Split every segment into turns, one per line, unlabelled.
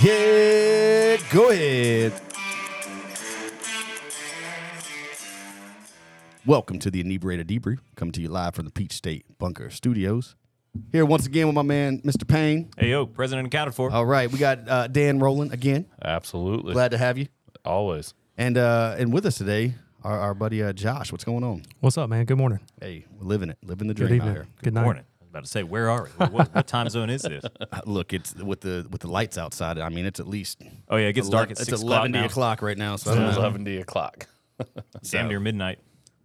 Yeah, go ahead. Welcome to the Inebriated Debrief, coming to you live from the Peach State Bunker Studios. Here once again with my man, Mr. Payne.
Hey, yo, president accounted for.
All right, we got uh, Dan Rowland again.
Absolutely.
Glad to have you.
Always.
And uh, and with us today, our, our buddy uh, Josh. What's going on?
What's up, man? Good morning.
Hey, we're living it, living the
Good
dream out
evening.
here.
Good night.
Morning. I was about to say, where are we? What, what, what time zone is this?
Uh, Look, it's with the with the lights outside. I mean, it's at least
Oh yeah, it gets dark at
it's
six o'clock
eleven
now.
o'clock right now. So I don't know.
11 o'clock.
Damn near midnight.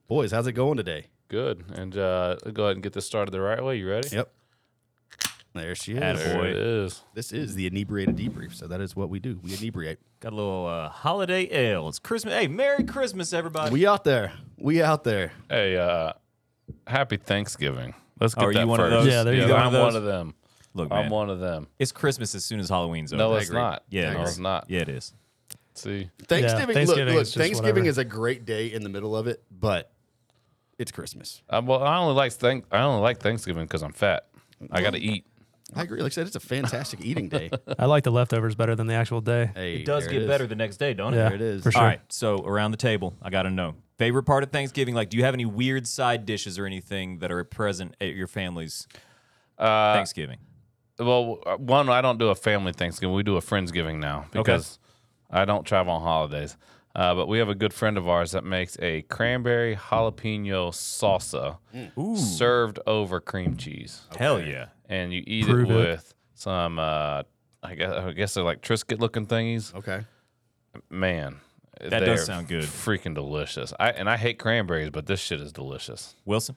boys, how's it going today?
Good. And uh, go ahead and get this started the right way. You ready?
Yep. There she is.
Atta
There
boy.
it is.
This is the inebriated debrief. So that is what we do. We inebriate.
Got a little uh, holiday ale. It's Christmas. Hey, Merry Christmas, everybody.
We out there. We out there.
Hey, uh, happy Thanksgiving. Let's get
are
that
Oh, you one of
first.
those?
Yeah, there you
Yeah,
go.
I'm
One of
one of them.
Look,
I'm
man,
one of them.
it's Christmas as soon as Halloween's over.
No, it's
agree.
not.
yeah,
no,
it
it's
is.
not.
Yeah, it is.
See,
Thanksgiving.
Thanksgiving
look,
is
look
just
Thanksgiving
whatever.
is a great day in the middle of it, but it's Christmas.
I, uh, well, I only like thank I only like Thanksgiving because I'm fat. I got to eat.
I agree. Like I said, it's a fantastic eating day.
I like the leftovers better than the actual day.
Hey,
It does
there
get
is.
better the next day, don't
Yeah,
it?
it is.
For sure.
All right, so around the table, I gotta know favorite part of Thanksgiving. Like, do you have any weird side dishes or anything that are present at your family's
Uh,
Thanksgiving?
well, uh, one, I don't do a family Thanksgiving. We do a friendsgiving now because I don't travel on holidays. Uh, but we have a good friend of ours that makes a cranberry jalapeno salsa
Mm.
served over cream cheese,
Hell yeah!
and you eat
Prove
it
it.
with some. Uh, I guess I guess they're like Triscuit looking thingies.
Okay.
Man,
Oh. That does sound good.
Freaking delicious. I and I hate cranberries, but this shit is delicious.
Wilson,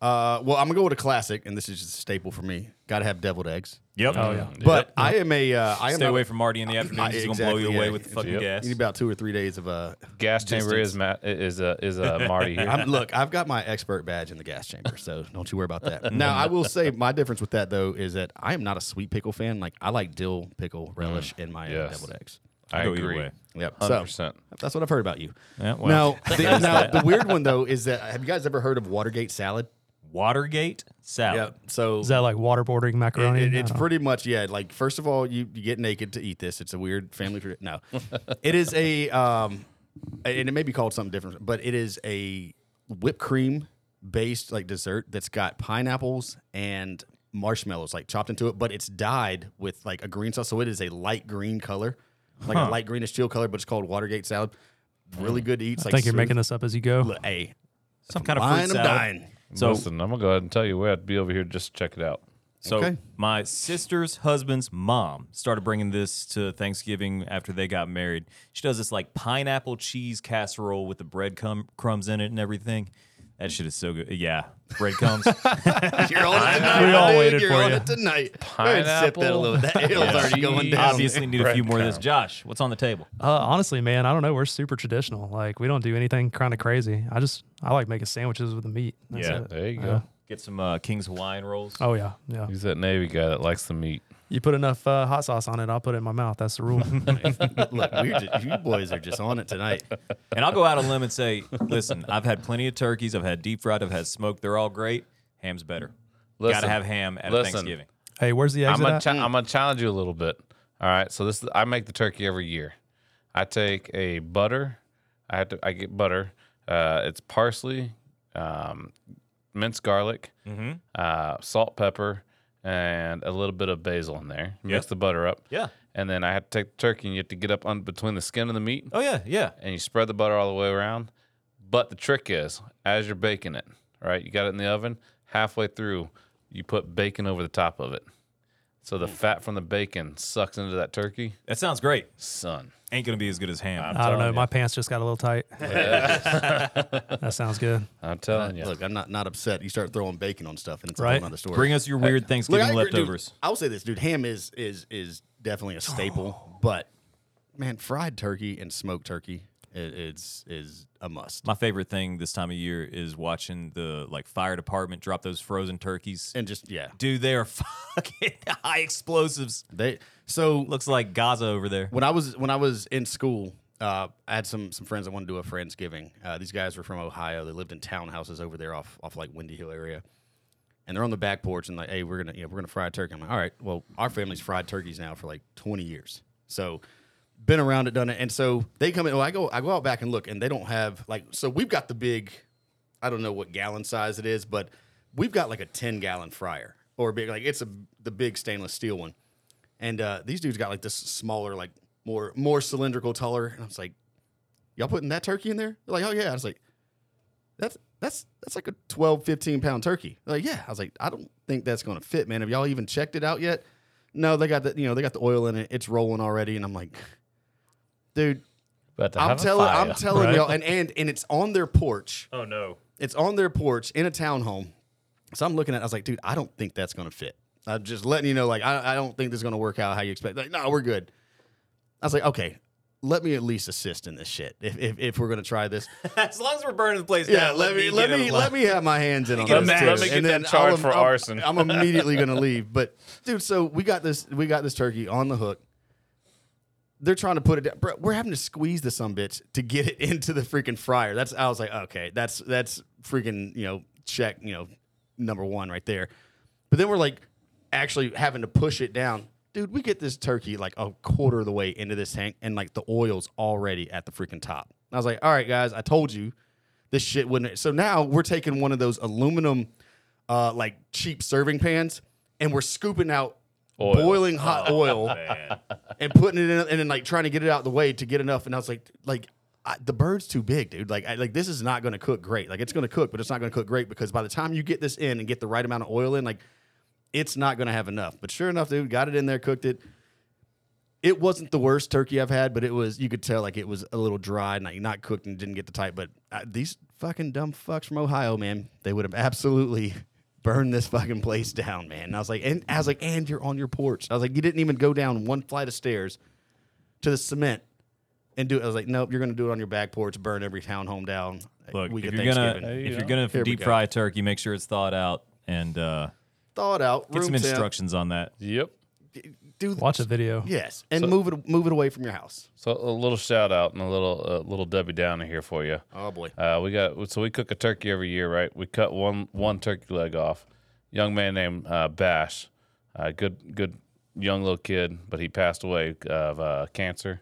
Uh, well, I'm gonna go with a classic, and this is just a staple for me. Got to have deviled eggs.
yep. Oh yeah.
But I am a. Uh, I am
Stay
not-
away from Marty in the afternoon. He's gonna blow
exactly,
you
yeah.
away with the fucking
Yep.
gas.
Need about two or three days of uh,
Gas chamber is Matt is a is a Marty here.
I'm, look, I've got my expert badge in the gas chamber, so don't you worry about that. now, I will say my difference with that though is that I am not a sweet pickle fan. Like I like dill pickle relish in my uh,
yes.
deviled eggs.
I
Go either
agree.
way.
Yep. So
100%.
that's what I've heard about you.
Yeah, well,
now, the, now the weird one though is that have you guys ever heard of Watergate salad?
Watergate salad.
So
Is that like waterboarding macaroni?
it- it- it's
I don't
pretty much yeah. Like first of all, you, you get naked to eat this. It's a weird family tradition. No, it is a um, and it may be called something different, but it is a whipped cream based like dessert that's got pineapples and marshmallows like chopped into it, but it's dyed with like a green sauce, so it is a light green color, like a light greenish teal color, but it's called Watergate salad. Really good to eat. It's
Mm. I
like
think you're
smooth.
making this up as you go.
Hey,
Some kind of
lying,
fruit
I'm
salad.
dying.
So,
Listen, I'm gonna go ahead and tell you where I'd be over here just to check it out.
so
Okay.
my sister's husband's mom started bringing this to Thanksgiving after they got married. She does this like pineapple cheese casserole with the bread cum- crumbs in it and everything. That shit is so good. Yeah, breadcrumbs.
You're on it tonight.
We all
dude.
waited
You're
for
on
you.
it tonight. Go ahead and sip that a little. That ale's already going down.
Obviously, need a few more of this. Josh, what's on the table?
Uh, honestly, man, I don't know. We're super traditional. Like we don't do anything kind of crazy. I just I like making sandwiches with the meat. That's
Yeah.
it.
There you go.
Uh,
Get some uh, King's Hawaiian rolls.
oh yeah, yeah.
He's that Navy guy that likes the meat.
You put enough uh, hot sauce on it, I'll put it in my mouth. That's the rule.
Look, we're just, you boys are just on it tonight.
And I'll go out on a limb and say, listen, I've had plenty of turkeys. I've had deep fried. I've had smoked. They're all great. Ham's better. Gotta
Listen,
have ham at
listen.
Thanksgiving.
hey, where's the eggs?
I'm
at?
gonna, cha- I'm gonna challenge you a little bit. All right, so this is, I make the turkey every year. I take a butter. I have to. I get butter. Uh, it's parsley, um, minced garlic,
Mm-hmm.
uh, salt, pepper, and a little bit of basil in there. Mix
Yep.
the butter up.
Yeah.
And then I have to take the turkey, and you have to get up un- between the skin and the meat,
Oh yeah, yeah.
and you spread the butter all the way around. But the trick is, as you're baking it, right? You got it in the oven. Halfway through, you put bacon over the top of it, so
Hmm.
the fat from the bacon sucks into that turkey.
That sounds great.
Son,
Ain't gonna be as good as ham.
I don't know. My pants just got a little tight. that sounds good.
I'm telling you.
Look, I'm not not upset. You start throwing bacon on stuff, and it's a
Right.
whole other story.
Bring us your weird
Look,
Thanksgiving
agree- dude,
leftovers.
I'll say this, dude. Ham is is is definitely a staple, but man, fried turkey and smoked turkey i- is is a must.
My favorite thing this time of year is watching the like fire department drop those frozen turkeys.
And just yeah,
Dude, they are fucking high explosives.
they so
Looks like Gaza over there.
when I was when I was in school, uh, I had some some friends that wanted to do a friendsgiving. Uh, these guys were from Ohio. They lived in townhouses over there off off like Windy Hill area, and they're on the back porch and like, hey, we're gonna you know, we're gonna fry a turkey. I'm like, all right, well, our family's fried turkeys now for like 20 years, so been around it, done it, and so they come in. Well, I go I go out back and look, and they don't have like so we've got the big, I don't know what gallon size it is, but we've got like a 10 gallon fryer or big like it's a the big stainless steel one, and uh, these dudes got like this smaller like more more cylindrical taller, and I was like, y'all putting that turkey in there? They're like, oh yeah. I was like, that's that's that's like a 12 15 pound turkey They're like yeah i was like i don't think that's gonna fit man have y'all even checked it out yet no they got the you know they got the oil in it it's rolling already and i'm like dude
But
i'm telling i'm telling
Right.
y'all and, and and it's on their porch
Oh no.
it's on their porch in a townhome so i'm looking at it, i was like dude i don't think that's gonna fit i'm just letting you know like i, I don't think this is gonna work out how you expect like no we're good i was like okay let me at least assist in this shit if, if, if we're gonna try this
as long as we're burning the place
yeah,
down,
let me let
get
me
in
let me have my hands in on
Get
this.
a
too.
match. Let me
get
and
that
then
charge
I'll-
for
I'm-
arson.
I'm immediately gonna leave. But dude, so we got this we got this turkey on the hook. They're trying to put it down. Bro, we're having to squeeze this some bitch to get it into the freaking fryer. That's I was like, okay, that's that's freaking, you know, check, you know, number one right there. But then we're like actually having to push it down. Dude, we get this turkey like a quarter of the way into this tank and like the oil's already at the freaking top. And I was like, all right, guys, I told you this shit wouldn't. So now we're taking one of those aluminum, uh, like cheap serving pans, and we're scooping out
Oil.
boiling hot oil and putting it in, and then like trying to get it out of the way to get enough. And I was like, like I, the bird's too big, dude. Like, I, like this is not going to cook great. Like it's going to cook, but it's not going to cook great because by the time you get this in and get the right amount of oil in, like it's not going to have enough. But sure enough, dude, got it in there, cooked it. It wasn't the worst turkey I've had, but it was. You could tell like it was a little dry and like not cooked and didn't get the type. But I, these fucking dumb fucks from Ohio, man, they would have absolutely burned this fucking place down, man. And I was like, and I was like, and you're on your porch. I was like, you didn't even go down one flight of stairs to the cement and do it. I was like, nope, you're gonna do it on your back porch, burn every townhome down.
Look,
week
if
of
you're gonna
Thanksgiving.
if you're gonna
Here we
deep
go.
fry turkey, make sure it's thawed out and uh,
thaw it out,
get
room
some
temp,
instructions on that.
Yep.
do
Watch a video.
yes, and move it move it away from your house.
So a little shout out and a little uh, little Debbie Downer here for you.
Oh boy.
Uh, we got so we cook a turkey every year, right? We cut one one turkey leg off. Young man named uh, Bash, uh, good good young little kid, but he passed away of uh, cancer.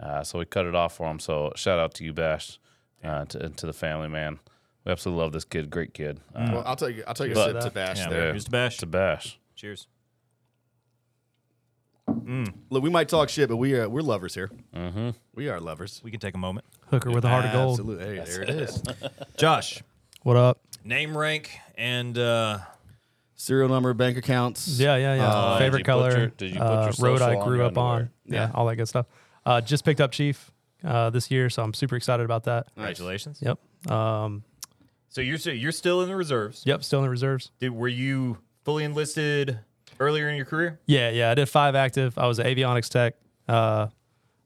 Uh, so we cut it off for him. So shout out to you, Bash, uh, to, and to the family, man. We absolutely love this kid. Great kid. Uh,
Well, I'll take you. I'll take
But-
a
uh,
sip to bash
Yeah,
there.
here's to bash.
To Bash.
Cheers.
Look, we might talk shit, but we are we're lovers here. Mm-hmm. We are lovers.
We can take a moment.
Hooker with a heart of gold.
Absolutely. Hey, there it is.
Josh,
What up?
name, rank, and uh,
Serial number, bank accounts.
Yeah, yeah, yeah.
Uh,
Favorite
did you put
color.
your- did you put
uh,
your
road
social
I
on
grew
your
up on.
underwear?
Yeah.
Yeah.
all that good stuff. Uh, just picked up Chief uh, this year, so I'm super excited about that.
congratulations.
Yep. Um,
So you're so you're still in the reserves.
yep. Still in the reserves.
Did, were you fully enlisted earlier in your career?
Yeah, yeah. I did five active. I was an avionics tech, uh,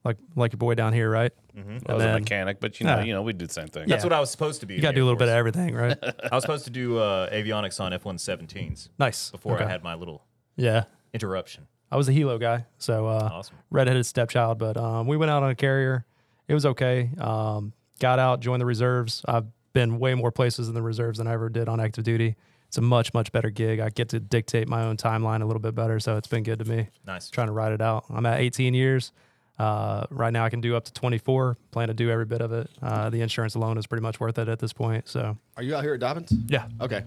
like like your boy down here, right?
I Mm-hmm. was a
then-
mechanic, but you know,
Yeah.
you know, we do the same thing.
That's
Yeah.
what I was supposed to be.
You got to do a little bit of everything, right?
I was supposed to do uh, avionics on F-117s
nice.
before I
Okay.
had my little
Yeah,
interruption.
I was a Hilo guy, so uh,
Oh,
Awesome.
redheaded stepchild. But um, we went out on a carrier. It was okay. Um, got out, joined the reserves. I've been way more places in the reserves than I ever did on active duty. It's a much much better gig. I get to dictate my own timeline a little bit better, so it's been good to me.
Nice.
Trying to ride it out. I'm at 18 years. Uh, right now, I can do up to 24. Plan to do every bit of it. Uh, the insurance alone is pretty much worth it at this point. So
Are you out here at Dobbins?
yeah,
Okay.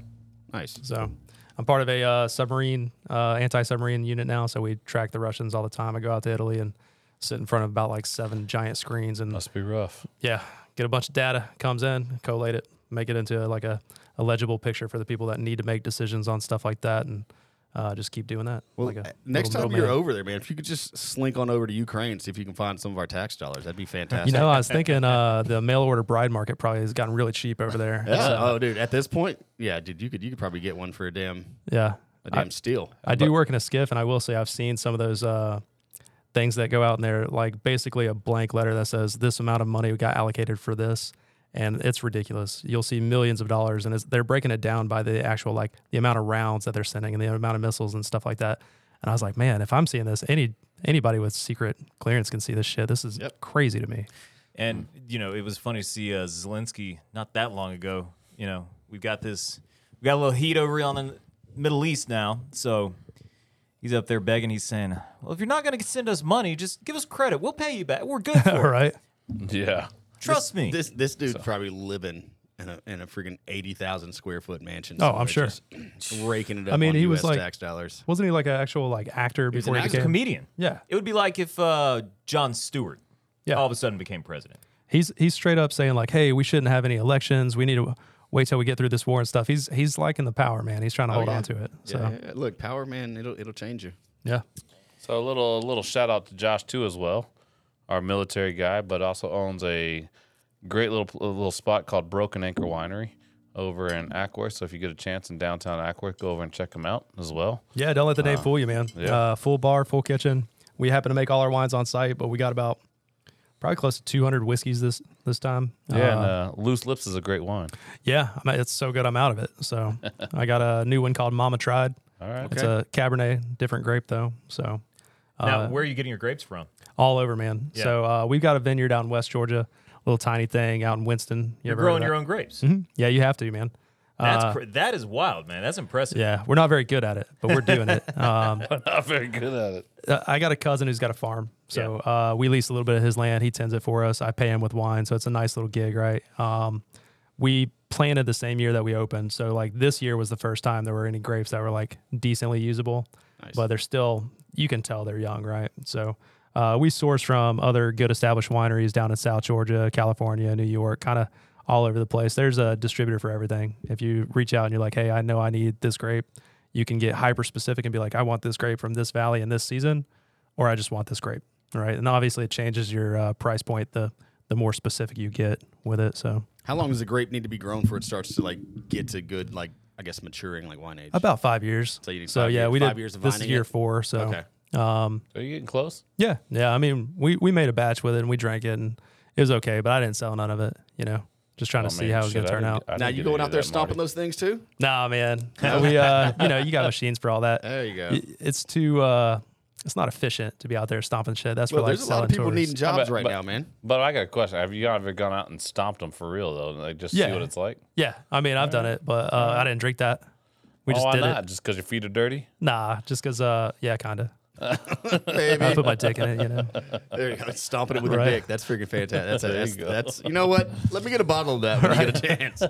Nice.
so I'm part of a uh, submarine, uh, anti-submarine unit now. So we track the Russians all the time. I go out to Italy and sit in front of about like seven giant screens and
Must be rough.
yeah, get a bunch of data comes in, collate it, make it into uh, like a, a legible picture for the people that need to make decisions on stuff like that, and uh, just keep doing that.
Well, uh,
like a
next
little
time you're
middleman.
over there, man, if you could just slink on over to Ukraine, see if you can find some of our tax dollars, that'd be fantastic.
You know, I was thinking uh, the mail order bride market probably has gotten really cheap over there.
Yeah. Oh, dude, at this point, yeah, dude, you could you could probably get one for a damn
Yeah.
a damn steal.
I do work in a skiff, and I will say I've seen some of those uh, things that go out, and they're like basically a blank letter that says this amount of money got allocated for this, and it's ridiculous. You'll see millions of dollars, and it's, they're breaking it down by the actual like the amount of rounds that they're sending and the amount of missiles and stuff like that. And I was like, man, if I'm seeing this, any anybody with secret clearance can see this shit. This is
Yep.
crazy to me.
And you know, it was funny to see uh, Zelensky not that long ago. You know, we've got this, we got a little heat over on the Middle East now, so he's up there begging. He's saying, "Well, if you're not going to send us money, just give us credit. We'll pay you back. We're good for
All
it.
right.
Yeah.
Trust me."
This this dude's probably living in a in a freaking eighty thousand square foot mansion.
Oh, I'm
somewhere, just raking it up. I mean, he US was like tax dollars.
Wasn't he like an actual like actor
was
before
an
he
actor.
became?
comedian.
yeah.
It would be like if uh, John Stewart
Yeah.
all of a sudden became president.
He's he's straight up saying like, "Hey, we shouldn't have any elections. We need to wait till we get through this war and stuff." He's he's liking the power, man. He's trying to hold
yeah.
on to it. So
Yeah, yeah, look, Power Man, it'll it'll change you.
yeah.
So a little a little shout out to Josh too as well, our military guy, but also owns a great little a little spot called Broken Anchor Winery over in Ackworth. So if you get a chance in downtown Ackworth, go over and check them out as well.
Yeah, don't let the name fool you, man.
yeah.
Uh, full bar, full kitchen. We happen to make all our wines on site, but we got about probably close to 200 whiskeys this this time.
Yeah, and
Uh,
uh, Loose Lips is a great wine.
yeah. I'm, it's so good, I'm out of it. So I got a new one called Mama Tried.
All right,
It's a Cabernet, different grape though. So
Now, where are you getting your grapes from?
all over, man.
Yeah.
So uh, we've got a vineyard out in West Georgia, little tiny thing out in Winston. You
You're growing your own grapes.
own? Yeah, you have to, man.
That's cra- that is wild, man. That's impressive.
Yeah, we're not very good at it, but we're doing it. Um,
not very good at it.
Uh, I got a cousin who's got a farm, so uh, we lease a little bit of his land. He tends it for us. I pay him with wine, so it's a nice little gig, right? Um, we planted the same year that we opened, so like this year was the first time there were any grapes that were like decently usable, but they're still you can tell they're young, right? So uh, we source from other good established wineries down in South Georgia, California, New York, kind of all over the place. There's a distributor for everything. If you reach out and you're like, hey, I know I need this grape. You can get hyper specific and be like, I want this grape from this valley in this season or I just want this grape, right? And obviously, it changes your uh, price point the the more specific you get with it. So
How long does a grape need to be grown before it starts to like get to good like I guess maturing like wine age?
about five years.
So you need
so
five
yeah,
year-
we
five
did
years of
this is
vining
year
it?
four. So
Okay.
Are you getting close?
yeah, yeah. I mean, we we made a batch with it and we drank it and it was okay, but I didn't sell none of it. You know, just trying
Oh,
to see how it was gonna turn out.
Now you going out there stomping those things too?
Nah, man. we uh, you know, you got machines for all that.
There you go.
Y- It's too uh, it's not efficient to be out there stomping shit. That's
Well,
for like
there's a lot
selling
of people
tourists.
needing jobs
bet-
right
but-
now, man.
But I got a question. Have you ever gone out and stomped them for real though? Like just see
Yeah.
what it's like.
Yeah, I mean, I've done it, but uh, I didn't drink that. We just
oh, why
did it.
not? Just because your feet are dirty?
Nah, just because, uh, yeah, kind of.
Baby.
I put my dick in it, you know.
There you go. Stomping it with
Right.
a dick. That's freaking fantastic. That's, that's,
you go.
that's you know what? Let me get a bottle of that when you get a chance.
Uh,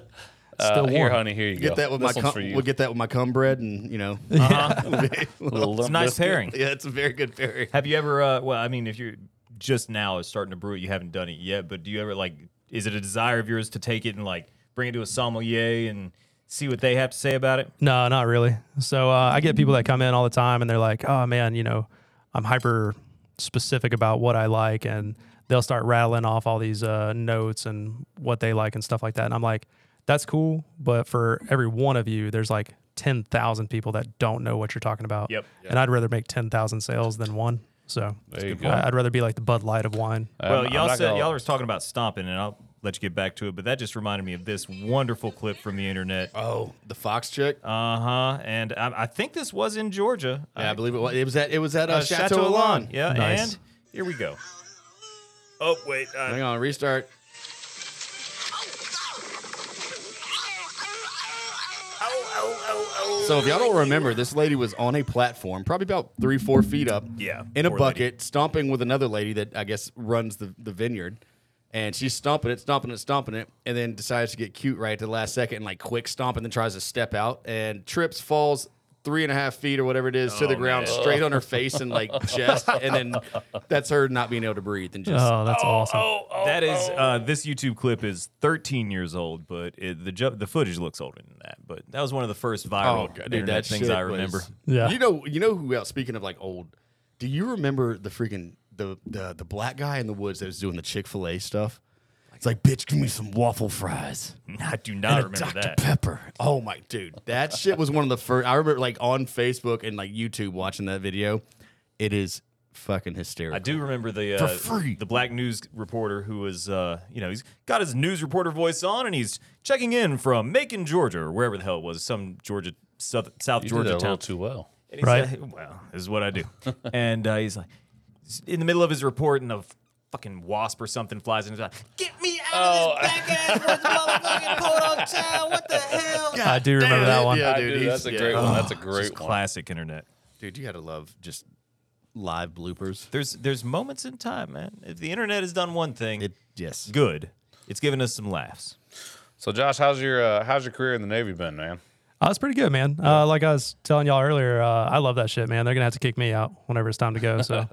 Still
here,
warm.
honey. Here you
Get
go.
that with
this
my
one's
cum,
for you.
we'll get that with my cum bread and you know.
Uh-huh.
Little
It's a
lump
nice
biscuit.
pairing.
yeah, it's a very good pairing.
Have you ever? Uh, well, I mean, if you're just now starting to brew it, you haven't done it yet. But do you ever like? Is it a desire of yours to take it and like bring it to a sommelier and see what they have to say about it?
No, not really. So uh, I get people that come in all the time and they're like, oh man, you know, I'm hyper specific about what I like. And they'll start rattling off all these uh, notes and what they like and stuff like that. And I'm like, that's cool. But for every one of you, there's like 10,000 people that don't know what you're talking about.
Yep.
And I'd rather make 10,000 sales than one. So
There you go.
I- I'd rather be like the Bud Light of wine.
Um,
well,
I'm
y'all
not
said
gonna-
y'all was talking about stomping, and I'll let you get back to it. But that just reminded me of this wonderful clip from the internet.
Oh, the fox chick.
Uh huh. And I, I think this was in Georgia.
yeah, I believe it was. It was at it was at uh,
Uh,
Chateau, Alon.
Yeah.
Nice.
And here we go. Oh wait. Uh,
Hang on, restart. So if y'all don't remember, this lady was on a platform, probably about three, four feet up.
Yeah,
In a
poor
bucket, stomping with another lady that I guess runs the, the vineyard. And she's stomping it, stomping it, stomping it, and then decides to get cute right at the last second and like quick stomp and then tries to step out and trips, falls three and a half feet or whatever it is to the
Oh,
ground,
man.
straight on her face and like chest. And then that's her not being able to breathe and just
Oh, that's awesome.
that is uh, this YouTube clip is 13 years old, but it, the ju- the footage looks older than that. But that was one of the first
Oh,
viral internet things
shit
I remember.
was-
Yeah.
You know, you know who else? Speaking of like old, do you remember the freaking the the, the black guy in the woods that was doing the Chick Fil A stuff? It's like, bitch, give me some waffle fries
I do
and
not
a
remember
Dr
that.
Pepper. Oh my dude, that shit was one of the first. I remember like on Facebook and like YouTube watching that video. It is fucking hysterical.
I do remember the uh,
free.
the black news reporter who was uh, you know he's got his news reporter voice on and he's checking in from Macon, Georgia, or wherever the hell it was, some Georgia South, South
You did
Georgia
that a
town.
little too well.
And he's
Right.
like, well, this is what I do. and uh, he's like, in the middle of his report, and a fucking wasp or something flies in his eye. Get me
Oh,
I do remember that one.
Yeah,
I
dude,
do.
he's-
That's a
yeah.
great one. That's a
It's
great
just
one.
Classic internet.
dude, you gotta love just live bloopers.
There's there's moments in time, man. If the internet has done one thing,
It yes.
good. It's given us some laughs.
So, Josh, how's your uh, how's your career in the Navy been, man?
Uh, it's pretty good, man. Uh, like I was telling y'all earlier, uh, I love that shit, man. They're gonna have to kick me out whenever it's time to go. So,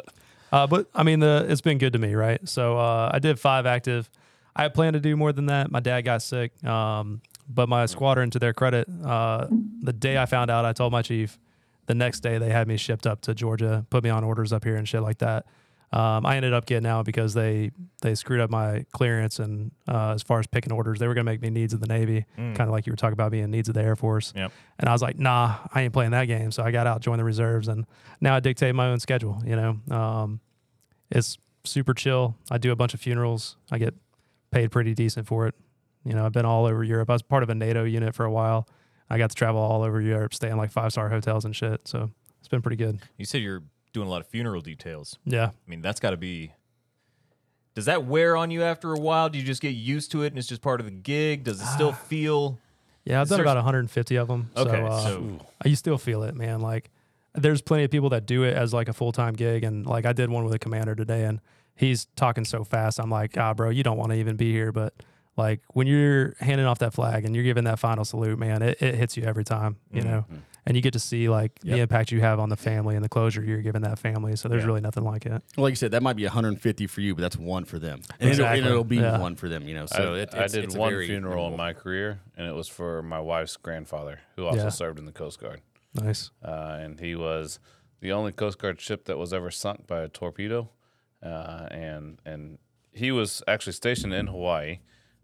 uh, but I mean, the it's been good to me, right? So uh, I did five active. I had planned to do more than that. My dad got sick, um, but my squadron, to their credit, uh, the day I found out, I told my chief. The next day, they had me shipped up to Georgia, put me on orders up here and shit like that. Um, I ended up getting out because they they screwed up my clearance and uh, as far as picking orders, they were gonna make me needs of the Navy, kind of like you were talking about being needs of the Air Force.
Yep.
And I was like, nah, I ain't playing that game. So I got out, joined the reserves, and now I dictate my own schedule. You know, um, it's super chill. I do a bunch of funerals. I get paid pretty decent for it. You know, I've been all over Europe. I was part of a NATO unit for a while. I got to travel all over Europe, stay in like five star hotels and shit. So it's been pretty good.
You said you're doing a lot of funeral details.
Yeah.
I mean, that's got to be. Does that wear on you after a while? Do you just get used to it and it's just part of the gig? Does it still feel
Yeah, I've
Is
done
there-
about 150 of them.
okay?
so, uh,
so
you still feel it, man. Like there's plenty of people that do it as like a full time gig, and like I did one with a commander today, and he's talking so fast. I'm like, ah, bro, you don't want to even be here, but like when you're handing off that flag and you're giving that final salute, man, it, it hits you every time, you know.
Mm-hmm.
And you get to see like the impact you have on the family and the closure you're giving that family. So there's really nothing like it.
Like you said, that might be 150 for you, but that's one for them. And it'll-
Exactly.
and it'll, be
Yeah.
one for them, you know. So
I,
it,
I
it's-
did
it's a
one
very
funeral in
memorable-
my career, and it was for my wife's grandfather, who also
Yeah.
served in the Coast Guard.
Nice.
Uh, and he was the only Coast Guard ship that was ever sunk by a torpedo. Uh, and and he was actually stationed in Hawaii.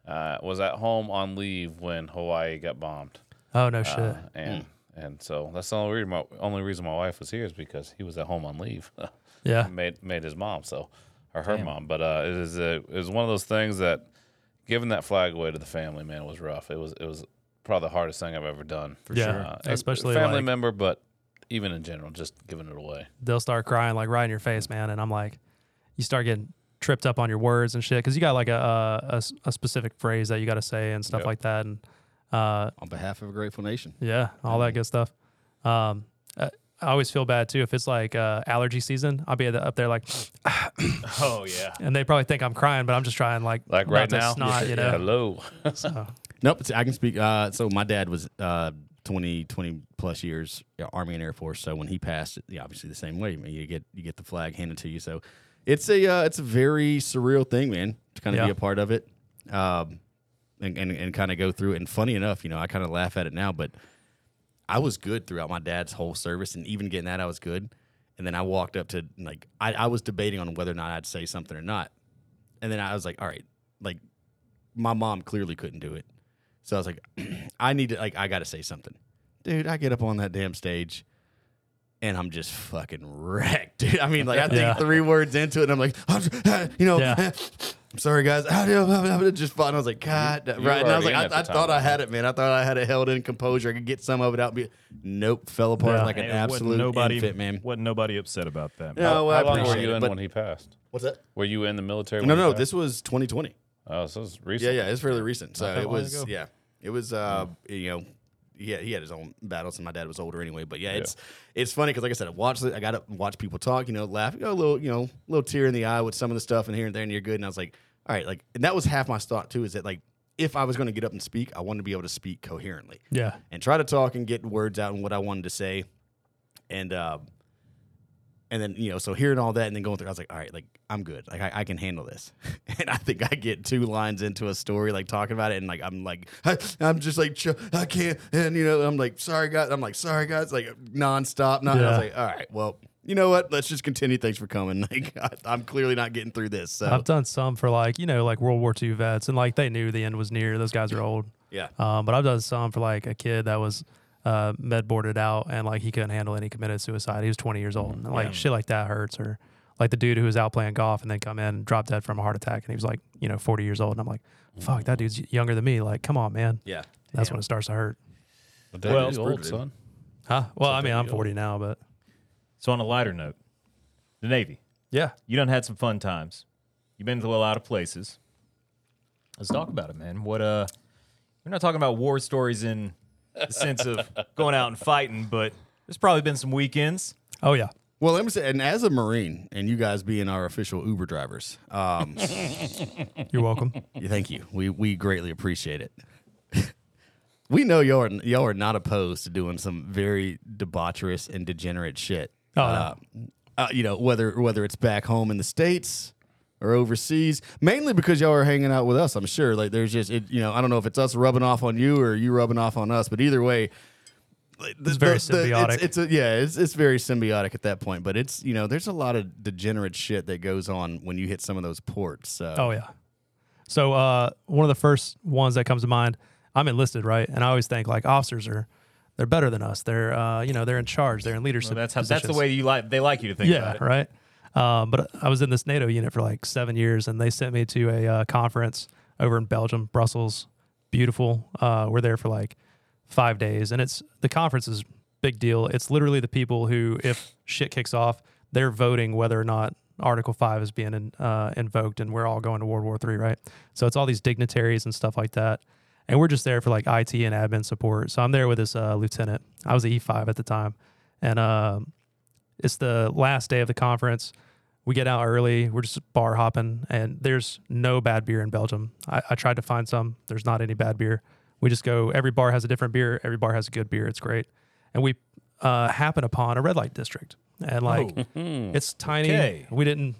Uh, was at home on leave when Hawaii got bombed.
Oh no shit.
Uh, and and so that's the only reason my only reason my wife was here is because he was at home on leave.
Yeah.
made made his mom so or her mom. But uh, it is a, it was one of those things that giving that flag away to the family man was rough. It was it was probably the hardest thing I've ever done. For
Yeah, sure. especially
family
like-
member, but even in general, just giving it away.
they'll start crying like right in your face, man. And I'm like, you start getting tripped up on your words and shit because you got like a, a- a s- a specific phrase that you got to say and stuff
Yep.
like that. And uh,
on behalf of a grateful nation.
yeah, all
Mm-hmm.
that good stuff. Um, I, I always feel bad too if it's like uh, allergy season. I'll be at the- up there like,
oh yeah,
and they probably think I'm crying, but I'm just trying like
Like
not
right
to
now,
snot, you know.
hello.
So,
Nope, it's- I can speak. Uh, so my dad was uh, 20, 20 plus years yeah, Army and Air Force. So when he passed, yeah, obviously the same way. I mean, you get you get the flag handed to you. So it's a uh, it's a very surreal thing, man, to kind of
Yeah.
be a part of it, um, and and, and kind of go through it. And funny enough, you know, I kind of laugh at it now, but I was good throughout my dad's whole service, and even getting that, I was good. And then I walked up to like I, I was debating on whether or not I'd say something or not, and then I was like, all right, like my mom clearly couldn't do it. So I was like, I need to like I gotta say something. Dude, I get up on that damn stage and I'm just fucking wrecked, dude. I mean, like I think
Yeah.
three words into it and I'm like, you know,
Yeah.
I'm sorry guys. just fought. And I was like, God
you
right.
were
And I was like,
already
I,
in at
I
the
thought
time.
I had it, man. I thought I had it held in composure. I could get some of it out. and Be, nope, fell apart
Yeah.
like an
Hey, wasn't
absolute infant, man.
Wasn't nobody upset about that? man.
No, well, I
How long were
appreciate
you
it,
in
but-
when he passed?
What's that?
Were you in the military?
No,
when he
no,
passed?
this was 2020.
Oh, so it's
Yeah,
recent.
yeah, it's fairly recent. So
that
it
long
was,
ago.
yeah, it was. Uh, you know, he had, he had his own battles, and my dad was older anyway. But yeah, it's it's funny because, like I said, I watched it. I got to watch people talk. You know, laugh. You know, a little, you know, little tear in the eye with some of the stuff, and here and there, and you're good. And I was like, all right, like, and that was half my thought too. Is that like, if I was going to get up and speak, I wanted to be able to speak coherently
yeah,
and try to talk and get words out and what I wanted to say, and um, and then you know, so hearing all that and then going through, I was like, all right, like I'm good, like I, I can handle this. and I think I get two lines into a story, like talking about it, and like I'm like, I, am just like, ch- I can't, and you know, I'm like, sorry guys, I'm like, sorry guys, like nonstop. Not, I
Yeah.
was like, all right, well. You know what? Let's just continue. Thanks for coming. Like I, I'm clearly not getting through this. So
I've done some for like you know like World War II vets, and like they knew the end was near. Those guys are old.
yeah,
Um, but I've done some for like a kid that was uh, med boarded out and like he couldn't handle it. and He committed suicide. He was 20 years old. And like shit like that hurts. Or like the dude who was out playing golf and then come in and drop dead from a heart attack. And he was like, you know, 40 years old. And I'm like, fuck, that dude's younger than me. Like, come on, man.
yeah.
That's when it starts to hurt.
But that
Well,
is
brutal,
old,
dude.
son.
Huh? Well, I mean, I'm 40 now, but
So on a lighter note, the Navy.
yeah.
You done had some fun times. You've been to a lot of places. Let's talk about it, man. What uh we're not talking about war stories in the sense of going out and fighting, but there's probably been some weekends.
Oh yeah.
Well, let me say, and as a Marine, and you guys being our official Uber drivers, um,
You're welcome.
thank you. We we greatly appreciate it. we know y'all are, y'all are not opposed to doing some very debaucherous and degenerate shit.
Oh, no.
uh, uh, you know whether whether it's back home in the states or overseas, mainly because y'all are hanging out with us. I'm sure. Like there's just it, you know I don't know if it's us rubbing off on you or you rubbing off on us, but either way. like, the-
It's very
the- the-
symbiotic.
It's, it's a, yeah, it's, it's very symbiotic at that point. But it's you know, there's a lot of degenerate shit that goes on when you hit some of those ports. So.
Oh yeah. So uh, one of the first ones that comes to mind. I'm enlisted, right? And I always think like officers are they're better than us. They're uh, you know they're in charge. They're in leadership.
So that's how that's
positions.
the way you like they like you to think
Yeah.
about it.
Right. Um, but I was in this NATO unit for like seven years, and they sent me to a uh, conference over in Belgium, Brussels. Beautiful. Uh, we're there for like five days, and it's the conference is big deal. It's literally the people who, if shit kicks off, they're voting whether or not Article Five is being in, uh, invoked, and we're all going to World War Three, right? So it's all these dignitaries and stuff like that, and we're just there for like IT and admin support. So I'm there with this uh, lieutenant. I was E five at the time, and um, it's the last day of the conference. We get out early. We're just bar hopping, and there's no bad beer in Belgium. I, I tried to find some. There's not any bad beer. We just go. Every bar has a different beer. Every bar has a good beer. It's great. And we uh, happen upon a red light district, and like it's tiny.
Okay.
We didn't.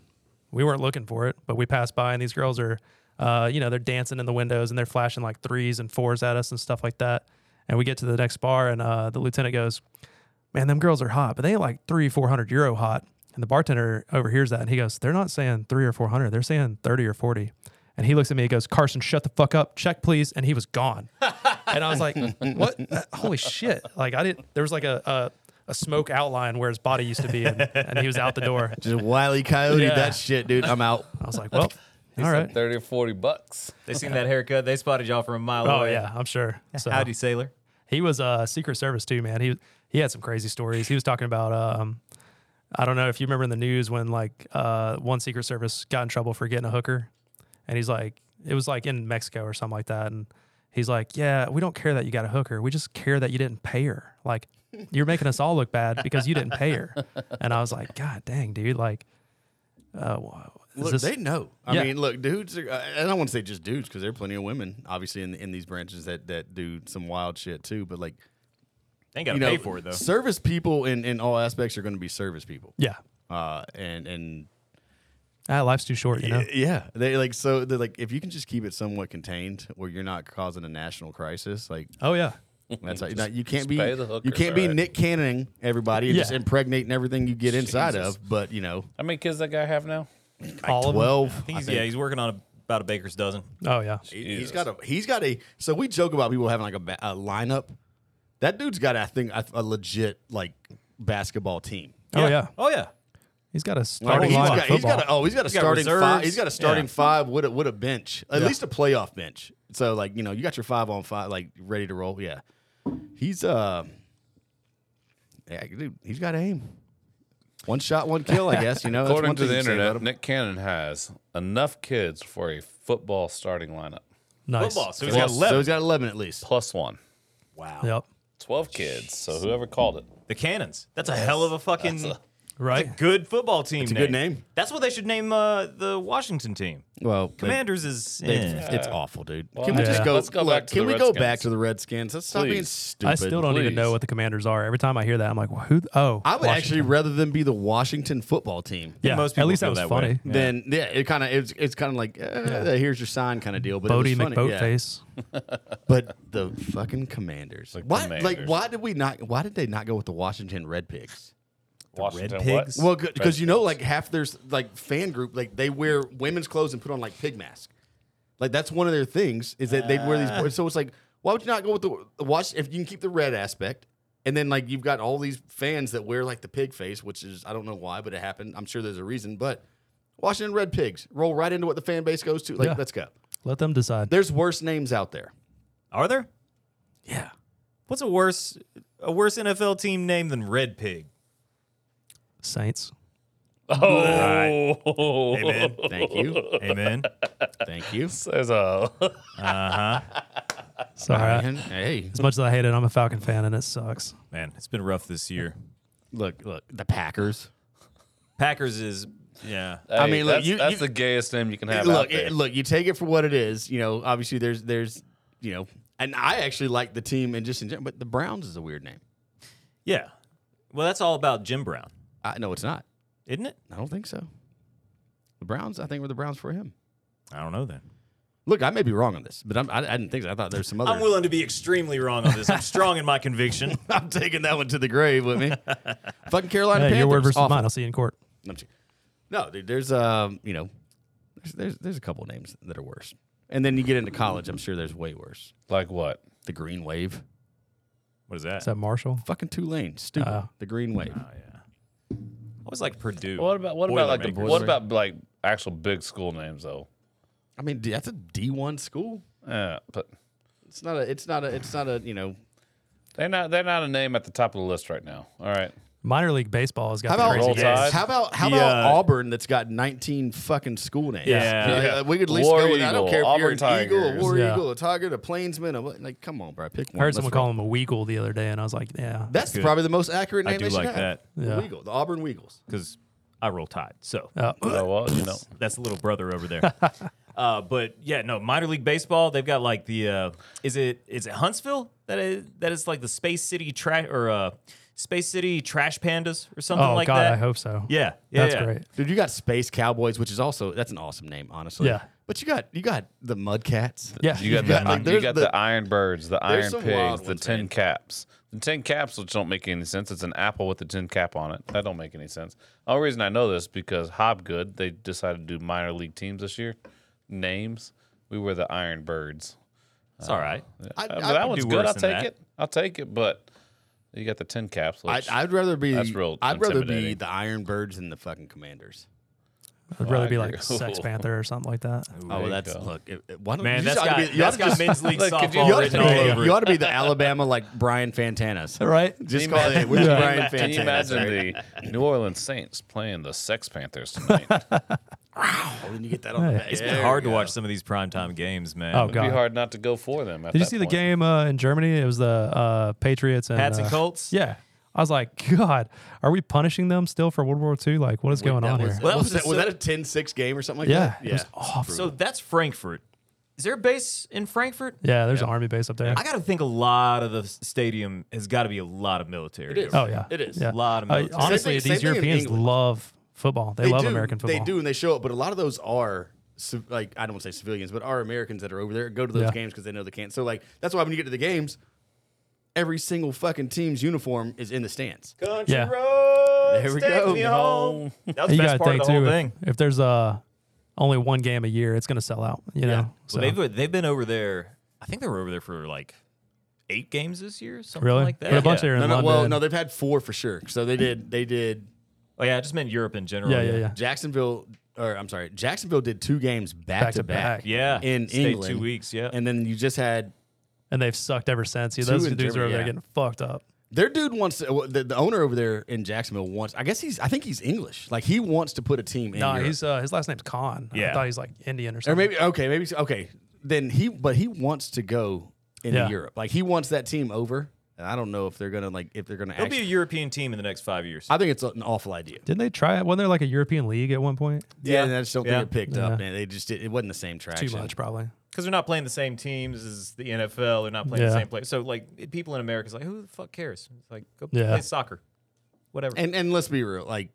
We weren't looking for it, but we passed by, and these girls are, uh, you know, they're dancing in the windows and they're flashing like threes and fours at us and stuff like that. And we get to the next bar, and uh, the lieutenant goes, man, them girls are hot, but they ain't like three, four hundred euro hot. And the bartender overhears that and he goes, They're not saying three or four hundred, they're saying thirty or forty. And he looks at me, he goes, Carson, shut the fuck up, check please. And he was gone. and I was like, What Uh, holy shit. Like I didn't there was like a, a a smoke outline where his body used to be and, and he was out the door.
Just wily coyote
Yeah.
that shit, dude. I'm out.
I was like, Well, all right.
30 or 40 bucks.
They seen that haircut, they spotted y'all from a mile
Oh
away.
yeah, I'm sure. So
Howdy sailor.
He was uh, Secret Service too, man. He he had some crazy stories. He was talking about um, I don't know if you remember in the news when like uh, one Secret Service got in trouble for getting a hooker, and he's like, it was like in Mexico or something like that, and he's like, yeah, we don't care that you got a hooker, we just care that you didn't pay her. Like you're making us all look bad because you didn't pay her. And I was like, God dang, dude, like, uh, wha- is
Look,
this-
they know. I
Yeah.
mean, look, dudes. Are, uh, I don't want to say just dudes because there are plenty of women, obviously, in in these branches that that do some wild shit too. But like,
They ain't gotta
you know,
pay for it though.
service people in in all aspects are going to be service people.
yeah,
Uh, and and
ah, life's too short, you know.
y- yeah, they like so they're like if you can just keep it somewhat contained where you're not causing a national crisis, like
Oh yeah,
that's how, now, you can't be
pay the hookers,
you can't be
all right.
Nick Cannoning everybody and just
Yeah.
impregnating everything you get inside of. But you know,
How many kids that guy have now?
all of them.
twelve.
I think he's, yeah, he's working on a, about a baker's dozen.
Oh yeah,
He- He's got a he's got a so we joke about people having like a, ba- a lineup. That dude's got I think a, a legit like basketball team.
oh yeah.
Oh yeah.
He's got a
Like,
starting
he's
line
got,
of
he's
football.
got a, oh he's got a
got
starting five
reserves.
he's got a starting
Yeah.
five with a with a bench at least a playoff bench. So like you know you got your five on five like ready to roll. Yeah, he's uh yeah dude he's got aim. One shot, one kill. I guess you know. that's
According
one
to
thing
the
you can say about
internet,
him.
Nick Cannon has enough kids for a football starting lineup.
nice.
Football. So he's
Yeah,
got eleven.
So he's got eleven at least.
Plus one.
wow.
Yep.
12 kids. So whoever called it.
The Cannons. That's a hell of a fucking
Right.
good football team. It's
a good name.
That's what they should name uh, the Washington team.
Well,
Commanders is
It's,
eh.
it's awful, dude. Can we
yeah.
just go?
Let's go
look,
back to
can
the
we go
Redskins.
back to the Redskins? Let's stop being
Please.
stupid.
I still don't even
please.
know what the commanders are. Every time I hear that, I'm like, well, who? th- Oh,
I would actually rather them be the Washington football team.
yeah.
most
at
people
least that
feel
was
that way.
funny.
Then yeah, it kind of it's it's kind of like eh, here's your sign kind of deal. But
Bodie
it was funny. yeah.
McBoatface.
But the fucking Commanders. why? Like
Commanders.
why did we not? Why did they not go with the Washington Red Pigs?
Washington
Red Pigs?
Well, because you know, like half their like fan group, like they wear women's clothes and put on like pig mask. Like that's one of their things is that they wear these. So it's like, why would you not go with the, the wash if you can keep the red aspect? And then like you've got all these fans that wear like the pig face, which is I don't know why, but it happened. I'm sure there's a reason, but Washington Red Pigs roll right into what the fan base goes to. Like,
Yeah.
let's go.
Let them decide.
There's worse names out there.
Are there?
Yeah.
What's a worse a worse NFL team name than Red Pig?
Saints.
Oh,
Amen. Thank you.
Amen.
Thank you.
Says uh,
Uh huh.
Sorry. I-
Man, Hey,
as much as I hate it, I'm a Falcon fan and it sucks.
Man, it's been rough this year.
look, look, the Packers.
Packers is yeah.
I
hey,
mean, look,
that's,
you-
that's
you-
the gayest name you can have. out
look,
there.
it, look, you take it for what it is. You know, obviously there's there's you know, and I actually like the team and just in general, but the Browns is a weird name.
Yeah. Well, that's all about Jim Brown,
I, no, it's not.
isn't it?
I don't think so. The Browns, I think, were the Browns for him.
I don't know then.
Look, I may be wrong on this, but I'm, I, I didn't think so. I thought there's some other.
I'm willing to be extremely wrong on this. I'm strong in my conviction.
I'm taking that one to the grave with me. Fucking Carolina
Hey,
Panthers.
your word versus
awful.
mine. I'll see you in court.
I'm just- No, dude, there's um, you know, there's, there's there's a couple of names that are worse, and then you get into college. I'm sure there's way worse.
like what?
The Green Wave,
What is
Is
that?
that Marshall?
fucking Tulane, stupid.
Uh,
the Green Wave.
Oh yeah. I was like Purdue.
What about what about like the
Boilermakers.
what about like actual big school names though?
I mean, dude, that's a D1 school.
Yeah, but
It's not a. It's not a. It's not a. You know.
they're not they're not a name at the top of the list right now. All right,
Minor league baseball has got
How
the
about
crazy
Roll
games.
Tide?
how about how
The,
about
uh,
Auburn that's got 19 fucking school names?
Yeah.
Like,
Yeah.
uh, we could at least
War
go. With, I don't
Eagle,
care if you're an
Auburn
eagle, a
Tigers.
war
Yeah.
eagle, a tiger, a plainsman. A, what- like, come on, bro, pick one.
I heard
Let's
someone
roll.
call him a Weagle the other day, and I was like, yeah.
That's
good.
probably the most accurate
I
name.
do
they should
like
have.
that.
The
Yeah.
Weagle, the Auburn Weagles.
Because I roll tide. So
Uh,
so what? No,
that's the little brother over there. uh, but yeah, no minor league baseball. They've got like the uh, is it is it Huntsville that is that is like the Space City trash or uh, Space City Trash Pandas or something
oh,
like
God,
that.
I hope so.
Yeah, yeah,
That's
yeah.
great.
Dude, you got Space Cowboys, which is also that's an awesome name, honestly.
Yeah.
But you got you got the Mudcats.
Yeah.
you got
got,
the
like,
you
there's
got
the-
the, Iron Birds, the Iron
some
Pigs,
wild
the
ones,
Tin
man.
Caps. The Tin Caps, which don't make any sense. It's an apple with a tin cap on it. That don't make any sense. Only reason I know this is because Hobgood they decided to do minor league teams this year. Names we were the Iron Birds.
It's all right.
I,
Uh,
I,
that
would,
one's
do
good.
worse
I'll take
than that.
it. I'll take it. But you got the Tin Caps.
I,
Which,
I'd rather be
That's real
I'd rather be
intimidating.
the Iron Birds than the fucking Commanders.
I'd rather be
I
like
agree.
Sex Panther or something like that.
oh,
you
well, that's
go.
look. It, it- why don't,
Man,
you
that's
ought
got,
to be, you ought
that's
to
got
just,
men's league
Look, could you-
you
softball
ought,
written
to
all
be,
over
you
it.
ought to be the Alabama like Brian Fantanas.
Right?
Just
Can
call
you
it hey, we're
imagine-
Brian
Can you
Fantanas.
imagine the New Orleans Saints playing the Sex Panthers tonight? It'd
Oh, then you get that on the
Hey.
back.
It's been hard to watch some of these primetime games, man.
Oh, God.
be hard not to go for them. At
Did you
that
see
point.
the game uh, in Germany? It was the uh, Patriots and
Pats and
uh,
Colts?
Yeah. I was like, God, are we punishing them still for World War II? Like, what is going on
That was,
here?
Well,
was,
that was
that,
a
was
so-
that a 10-6 game or something like
yeah,
that?
it was awful.
So that's Frankfurt. Is there a base in Frankfurt?
yeah, there's an army base up there.
I got to think a lot of the s- stadium has got to be a lot of military.
It is.
Oh yeah,
It is.
A
Yeah.
lot of
Uh,
military.
honestly,
Same thing- same thing
these
in
Europeans
England.
love football. They, love American football.
They do, and they show up. But a lot of those are civ- like I don't want to say civilians, but are Americans that are over there go to those
Yeah.
games because they know they can't. So like that's why when you get to the games, every single fucking team's uniform is in the stands.
Country
Yeah.
roads,
There we
take
go.
me home. That was the
You
best
got to
part
think
of the whole
too.
thing.
If, if there's uh, only one game a year, it's going to sell out. You know. So
Well, they've they've been over there. I think they were over there for like eight games this year, something
really,
like that.
but a bunch
yeah.
are in
No, no,
London.
well, no, they've had four for sure. So they did. They did
Oh yeah, I just meant Europe in general.
yeah, yeah, yeah.
Jacksonville, or I'm sorry, Jacksonville did two games back, to back.
yeah.
In
Stayed
England,
two weeks. Yeah,
and then you just had
And they've sucked ever since. Yeah, those
in
dudes are
Germany,
over there
yeah.
getting fucked up.
Their dude wants to, well, the, the owner over there in Jacksonville wants. I guess he's. I think he's English. Like he wants to put a team in.
No,
Europe.
he's uh, his last name's Khan. I
Yeah.
thought he's like Indian or
or
something.
maybe okay, maybe okay. Then he, but he wants to go into
Yeah.
Europe. Like he wants that team over. And I don't know if they're gonna like if they're gonna.
it'll be
Actually,
a European team in the next five years.
I think it's an awful idea.
Didn't they try it? Wasn't there like a European league at one point?
Yeah, and I just don't
Yeah.
think it picked up.
Yeah.
Man, they just did, it wasn't the same traction.
Too much, probably.
because they're not playing the same teams as the NFL. They're not playing the
Yeah.
same place. So like it- people in America's like, who the fuck cares? It's like go
Yeah.
play soccer, whatever.
And and let's be real, like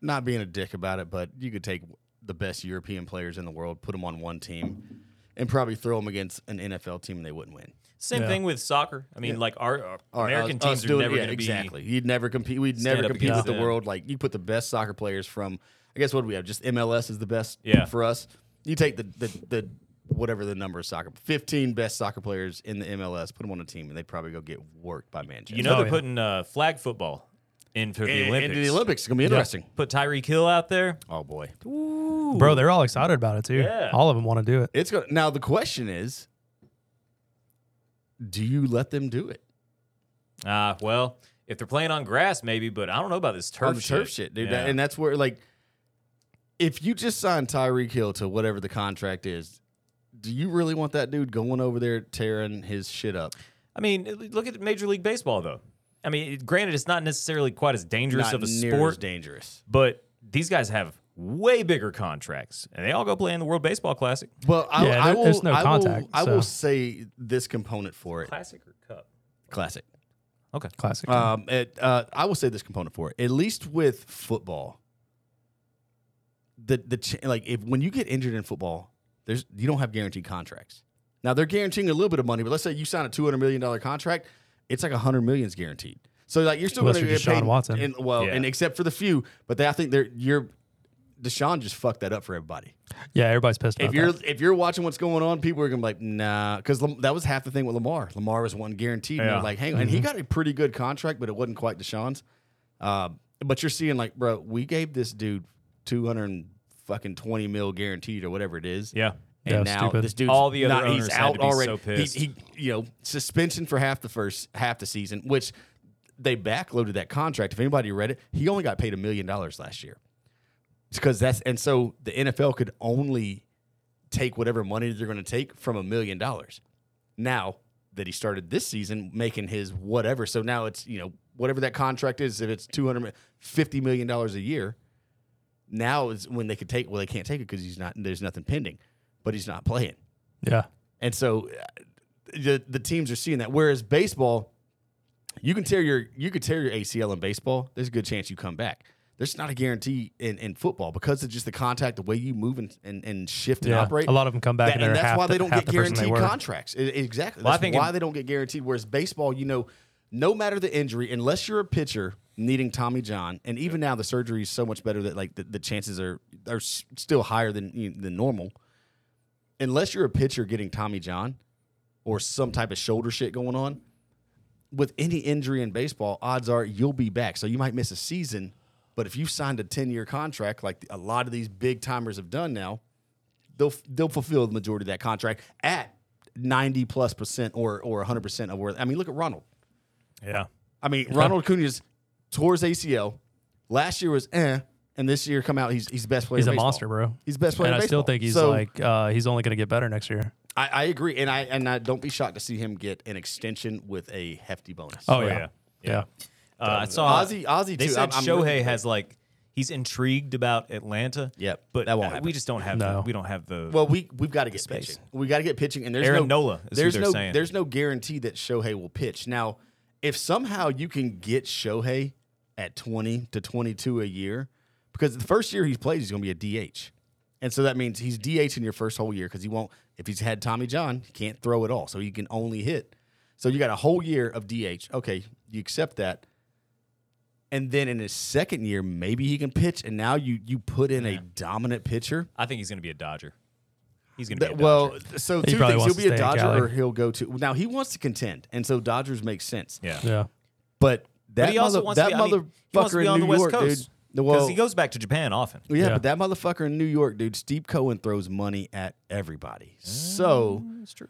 not being a dick about it, but you could take the best European players in the world, put them on one team, and probably throw them against an NFL team, and they wouldn't win.
same
Yeah.
thing with soccer. I mean, like our, our
Or uh,
American
us- us
teams are
doing-
never
yeah,
going to be
exactly. You'd never compete. We'd never
up
compete
against
with the
them.
world. Like you put the best soccer players from. I guess what do we have? Just MLS is the best.
Yeah.
For us, you take the the, the whatever the number of soccer, fifteen best soccer players in the MLS, put them on a team, and they'd probably go get worked by Manchester.
You know
Oh,
they're
yeah.
putting uh, flag football in for the
and,
Olympics.
and the Olympics is gonna be interesting.
Put Tyreek Hill out there.
Oh boy,
Bro, they're all excited about it too.
Yeah.
All of them want to do it.
it's gonna. Now the question is, do you let them do it?
uh, Ah, well, if they're playing on grass, maybe, but I don't know about this turf
Oh, on the turf shit, dude. That- and that's where like if you just sign Tyreek Hill to whatever the contract is, do you really want that dude going over there tearing his shit up?
I mean, look at Major League Baseball though. I mean, it- granted, it's not necessarily quite as dangerous
Not
of a
near as
sport,
dangerous.
but these guys have way bigger contracts, and they all go play in the World Baseball Classic.
Well, I,
Yeah,
I
there-
will,
there's no
I will-
contact,
I will
so.
say this component for it.
Classic or Cup?
Classic.
Okay.
Classic.
Um, it, uh, I will say this component for it. At least with football, the the ch- like if when you get injured in football, there's you don't have guaranteed contracts. Now they're guaranteeing a little bit of money, but let's say you sign a two hundred million dollar contract, it's like a hundred million is guaranteed. So like you're still
Unless
going to
you're
get
Deshaun
paid.
Watson.
And, well,
Yeah.
and except for the few, but they, I think they're you're Deshaun just fucked that up for everybody.
yeah, everybody's pissed about
If you're
that.
if you're watching what's going on, people are gonna be like, nah, because that was half the thing with Lamar. Lamar was one guaranteed. And
Yeah.
they're like, hang on, and he
Mm-hmm.
got a pretty good contract, but it wasn't quite Deshaun's. Uh, but you're seeing like, bro, we gave this dude two hundred and fucking twenty mil guaranteed or whatever it is.
Yeah.
And
Yeah,
now
stupid.
this dude's
All the other
not, he's
owners had
out
to be
already.
so pissed.
He, he, you know, suspension for half the first half the season, which they backloaded that contract. If anybody read it, he only got paid a million dollars last year because that's and so the NFL could only take whatever money they're going to take from a million dollars. Now that he started this season making his whatever, so now it's you know whatever that contract is, if it's two hundred fifty million dollars a year, now is when they could take. Well, they can't take it because he's not. There's nothing pending, but he's not playing,
yeah.
and so uh, the the teams are seeing that. Whereas baseball, you can tear your you could tear your ACL in baseball. There's a good chance you come back. There's not a guarantee in, in football because of just the contact, the way you move and, and, and shift and
Yeah.
operate.
A lot of them come back
That-
and
and
they're
that's
half
why
the-
they don't
half
get
the person they
guaranteed
were.
contracts. I- exactly.
Well, I
that's
think
why
in-
they don't get guaranteed. Whereas baseball, you know, no matter the injury, unless you're a pitcher needing Tommy John, and even now the surgery is so much better that like the, the chances are are s- still higher than you know, than normal. Unless you're a pitcher getting Tommy John or some type of shoulder shit going on, with any injury in baseball, odds are you'll be back. So you might miss a season, but if you signed a 10 year contract like a lot of these big timers have done now, they'll they'll fulfill the majority of that contract at 90 plus percent or or 100% of where I mean look at Ronald.
Yeah.
I mean Ronald Acuña's tore his ACL. Last year was eh and this year come out he's he's the best player
He's
in
a
baseball.
monster, bro.
He's the best player
And
in
I still
baseball.
think he's
So,
like uh, he's only going to get better next year.
I, I agree and I and I don't be shocked to see him get an extension with a hefty bonus.
Oh,
yeah.
yeah. Yeah.
Uh, I saw
Ozzy- Ozzy
They
too.
said
I'm- I'm
Shohei
really-
has like he's intrigued about Atlanta.
Yep,
But
that won't
uh,
happen.
we just don't have
No.
the, we don't have the
Well, we we've got to get
Space.
pitching. We got to get pitching, and there's
Aaron
no
Nola is who
there's
they're
no
saying.
there's no guarantee that Shohei will pitch. Now, if somehow you can get Shohei at twenty to twenty two a year, because the first year he plays, he's going to be a DH, and so that means he's DH in your first whole year because he won't. If he's had Tommy John, he can't throw at all, so he can only hit. So you got a whole year of DH. Okay, you accept that. And then in his second year, maybe he can pitch. And now you you put in a dominant pitcher.
I think he's going to be a Dodger. He's going to
Th-
be a Dodger.
well, so
He
two
probably
things:
wants
he'll
to
be a
stay in
Dodger,
Cali.
or he'll go to. Now he wants to contend, and so Dodgers makes sense.
yeah.
Yeah.
but that
But he also
mother,
wants
that
to be, I mean,
motherfucker
he wants to be
in
on
New
the West
York,
Coast
dude.
because
Well,
he goes back to Japan often.
yeah,
Yeah.
but that motherfucker in New York, dude. Steve Cohen throws money at everybody,
Mm,
so
That's true.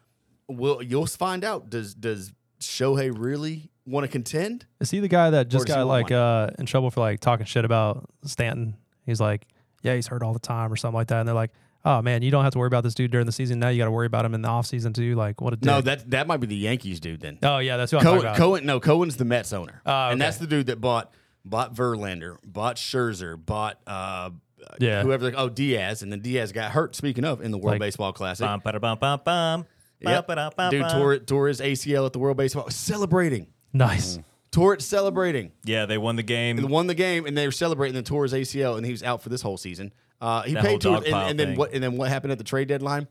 we'll you'll find out. Does does Shohei really want to contend?
Is he the guy that just
does he
got
want
like
one?
uh, in trouble for like talking shit about Stanton? He's like, yeah, he's hurt all the time or something like that. And they're like, oh man, you don't have to worry about this dude during the season. Now you got to worry about him in the off season too. Like, what a dick.
No, that that might be the Yankees, dude. Then
oh yeah, that's who I'm talking
Cohen,
about.
Cohen, no, Cohen's the Mets owner,
Ah,
Oh,
and
okay.
that's the dude that bought bought Verlander, bought Scherzer, bought uh,
Yeah.
whoever. oh, Diaz, and then Diaz got hurt. Speaking of, in the World
Like-
Baseball Classic,
Bum, ba, bum, bum, bum.
Yep.
Bum, ba-da, bum,
dude
bum.
tore tore his ACL at the World Baseball, celebrating.
Nice.
Mm. Tore it celebrating.
Yeah, they won the
They
game.
won the game, and they were celebrating. Then tore his ACL, and he was out for this whole season. Uh, he
That whole
paid towards, and,
dogpile
and then
thing.
what? And then what happened at the trade deadline?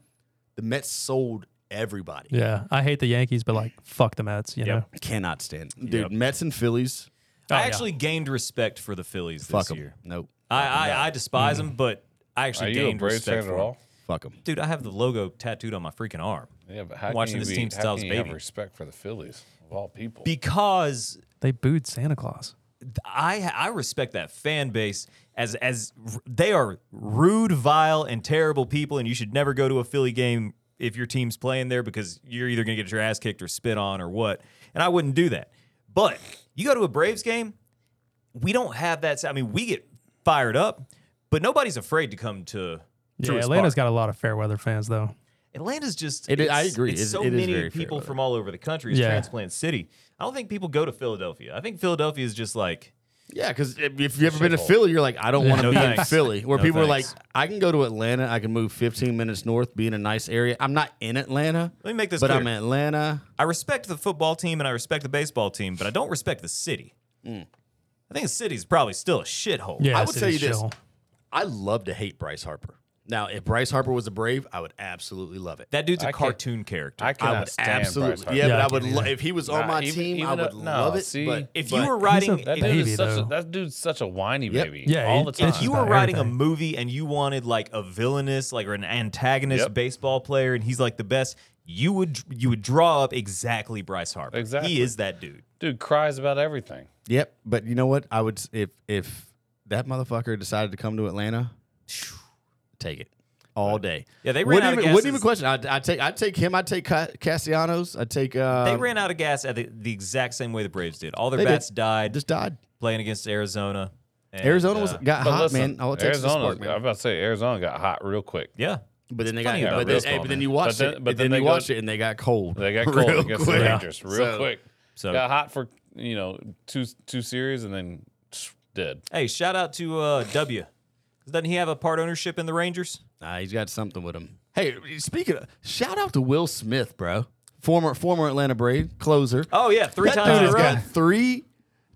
The Mets sold everybody.
Yeah, I hate the Yankees, but like, fuck the Mets. You know.
Yep.
Cannot stand, dude. Mets and Phillies.
I
yeah.
actually gained respect for the Phillies
Oh, Fuck Mm-hmm.
this
them.
year.
Nope.
I, I, I despise them, but I
Are
actually
you a
gained
Braves
respect
fan
for
at
'em.
all?
Fuck them.
Dude, I have the logo tattooed on my freaking arm
Yeah, but how
I'm
can
watching
you
this
be-
team since
how
I was
can
a
you
baby.
Have respect for the Phillies of all people.
because
They booed Santa Claus.
I I respect that fan base as as r- they are rude, vile, and terrible people, and you should never go to a Philly game if your team's playing there because you're either gonna get your ass kicked or spit on or what. And I wouldn't do that. But you go to a Braves game, we don't have that. s- I mean, we get fired up, But nobody's afraid to come to.
Yeah,
to a
Atlanta's
spot.
got a lot of fair weather fans though.
Atlanta's just.
It is- I
it's-
agree.
It's
It's-
so
it is
many
very fair
people
weather.
from all over the country. It's
Yeah.
transplant city. I don't think people go to Philadelphia. I think Philadelphia is just like
Yeah, because if if you've ever been to Philly, you're like, I don't want to
No
be in
thanks.
Philly. Where
No
people
thanks.
are like, I can go to Atlanta. I can move 15 minutes north, be in a nice area. I'm not in Atlanta,
Let me make this
but
clear.
I'm in Atlanta.
I respect the football team and I respect the baseball team, but I don't respect the city.
Mm.
I think the city's probably still a shithole.
Yeah,
I would
it's-
tell
it's
you this.
chill.
I love to hate Bryce Harper. Now, if Bryce Harper was a Brave, I would absolutely love it.
That dude's a
I can't-
cartoon character.
I cannot
I would
stand Bryce
absolutely,
Harper.
yeah, but
Yeah, I
I would.
can't
Lo- if he was on
Nah,
my
even-
team,
even
I would
though- no,
love it.
see,
but
if
but-
you were
He's a-
riding
That
if-
dude
Baby,
is such a,
though.
that dude's such a whiny
Yep.
baby.
Yeah,
all
he-
the time.
if you were
about
writing a
everything.
movie and you wanted like a villainous like or an antagonist
Yep.
baseball player and he's like the best, you would you would draw up exactly Bryce Harper.
Exactly.
He is that dude.
Dude cries about everything.
Yep, but you know what? I would s- if if that motherfucker decided to come to Atlanta, take it all day.
Yeah, they
wouldn't
ran out of
even,
gas
wouldn't
as-
even question. I'd, I'd take I'd take him. I'd take Ca- Castellanos. I'd take. Uh,
They ran out of gas at the, the exact same way the Braves did. All their
They did.
bats died
just died.
playing against Arizona. and,
Arizona was
uh,
got
But
hot,
listen,
man. All it takes is a
Arizona.
spark,
I was
man.
about to say Arizona got hot real quick.
yeah.
But then they got.
funny about
But then,
baseball,
hey, but then
man.
you watched
But then-
it.
but
But then,
then
you
they go-
watched it, and they got cold.
They got cold
Real
against
quick.
the Rangers real
So-
quick.
So-
got hot for you know two two series and then dead.
Hey, shout out to uh, W. 'Cause Doesn't he have a part ownership in the Rangers?
Nah, he's got something with him. Hey, speaking of, shout out to Will Smith, bro. Former former Atlanta Brave closer.
Oh yeah, three
that
times
dude
in a
has
row.
got three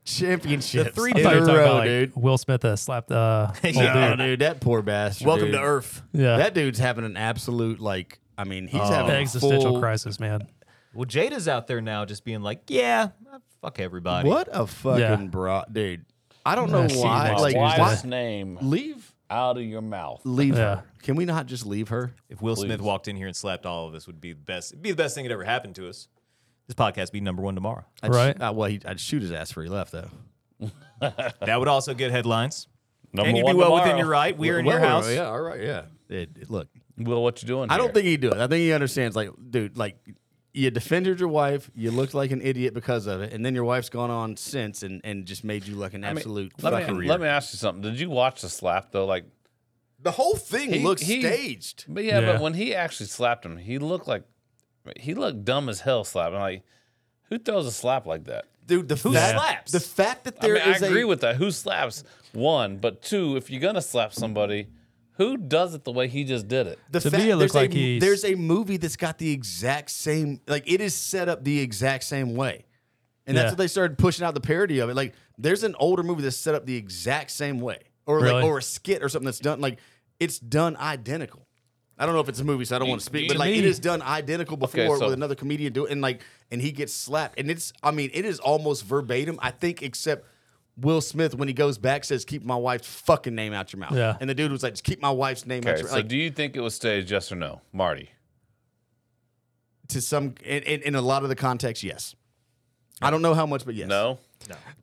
championships
The three
in
I thought you
a
were talking
row,
about, like,
dude.
Will Smith that slapped uh, old
Yeah, Oh,
dude.
dude. that poor bastard.
Welcome
dude.
to Earth.
Yeah. Oh.
That dude's having an absolute like. I mean, he's having a
existential
full-
crisis, man.
Well, Jada's out there now, just being like, "Yeah, fuck everybody."
What a fucking
Yeah.
bro, dude. I don't
Yeah,
know
see you
why.
next
Like,
Tuesday.
why
Wife's name
leave?
out of your mouth.
Leave
Yeah.
her. Can we not just leave her?
If Will Smith walked in here and slapped all of us, would be the best. It'd be the best thing that ever happened to us. This podcast be number one tomorrow.
I'd sh-
Right.
uh, well, he, I'd shoot his ass for he left though.
That would also get headlines.
Number
and you'd be
one
well
tomorrow.
within your right. We're in
Well,
your house.
Yeah. All right. Yeah. It- it- look,
Will, what you doing?
I don't
here?
think he'd do it. I think he understands. Like, dude, like you defended your wife. You looked like an idiot because of it, and then your wife's gone on since and and just made you look an
I mean,
absolute
let
fuckery.
me, let me ask you something. Did you watch the slap though? Like,
the whole thing
He-
looks
he-
staged.
but yeah,
Yeah.
but when he actually slapped him, he looked like he looked dumb as hell slapping. Like, who throws a slap like that?
Dude, the
Who
fact,
slaps?
the fact that
I
there is
mean, I agree
a,
with that. Who slaps one, but two? If you're gonna slap somebody, who does it the way he just did it?
the
To
fact
me, it
there's,
looked like
a,
he's-
there's a movie that's got the exact same like it is set up the exact same way. And
Yeah.
that's what they started pushing out the parody of it. Like there's an older movie that's set up the exact same way. Or
Really?
like or a skit or something that's done like it's done identical. I don't know if it's a movie, so I don't want to speak, but
to
like it
me-
is done identical before
so-
with another comedian do and like and he gets slapped. And it's I mean, it is almost verbatim, I think, except Will Smith when he goes back says, Keep my wife's fucking name out your mouth.
Yeah.
And the dude was like, Just keep my wife's name out
Okay,
your mouth.
so do you think it was staged? Yes or no, Marty?
to some in, in, in a lot of the context, yes. I don't know how much, but yes.
No.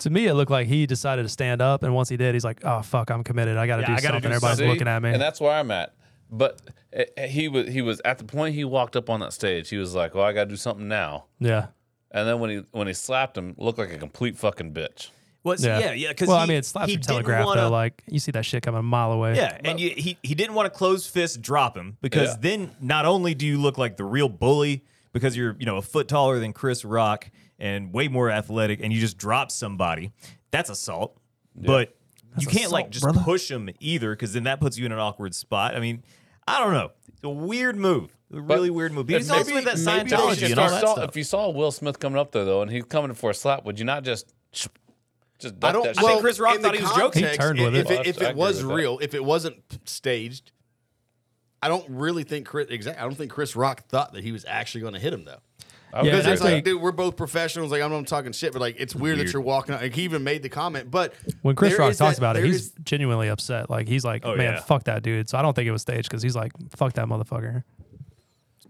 To me, it looked like he decided to stand up, and once he did, he's like, "Oh fuck, I'm committed. I got to
Yeah,
do
I gotta
something."
do
Everybody's
See?
looking at me.
and that's where I'm at. But eh, eh, he was he was at the point he walked up on that stage. He was like, "Well, I got to do something now."
yeah,
And then when he when he slapped him, looked like a complete fucking bitch.
Well, see,
yeah,
yeah, yeah. Because
well,
he,
I mean, it slaps
he
your
didn't
telegraph
wanna-
though. Like you see that shit coming a mile away.
Yeah, and you, he he didn't want to close fist drop him because
Yeah.
then not only do you look like the real bully because you're you know a foot taller than Chris Rock and way more athletic and you just drop somebody, that's assault. But you can't like
assault,
just
brother.
push him either because then that puts you in an awkward spot. I mean, I don't know. It's a weird move, a really weird move. But He's also with that
maybe they
Scientology
should
and all that
If you saw-
stuff.
If you saw Will Smith coming up there though, and he's coming for a slap, would you not just just duck
I don't.
that
well,
shit?
Chris Rock
in the
thought he was joking.
He turned
i-
with
if
it.
If
I
it
agree
was
with that.
real, if it wasn't staged, I don't really think Chris. Exactly, I don't think Chris Rock thought that he was actually going to hit him though.
I would
Yeah,
Because
agree
it's
with
like,
that.
dude, we're both professionals. Like, I'm not talking shit, but like, it's weird, that you're walking. out. Like, he even made the comment. But
When Chris
there
Rock
is
talks
that-
about it,
there
he's
is-
genuinely upset. Like he's like,
Oh,
"Man,
yeah.
fuck that dude." So I don't think it was staged because he's like, "Fuck that motherfucker."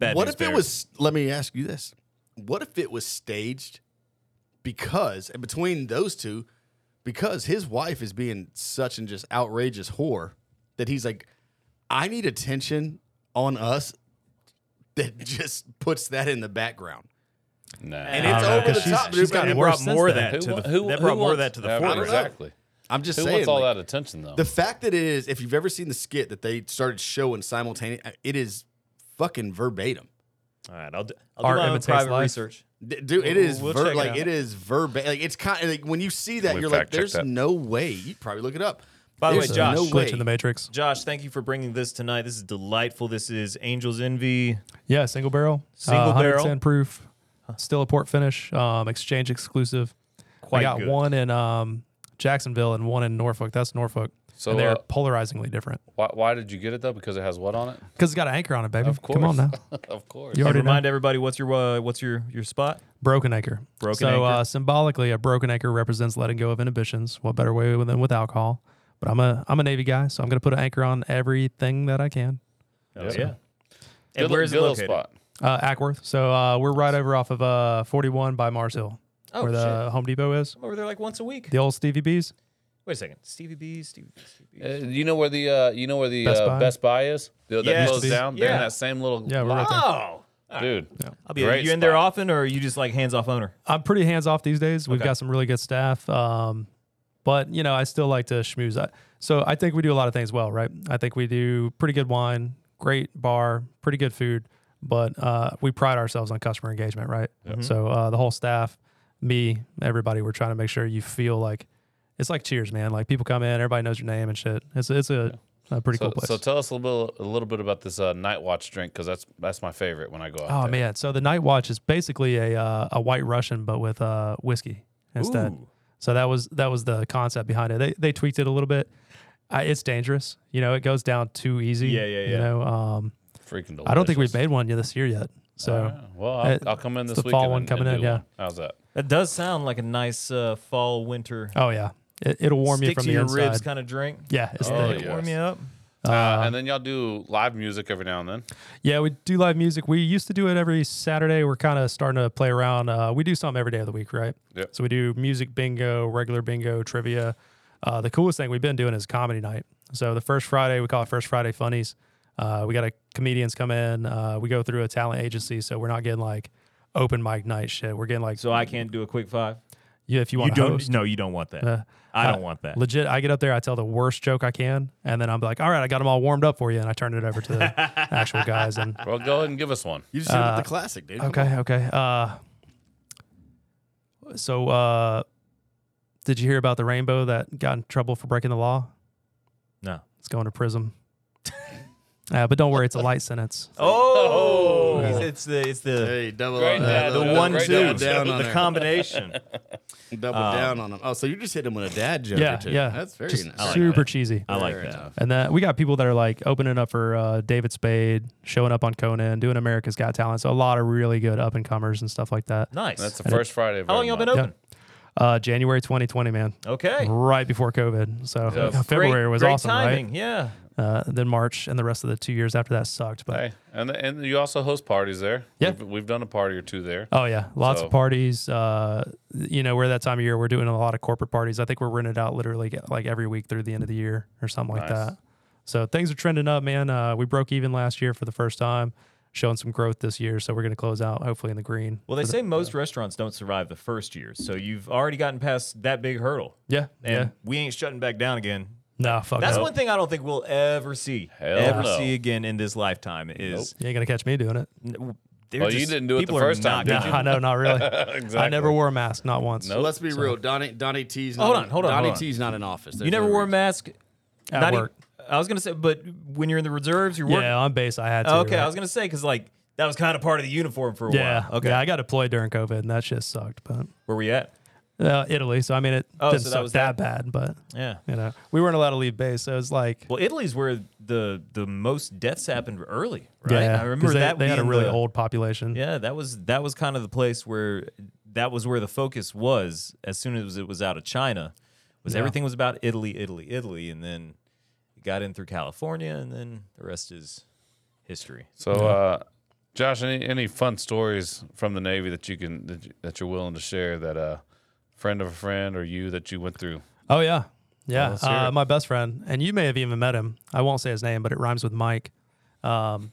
Bad
what
news
if it
bears.
was? Let me ask you this: What if it was staged? Because and between those two, because his wife is being such an just outrageous whore that he's like, I need attention on us. That just puts that in the background,
Nah.
and
I
it's
don't know,
over
'cause
the
she's-
top.
she's
dude, but
gotten
it
that
worse
brought
since
more of that
then.
Who
to
wa-
the
who-
that brought
who
more of
wants-
that to the
Yeah,
forefront.
Exactly.
I'm just
Who
saying.
wants all
like,
that attention though?
The fact that it is, if you've ever seen the skit that they started showing simultaneous, it is fucking verbatim.
All right, I'll do, I'll
Art
do my own
imitates
private
life.
research.
D- Dude, it
We'll-
is
we'll
ver-
check it
like
out.
it is verbatim. Like it's kind of like when you see that,
Can we
you're like,
fact check
"There's
that?
no way." You probably look it up.
By the way,
There's
Josh,
no way.
glitch in the matrix.
Josh, thank you for bringing this tonight. This is delightful. This is Angel's Envy.
Yeah, single barrel,
Single
uh, 100%
barrel.
proof, still a port finish, um, exchange exclusive.
Quite
I got
good.
one in um, Jacksonville and one in Norfolk. That's Norfolk.
So,
and they're
uh,
polarizingly different
why, why did you get it though? Because it has what on it?
because it's got an anchor on it, baby.
Of course.
Come on now,
of course.
You
And
already know.
remind everybody what's your uh, what's your your spot?
broken anchor.
Broken
so,
anchor.
Uh, symbolically, a broken anchor represents letting go of inhibitions. What better way than with alcohol? But I'm a I'm a Navy guy, so I'm gonna put an anchor on everything that I can.
Oh,
Yep.
yeah.
Good
And
li-
where is
good
it
little
located?
spot?
Uh, Ackworth. So uh, we're right over off of uh, 41 by Mars Hill,
Oh,
where the Home Depot is.
I'm over there like once a week.
The old Stevie B's.
Wait a second. Stevie B, Stevie B, Stevie B.
Uh, you know where the uh, you know where the
Best
Best, uh,
Buy?
Buy? Best Buy is? The, that
Yes.
closed down. They're
Yeah.
in that same little
Yeah, we're right there.
Oh.
dude.
I'll be are
Great
you in there
spot.
often or are you just like hands off owner?
I'm pretty hands off these days. We've
Okay.
got some really good staff, um, but you know, I still like to schmooze. I, so I think we do a lot of things well, right? I think we do pretty good wine, great bar, pretty good food, but uh, we pride ourselves on customer engagement, right? So uh, the whole staff, me, everybody, we're trying to make sure you feel like it's like Cheers, man. Like people come in, everybody knows your name and shit. It's it's a, a pretty
So,
cool place.
so tell us a little a little bit about this uh, night watch drink because that's that's my favorite when I go out.
Oh
there.
man, so the Night Watch is basically a uh, a White Russian, but with uh, whiskey instead.
Ooh.
So that was that was the concept behind it. They they tweaked it a little bit. I, it's dangerous, you know. It goes down too easy.
Yeah, yeah,
You
yeah.
know, um,
freaking delicious.
I don't think we've made one yet this year yet. So
All right. Well, I'll,
Uh,
I'll come in
it's
this
the
weekend.
fall one
and-
coming
and
in,
do
yeah.
one. How's that?
That does sound like a nice uh, fall winter
oh yeah, it, it'll warm
stick
you from
to
the
your
inside.
ribs kind of drink.
yeah, it's
Oh,
thick.
It'll warm you up.
Uh, and then y'all do live music every now and then.
Yeah, we do live music. We used to do it every Saturday. We're kind of starting to play around. Uh, we do something every day of the week, right?
Yep.
So we do music bingo, regular bingo, trivia. Uh, the coolest thing we've been doing is comedy night. So the first Friday, we call it First Friday Funnies. Uh, we got a comedians come in. Uh, we go through a talent agency, so we're not getting like open mic night shit. We're getting like
So I can't do a quick five.
yeah, if you
You
want to
don't
host.
no, you don't want that.
Uh,
I
uh,
don't want that.
Legit, I get up there, I tell the worst joke I can, and then I'm like, "All right, I got them all warmed up for you," and I turn it over to the actual guys, and
Well, go ahead and give us one.
You just hit it
Uh,
with the classic, dude. Come on.
Okay, okay. Uh, so, uh, did you hear about the rainbow that got in trouble for breaking the law?
No.
It's going to prison. uh, but don't worry, it's a light sentence.
Oh,
Yeah.
it's the it's the
Hey, double
Great
uh,
dad,
uh,
the
Great
one
double
two
dad
down on
the Uh,
her.
combination.
double down on him. Oh, so you just hit him with a dad joke
yeah,
or two.
yeah.
that's very
Just
nice.
super cheesy.
I like
Fair
that.
enough.
and then we got people that are like opening up for uh, David Spade, showing up on Conan, doing America's Got Talent. So a lot of really good up and comers and stuff like that.
Nice.
That's the first Friday. Of
How long
every
y'all been
month.
open?
Uh, January 2020, man,
Okay.
right before COVID. So
Great-
February was
great
awesome,
timing. Yeah.
right? Uh, then March and the rest of the two years after that sucked. But
Hey, and and you also host parties there.
Yeah.
we've, we've done a party or two there.
Oh yeah, lots
So-
of parties. Uh, you know, we're that time of year. We're doing a lot of corporate parties. I think we're rented out literally get- like every week through the end of the year or something like
Nice.
that. So things are trending up, man. Uh, we broke even last year for the first time, showing some growth this year. So we're going to close out hopefully in the green.
Well, they say most restaurants don't survive the first year, so you've already gotten past that big hurdle,
Yeah,
and
yeah.
we ain't shutting back down again.
No, fuck.
That's
no.
one thing I don't think we'll ever see,
Hell
ever
no.
see again in this lifetime. Is
You ain't gonna catch me doing it.
n- they're
Well, you didn't do it the
people are
first
not
time, did
gonna-
you?
I know, not really.
exactly.
I never wore a mask, not once.
So let's be real. Donnie Donnie T's not
Hold
in-
on, hold on,
Donnie
hold on.
T's not in office.
You never wore a mask
At
e-
work.
I was gonna say, but when you're in the reserves, you're working.
Yeah, on base I had to.
Oh, okay,
right?
I was gonna say because like that was kind of part of the uniform for a
yeah,
while. Okay,
yeah, I got deployed during COVID, and that shit sucked. But
where we at?
uh, Italy, so I mean, it
Oh,
didn't
so that
suck
was
that, bad, but
Yeah.
you know, we weren't allowed to leave base, so it was like
Well, Italy's where the the most deaths happened early, right?
Yeah,
I
'cause
remember
they,
that
they had a
being
really
the-
old population.
Yeah, that was that was kind of the place where that was where the focus was as soon as it was out of China. Was
Yeah.
everything was about Italy, Italy, Italy, and then it got in through California, and then the rest is history.
So, uh, Josh, any, any fun stories from the Navy that you can that, you, that you're willing to share that uh, friend of a friend or you that you went through?
Oh yeah, yeah.
hear
uh,
it.
my best friend, and you may have even met him. I won't say his name, but it rhymes with Mike. Um,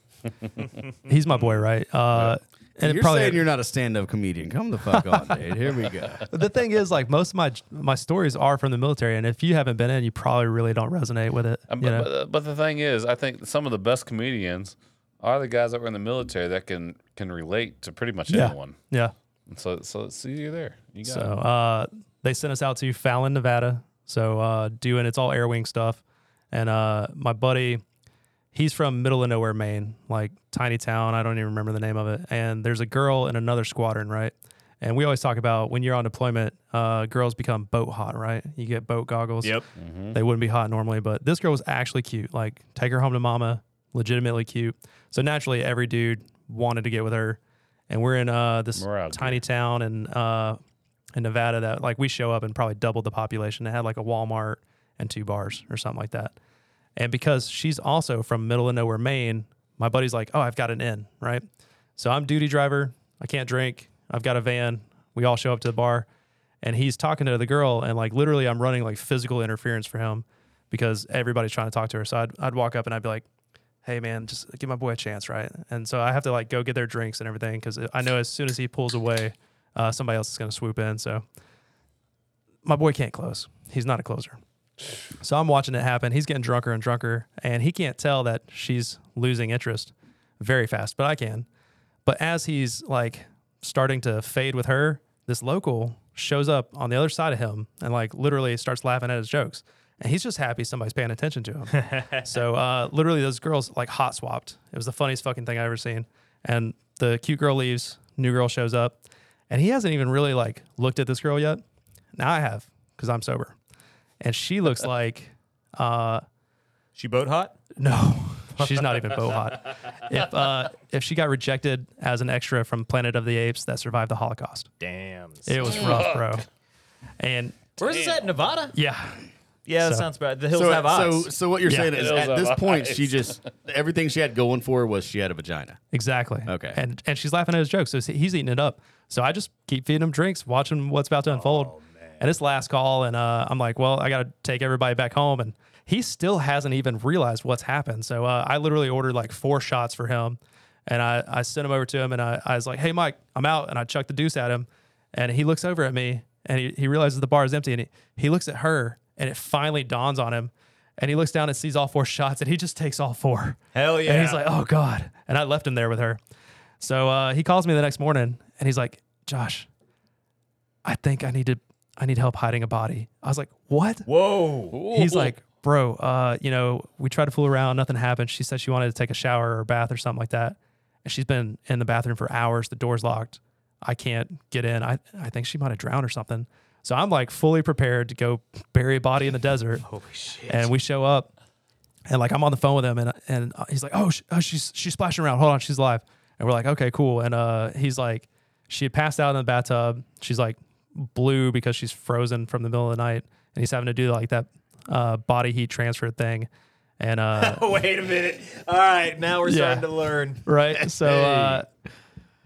he's my boy, right? Uh, and
you're
it probably
saying you're not a stand-up comedian. Come the fuck on, dude. Here we go.
the thing is, like most of my my stories are from the military, and if you haven't been in, you probably really don't resonate with it.
Um,
you know?
but, but, but the thing is, I think some of the best comedians are the guys that were in the military that can can relate to pretty much
Yeah.
anyone.
yeah.
And so so it's easier there. You got
So
it.
uh, they sent us out to Fallon, Nevada. So uh, doing it's all air wing stuff, and uh, my buddy, he's from middle of nowhere Maine, like tiny town. I don't even remember the name of it. And there's a girl in another squadron, right? And we always talk about when you're on deployment, uh, girls become boat hot, right? You get boat goggles.
Yep.
Mm-hmm.
They wouldn't be hot normally, but this girl was actually cute. Like, take her home to mama, legitimately cute. So naturally, every dude wanted to get with her. And we're in uh, this
We're out
tiny town in uh, in Nevada that like we show up and probably doubled the population. It had like a Walmart and two bars or something like that. And because she's also from middle of nowhere Maine, my buddy's like, "Oh, I've got an in, right?" So I'm duty driver. I can't drink. I've got a van. We all show up to the bar, and he's talking to the girl, and like literally, I'm running like physical interference for him because everybody's trying to talk to her. So I'd, I'd walk up and I'd be like, "Hey, man, just give my boy a chance, right?" And so I have to like go get their drinks and everything because I know as soon as he pulls away, uh, somebody else is going to swoop in. So my boy can't close. He's not a closer. So I'm watching it happen. He's getting drunker and drunker, and he can't tell that she's losing interest very fast, but I can. But as he's like starting to fade with her, this local shows up on the other side of him and like literally starts laughing at his jokes. And he's just happy somebody's paying attention to him. so uh, literally, those girls like hot swapped. It was the funniest fucking thing I ever seen. And the cute girl leaves, new girl shows up, and he hasn't even really like looked at this girl yet. Now I have because I'm sober, and she looks like uh,
She boat hot?
no, she's not even boat hot. If uh, if she got rejected as an extra from Planet of the Apes that survived the Holocaust,
Damn.
it was rough, bro. And
Where is this at? Nevada?
yeah,
Yeah, that
So-
sounds bad. The hills
So,
have
so,
eyes.
so what you're
Yeah.
saying is
Those
at this
have
point she
eyes.
just everything she had going for her was she had a vagina.
exactly.
Okay.
and and she's laughing at his jokes, so he's eating it up. So I just keep feeding him drinks, watching what's about to unfold. And it's last call, and uh, I'm like, well, I gotta take everybody back home, and he still hasn't even realized what's happened. So uh, I literally ordered like four shots for him, and I I sent him over to him, and I, I was like, hey Mike, I'm out, and I chucked the deuce at him, and he looks over at me, and he, he realizes the bar is empty, and he, he looks at her, and it finally dawns on him. And he looks down and sees all four shots, and he just takes all four.
Hell
And
yeah.
he's like, oh God. And I left him there with her. So uh, he calls me the next morning and he's like, Josh, I think I need to I need help hiding a body. I was like, what?
Whoa.
He's like, bro, uh, you know, we tried to fool around, nothing happened. She said she wanted to take a shower or a bath or something like that. And she's been in the bathroom for hours, the door's locked. I can't get in. I, I think she might have drowned or something. So I'm like fully prepared to go bury a body in the desert. Holy shit. And we show up and like I'm on the phone with him, and and he's like, "Oh, sh- oh she's she's splashing around. Hold on, she's alive." And we're like, "Okay, cool." And uh, he's like, "She had passed out in the bathtub. She's like blue because she's frozen from the middle of the night, and he's having to do like that uh, body heat transfer thing." And uh,
Wait a minute. All right, now we're starting to learn.
right, so uh,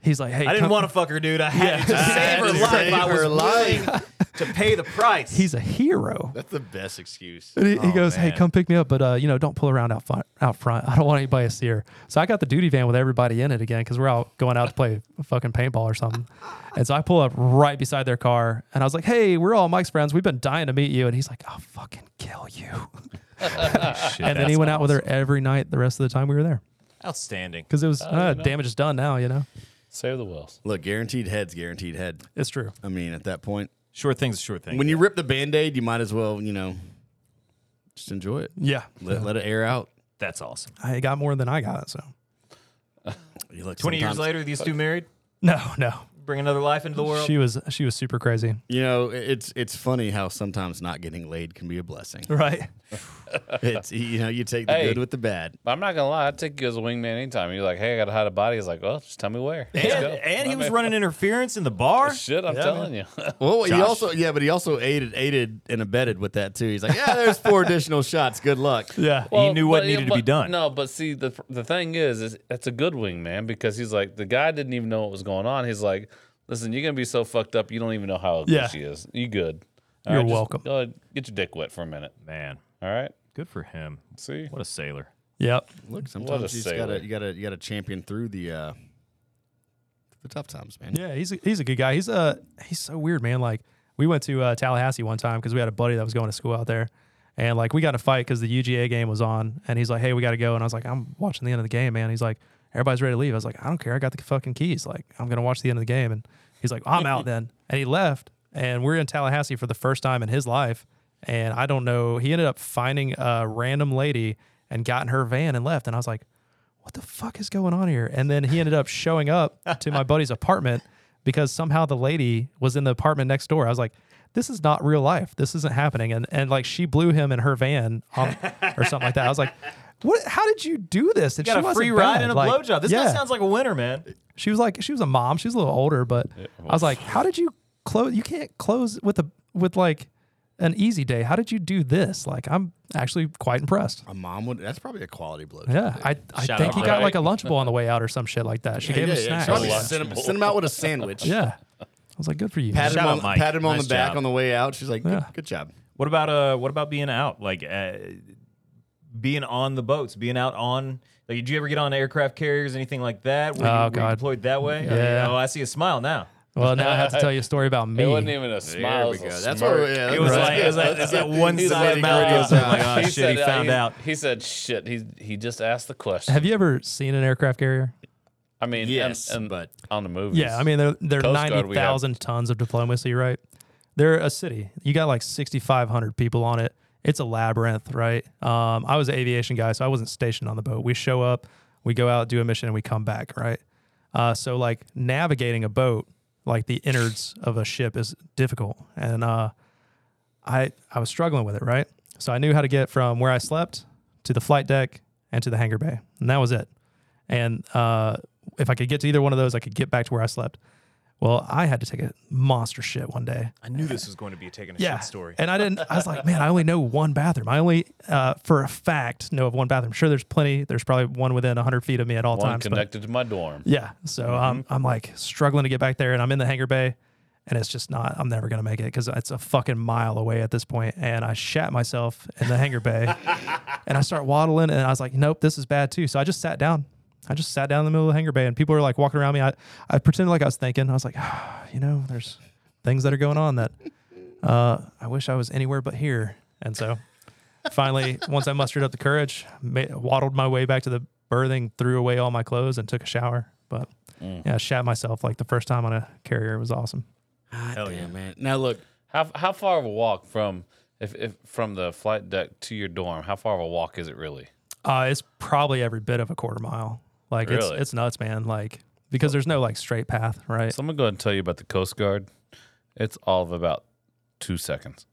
he's like, "Hey,
I didn't
come-
want to fuck her, dude. I had to just save her
to
life.
save
I was
her
willing to pay the price.
He's a hero.
That's the best excuse.
And he, he
Oh,
goes, "Hey,
man.
come pick me up, but uh, you know, don't pull around out front. Out front. I don't want anybody to see her." So I got the duty van with everybody in it again because we're out going out to play fucking paintball or something. And so I pull up right beside their car, and I was like, "Hey, we're all Mike's friends. We've been dying to meet you." And he's like, "I'll fucking kill you." and then he went out with her every night the rest of the time we were there
Outstanding.
because it was uh, damage is done now. You know,
Save the whales.
Look, guaranteed head's guaranteed head.
it's true.
I mean, at that point,
Short thing's a short thing.
when you rip the band-aid, you might as well, you know, just enjoy it.
Yeah,
Let, let it air out.
That's awesome.
I got more than I got. So
You look,
20 years
sometimes-
later, these two married,
no, no,
bring another life into the world.
she was she was super crazy,
you know, it's it's funny how sometimes not getting laid can be a blessing.
right?
It's you know, you take the
Hey.
good with the bad.
I'm not gonna lie, I'd take you as a wingman anytime. You're like, hey, I gotta hide a body. He's like, well, just tell me where. Let's
and
go.
and he
I
was
mean,
running interference in the bar.
Shit, I'm
Yeah,
telling you.
Well, he also yeah, but he also aided aided and abetted with that too. He's like, yeah, there's four additional shots. Good luck.
Yeah,
He knew what
but-
needed to
but-
be done.
No, but see, the the thing is, is that's a good wingman because he's like the guy didn't even know what was going on. He's like, listen, you're gonna be so fucked up, you don't even know how ugly
Yeah.
she is. You good?
You're
just
welcome.
Go ahead, get your dick wet for a minute.
Man,
All right.
good for him.
See,
What a sailor.
yep.
Look, sometimes you just
sailor.
gotta you gotta you gotta champion through the uh the tough times, man.
Yeah, he's a, he's a good guy. He's a he's so weird, man. Like we went to uh, Tallahassee one time because we had a buddy that was going to school out there, and like we got in a fight because the UGA game was on, and he's like, "Hey, we got to go," and I was like, "I'm watching the end of the game, man." He's like, "Everybody's ready to leave." I was like, "I don't care. I got the fucking keys. Like I'm gonna watch the end of the game," and he's like, "I'm out then," and he left, and we're in Tallahassee for the first time in his life, and I don't know. He ended up finding a random lady and got in her van and left, and I was like what the fuck is going on here? And then he ended up showing up to my buddy's apartment because somehow the lady was in the apartment next door. I was like, this is not real life. This isn't happening. And and like she blew him in her van on, or something like that. I was like, what? How did you do this? And
Got
she
a free
wasn't
ride
bad.
and a
Like,
blowjob. This guy
yeah.
sounds like a winner, man.
She was like, she was a mom. She was a little older, but I was like, how did you close? You can't close with a with like an easy day. How did you do this? Like, I'm actually quite impressed.
A mom would. That's probably a quality blow.
Yeah, I, I
Shout
think
out
he
to
got
Ray.
like a Lunchable on the way out or some shit like that. She gave him snacks.
probably
Yeah.
Lunchable.
send, him, send him out with a sandwich.
I was like, good for you.
Pat him
Shout
on,
out, Mike.
pat him on
Nice
the back
job.
on the way out. She's like, good,
Yeah.
good job.
What about uh? What about being out? Like, uh, being on the boats, being out on. Like, did you ever get on aircraft carriers, anything like that? Were you,
Oh,
were you
God.
deployed that way?
Yeah.
Oh, I see a smile now.
well, now I have to tell you a story about me.
It wasn't even a smile.
we
it was
go.
a
That's
smirk.
what- yeah,
It was
Right.
like it was like, it's that one
He's a
side
nitty-gritty
mouth. goes up, Like,
guy.
oh shit, he
uh,
found out.
He said, "Shit." He he just asked the question.
have you ever seen an aircraft carrier?
I mean, and-
Yes,
and
but-
on the movies.
Yeah, I mean they're they're
Coast Guard
ninety
we have.
thousand tons of diplomacy, right? They're a city. You got like sixty five hundred people on it. It's a labyrinth, right? Um, I was an aviation guy, so I wasn't stationed on the boat. We show up, we go out, do a mission, and we come back, right? Uh, so like navigating a boat, like the innards of a ship, is difficult, and uh, I I was struggling with it, right? So I knew how to get from where I slept to the flight deck and to the hangar bay, and that was it. And uh, if I could get to either one of those, I could get back to where I slept. Well, I had to take a monster shit one day.
I knew this was going to be a taking a shit story.
And I didn't. I was like, man, I only know one bathroom. I only, uh, for a fact, know of one bathroom. Sure, there's plenty. There's probably one within 100 feet of me at all
one
times. but-
connected to my dorm.
yeah. So I'm I'm like struggling to get back there, and I'm in the hangar bay, and it's just not. I'm never gonna make it because it's a fucking mile away at this point, and I shat myself in the hangar bay, and I start waddling, and I was like, nope, this is bad too. So I just sat down. I just sat down in the middle of the hangar bay, and people were like walking around me. I I pretended like I was thinking. I was like, you know, there's things that are going on that uh, I wish I was anywhere but here, and so. Finally, once I mustered up the courage, ma- waddled my way back to the berthing, threw away all my clothes, and took a shower. But
Mm.
yeah, I shat myself like the first time on a carrier. It was awesome.
Hell yeah, man. Now look,
How how far of a walk from if, if from the flight deck to your dorm? How far of a walk is it really?
Uh, it's probably every bit of a quarter mile. Like
Really?
it's it's nuts, man. Like because there's no like straight path, right?
So I'm gonna go ahead and tell you about the Coast Guard. It's all of about two seconds.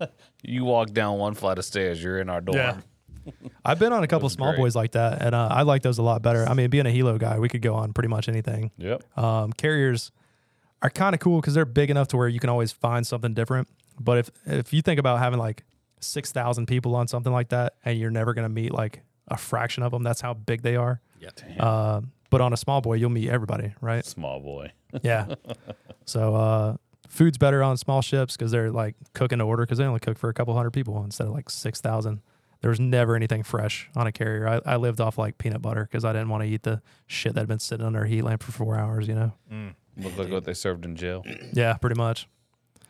you walk down one flight of stairs, you're in our dorm.
Yeah. I've been on a couple
was
small
great.
boys like that, and uh, I like those a lot better. I mean, being a helo guy, we could go on pretty much anything.
Yep.
Um, carriers are kind of cool because they're big enough to where you can always find something different. But if if you think about having like six thousand people on something like that, and you're never gonna meet like a fraction of them, that's how big they are.
yeah.
Uh, but on a small boy, you'll meet everybody, right?
Small boy.
Yeah. so uh, food's better on small ships because they're like cooking to order because they only cook for a couple hundred people instead of like 6,000. There was never anything fresh on a carrier. I, I lived off like peanut butter because I didn't want to eat the shit that had been sitting under a heat lamp for four hours, you know?
Look like what they served in jail.
Yeah, pretty much.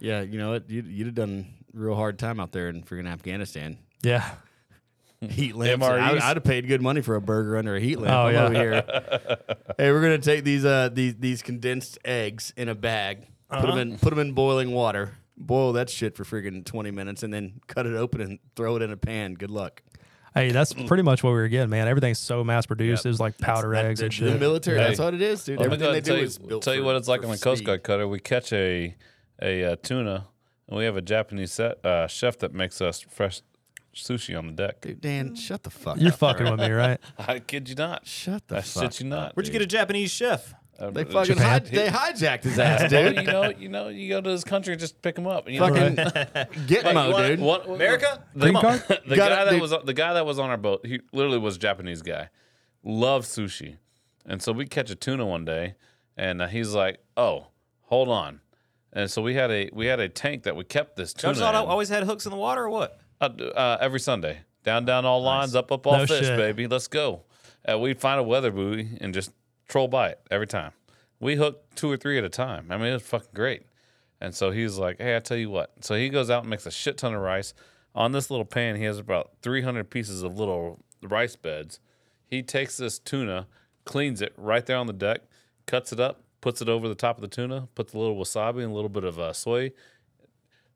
yeah, you know what? You, you'd have done real hard time out there in freaking Afghanistan.
Yeah.
Heat lamps. I,
MREs.
I'd have paid good money for a burger under a heat lamp.
Oh,
I'm
yeah.
over here. hey, we're gonna take these uh these these condensed eggs in a bag, put 'em
Uh-huh.
put them in put them in boiling water, boil that shit for freaking twenty minutes, and then cut it open and throw it in a pan. Good luck.
Hey, that's
Mm.
pretty much what we were getting, man. Everything's so mass produced. It was like powder eggs
The,
and
the
shit.
military. That's
Hey,
what it is, dude.
I'm gonna
Everything
go
they
ahead and
do
tell
is
you,
built.
tell you
for-
what it's like
for
on the Coast
speed.
Guard cutter. We catch a a uh, tuna, and we have a Japanese set, uh, chef that makes us fresh sushi on the deck.
Dude, Dan, shut the fuck.
Mm. You're
up.
fucking with me, right?
I kid you not.
Shut the
I
fuck.
shit you not.
Where'd you get a Japanese chef?
a?
They fucking hij- they hijacked his ass,
Well,
dude.
you know, you know, you go to this country, just pick them up. You know,
fucking
Like,
Gitmo,
one-
dude.
one-
America?
the-
Green card?
the
Got
guy
it,
that
dude.
was the guy that was on our boat, he literally was a Japanese guy, loved sushi, and so we catch a tuna one day, and uh, he's like, "Oh, hold on," and so we had a we had a tank that we kept this tuna.
Judge Lotto
in.
always had hooks in the water or what?
Up- uh, every Sunday. Down, down all lines, up, up all
No
fish,
shit.
baby. Let's go. Uh, we'd find a weather buoy and just troll by it every time. we hooked two or three at a time. I mean, it was fucking great. And so he's like, hey, I tell you what. So he goes out and makes a shit ton of rice. On this little pan, he has about 300 pieces of little rice beds. He takes this tuna, cleans it right there on the deck, cuts it up, puts it over the top of the tuna, puts a little wasabi and a little bit of uh, soy.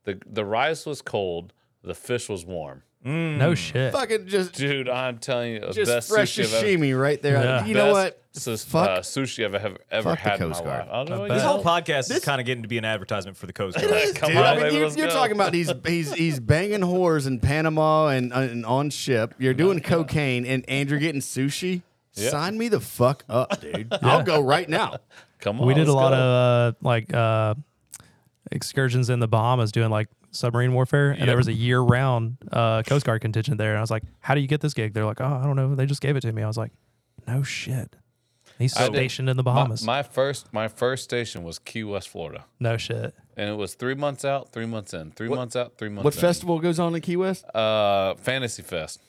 The, the rice was cold, the fish was warm.
No shit.
Fucking just
Dude, I'm telling you, the
just
best
fresh
sushi I've ever
sashimi right there.
Yeah.
You know
best
what?
sus-
Fuck.
uh, sushi I've ever, ever
Fuck the
had in my
Coast
life.
Guard.
I don't know.
This
yeah.
whole podcast is
This-
kind of getting to be an advertisement for the Coast
It is,
Guard.
Come
dude.
on,
I mean,
baby,
you,
let's
you're
go.
talking about he's he's he's banging whores in Panama and uh, and on ship. You're doing cocaine and and you're getting sushi. Sign me the fuck up, dude. I'll go right now.
Come on.
we did a
let's
lot
go.
of uh, like uh, excursions in the Bahamas doing like submarine warfare, and there was a year round uh, Coast Guard contingent there. And I was like, "How do you get this gig?" They're like, "Oh, I don't know. They just gave it to me." I was like, "No shit." He's
I did-
stationed in the
My-
Bahamas.
My, first my first station was Key West, Florida,
no shit.
and it was three months out, three months in, three months out, three months.
What
in.
festival goes on in Key West?
Uh, Fantasy Fest,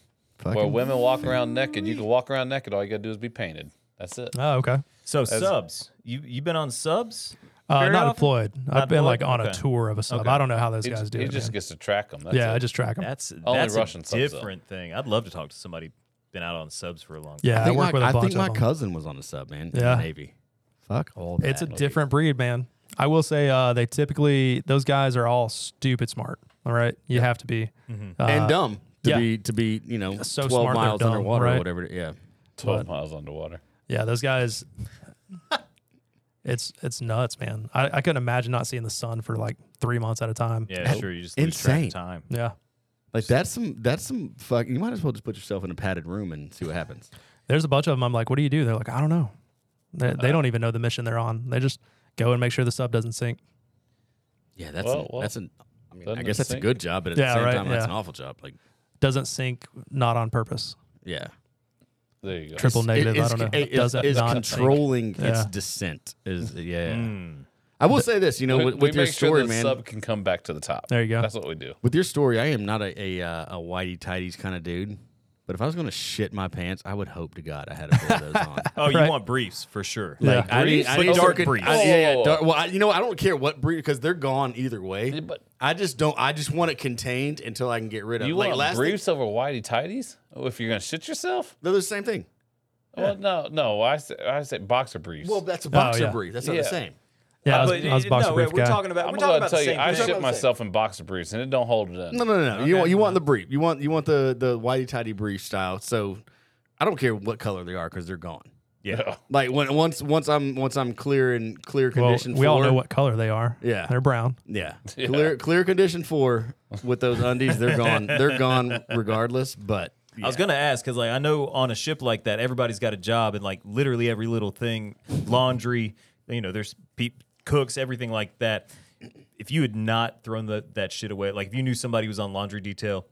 where
Fucking
women walk around naked. You can walk around naked. All you gotta do is be painted. That's it.
Oh, okay.
So subs, you you been on subs?
Uh,
Very
not
often?
deployed. I've been like
deployed?
on a
Okay.
tour of a sub. I don't know how those
He
guys
just,
do
he
it.
just
man.
gets to track them. That's
yeah,
it.
I just track them.
That's
Only
that's
Russian
a
subs, though.
different thing. I'd love to talk to somebody been out on subs for a long time.
yeah, I,
I think
work
my,
with a
I
bunch
think
of
my
them.
cousin was on a sub, man. in the
Yeah.
Navy. Fuck all that.
It's a different breed, man. I will say uh, they typically those guys are all stupid smart. All right, you have to be. Uh,
and dumb to
yeah.
be to be you know
So
twelve
smart they're
miles
dumb,
underwater
right?
or whatever. Yeah,
twelve miles underwater.
yeah, those guys. it's it's nuts, man. I, I couldn't imagine not seeing the sun for like three months at a time.
yeah, sure. You just lose track
Insane.
of time.
Yeah.
like that's some that's some fuck. You might as well just put yourself in a padded room and see what happens.
There's a bunch of them. I'm like, what do you do? They're like, I don't know. They,
Uh-huh.
they don't even know the mission they're on. They just go and make sure the sub doesn't sink.
Yeah, that's
Well,
an,
well,
that's an. I mean,
doesn't
I
it
guess that's
sink?
a good job, but at
Yeah,
the same
right,
time, that's
yeah.
an awful job. Like,
Doesn't sink, not on purpose.
yeah,
There you go.
Triple negative.
It
I
is-
don't know.
It,
Does
is,
that
is
not sink?
controlling its
Yeah.
descent. Is yeah. I will say this, you know,
We,
with,
we
with your
make
story,
sure the
man.
sub can come back to the top.
There you go.
That's what we do.
With your story, I am not a a, uh, a whitey tighties kind of dude. But if I was going to shit my pants, I would hope to God I had a pair of those on.
Oh, you
Right.
want briefs for sure.
Yeah.
I need,
Briefs?
I
But
need
those are
dark and
briefs.
I- yeah, yeah,
Whoa.
dark- well, I, you know, I don't care what breed because they're gone either way.
but-
I just don't. I just want it contained until I can get rid of.
You
it. like
want
last
briefs over whitey tighties? Oh, if you're gonna shit yourself?
Thing, they're the same thing.
Well, no, no. I say, I say boxer briefs.
Well, that's a boxer
yeah.
brief. That's not
Yeah.
the same.
Yeah, I was,
But,
I was a
uh,
boxer
no,
brief
we're
guy.
talking about.
I'm
we're
gonna
talking about
tell
the
you,
same
I
thing.
Talking
shit
about the same.
myself in boxer briefs, and it don't hold it in.
No, no, no, no. You want you want the brief. You want you want the the whitey tidy brief style. So I don't care what color they are because they're gone.
Yeah.
Like when once once I'm once I'm clear and clear
Well,
condition.
we all
four-
know what color they are.
Yeah.
They're brown.
Yeah. Clear clear condition four with those undies. They're gone. They're gone regardless. But
I was gonna ask because like I know on a ship like that everybody's got a job and like literally every little thing, laundry, you know, there's peop cooks, everything like that. If you had not thrown the, that shit away, like if you knew somebody was on laundry detail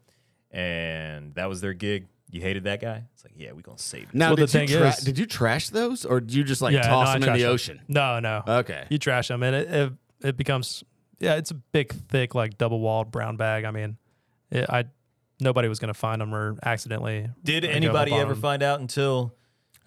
and that was their gig, you hated that guy. It's like yeah, we gonna save it.
now
Well, the
did you
thing
tra-
is-
did you trash those or did you just like
yeah,
toss
no, I
them in
trash
the ocean? Uh,
No, no.
Okay.
You trash them, and it, it it becomes yeah, it's a big, thick, like double walled brown bag. I mean, it, I nobody was gonna find them or accidentally.
Did
or go
anybody
up on
ever
'em.
find out until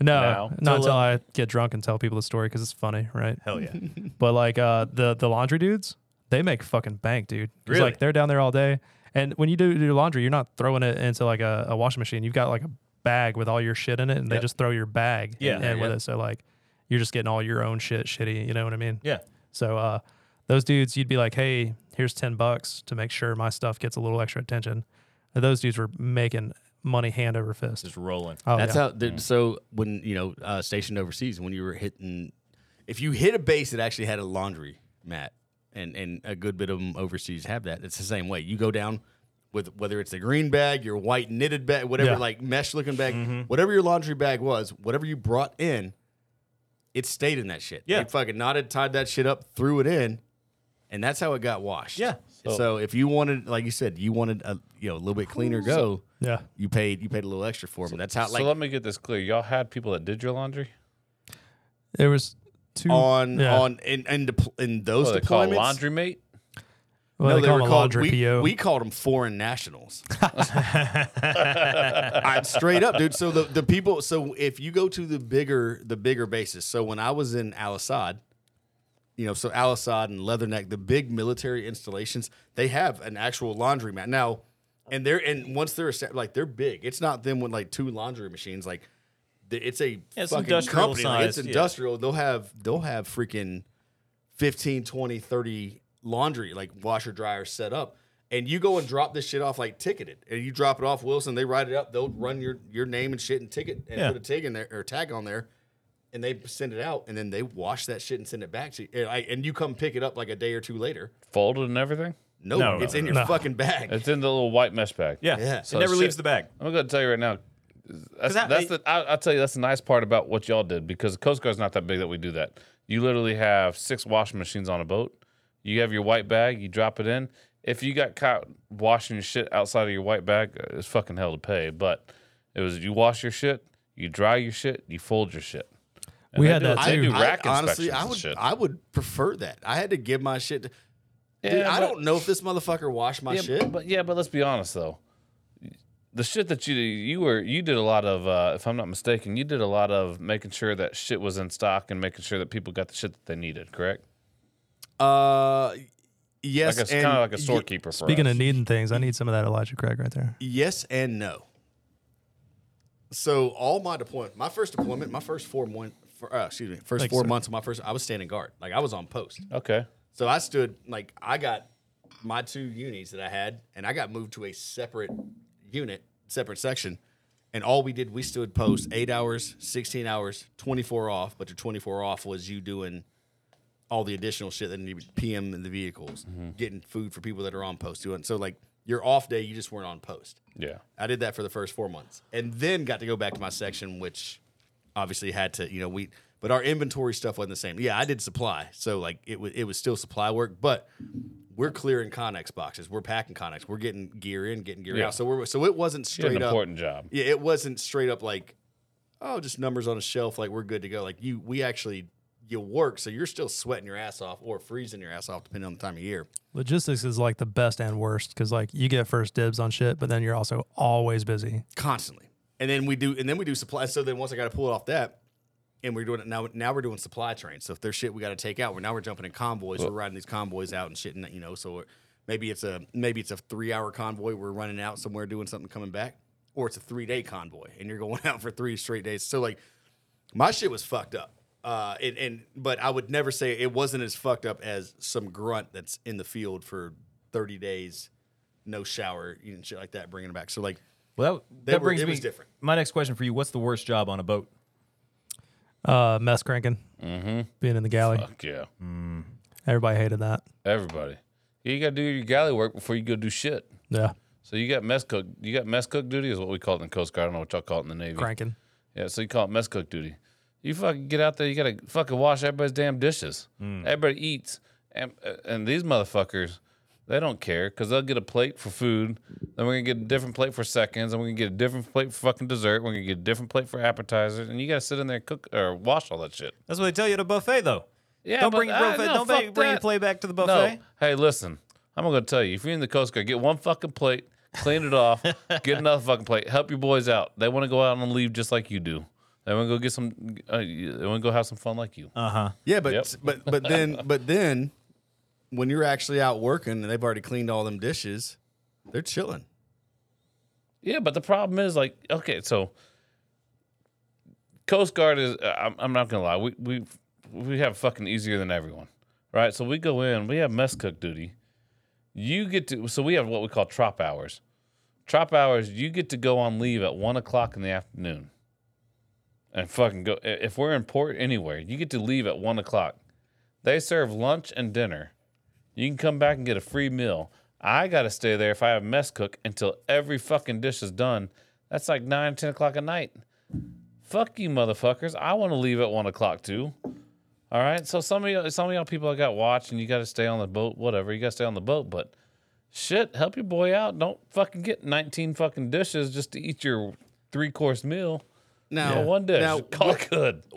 No,
No.
not
Till,
until
uh,
I get drunk and tell people the story because it's funny, right?
hell yeah?
But like uh, the the laundry dudes, they make fucking bank, dude. 'Cause,
Really?
Like they're down there all day, and when you do do laundry, you're not throwing it into like a, a washing machine. You've got like a bag with all your shit in it, and they just throw your bag
Yeah,
in, in with
yeah.
it. So like, you're just getting all your own shit shitty. You know what I mean?
yeah.
So uh, those dudes, you'd be like, hey, here's ten bucks to make sure my stuff gets a little extra attention. And those dudes were making money hand over fist.
Just rolling.
Oh,
That's
yeah.
how. Dude, So when you know uh, stationed overseas, when you were hitting, if you hit a base that actually had a laundry mat, and and a good bit of them overseas have that, it's the same way. You go down with whether it's the green bag, your white knitted bag, whatever
Yeah. Mm-hmm.
like mesh looking bag, whatever your laundry bag was, whatever you brought in, it stayed in that shit.
Yeah.
they fucking knotted, tied that shit up, threw it in, and that's how it got washed.
Yeah.
So, if you wanted, like you said, you wanted a you know a little bit cleaner go.
yeah.
you paid you paid a little extra for them. That's how like
so let me get this clear. Y'all had people that did your laundry.
There was two
on
yeah.
on in in, depl- in those
What do they call
deployments.
it, laundry mate.
Well,
No,
they, call
were
them a
called-
laundry
we,
PO.
we called them foreign nationals. I, straight up, dude. So the, the people. So if you go to the bigger the bigger bases. So when I was in Al Assad, you know, so Al Assad and Leatherneck, the big military installations, they have an actual laundromat now, and they're and once they're estab- like they're big. It's not them with like two laundry machines. Like th- it's a
it's
fucking
industrial
company. Like, it's
size, yeah.
industrial. They'll have they'll have freaking 15, 20, 30 laundry like washer dryers set up. And you go and drop this shit off like ticketed, and you drop it off Wilson. They write it up. They'll run your your name and shit and ticket and
Yeah.
put a tag in there or tag on there, and they send it out, and then they wash that shit and send it back to you. And, I, and you come pick it up like a day or two later.
folded and everything.
No,
No,
it's
no,
in your fucking bag.
It's in the little white mesh bag.
Yeah,
Yeah.
it
So
never
shit-
leaves the bag.
I'm gonna tell you right now. That's,
that-
that's the. I, I'll tell you that's the nice part about what y'all did because the Coast Guard's not that big that we do that. You literally have six washing machines on a boat. You have your white bag. You drop it in. If you got caught washing your shit outside of your white bag, it's fucking hell to pay. But it was you wash your shit, you dry your shit, you fold your shit. And
We
they
had
do-
that
They
too.
do rack
honestly,
inspections
I
and
would
shit.
I would prefer that. I had to give my shit. To, dude,
Yeah,
I
but-
don't know if this motherfucker washed my
yeah,
shit.
But yeah, but let's be honest though. The shit that you you were you did a lot of, uh, if I'm not mistaken, you did a lot of making sure that shit was in stock and making sure that people got the shit that they needed. Correct?
Uh, yes,
Like it's
and
kind of like a
ye-
storekeeper. for
Speaking
us.
of needing things, I need some of that Elijah Craig right there.
Yes and no. So all my deployment, my first deployment, my first four month, uh, excuse me, first four months of my first, I was standing guard, like I was on post.
okay,
So I stood like I got my two unis that I had, and I got moved to a separate unit, separate section, and all we did we stood post eight hours, sixteen hours, twenty four off. But the twenty four off was you doing all the additional shit that needed PM in the vehicles, getting food for people that are on post doing. So like your off day, you just weren't on post.
yeah,
I did that for the first four months, and then got to go back to my section, which obviously had to, you know, we. But our inventory stuff wasn't the same. Yeah, I did supply, so like it was it was still supply work, but we're clearing Connex boxes, we're packing Connex, we're getting gear in, getting gear
Yeah.
out. So we're so it wasn't
you did
straight
an
up.
important job.
Yeah, it wasn't straight up like, oh, just numbers on a shelf, like we're good to go. Like you, we actually you work, so you're still sweating your ass off or freezing your ass off, depending on the time of year.
Logistics is like the best and worst because like you get first dibs on shit, but then you're also always busy.
constantly. And then we do, and then we do supply. So then once I got to pull it off that, and we're doing it now. Now we're doing supply trains. So if there's shit we got to take out, we're now we're jumping in convoys. we're riding these convoys out and shit, and you know, so maybe it's a maybe it's a three hour convoy. We're running out somewhere doing something, coming back, or it's a three day convoy, and you're going out for three straight days. So like, my shit was fucked up. Uh, and, and but I would never say it wasn't as fucked up as some grunt that's in the field for thirty days, no shower you know, shit like that, bringing it back. So like.
Well, that,
They
that
were-
brings
it
me.
was different.
My next question for you: What's the worst job on a boat?
Uh, mess cranking, being in the galley.
Fuck yeah,
Everybody hated that.
everybody. Yeah, you got to do your galley work before you go do shit.
Yeah,
So you got mess cook. You got mess cook duty is what we call it in the Coast Guard. I don't know what y'all call it in the Navy.
cranking.
Yeah, so you call it mess cook duty. You fucking get out there, you gotta fucking wash everybody's damn dishes. Everybody eats, and uh, and these motherfuckers, they don't care because they'll get a plate for food, then we're gonna get a different plate for seconds, and we're gonna get a different plate for fucking dessert, we're gonna get a different plate for appetizers, and you gotta sit in there and cook or wash all that shit.
That's what they tell you at a buffet, though.
Yeah,
don't
but-
bring your
ah,
buffet.
no,
don't bring,
fuck
bring your
that.
play back to the
No,
buffet.
hey, listen, I'm gonna tell you, if you're in the Coast Guard, get one fucking plate, clean it off, get another fucking plate, help your boys out. They want to go out and leave just like you do. They want to go get some. Uh, they want to go have some fun like you.
Uh huh.
Yeah, but
Yep.
but but then but then when you're actually out working and they've already cleaned all them dishes, they're chilling.
Yeah, but the problem is like, okay, so Coast Guard is. uh, I'm, I'm not gonna lie, we we we have fucking easier than everyone, right? So we go in, we have mess cook duty. You get to so we have what we call trop hours. Trop hours, you get to go on leave at one o'clock in the afternoon, and fucking go. i- If we're in port anywhere, you get to leave at one o'clock. They serve lunch and dinner. You can come back and get a free meal. I gotta stay there if I have mess cook until every fucking dish is done. That's like nine, ten o'clock at night. Fuck you, motherfuckers. I want to leave at one o'clock too. All right. So some of y'all, some of y'all people I got watch, and you got to stay on the boat. Whatever. You got to stay on the boat, but shit, help your boy out. Don't fucking get nineteen fucking dishes just to eat your three course meal.
Now
Yeah. One dish.
Now
Call it good.
It's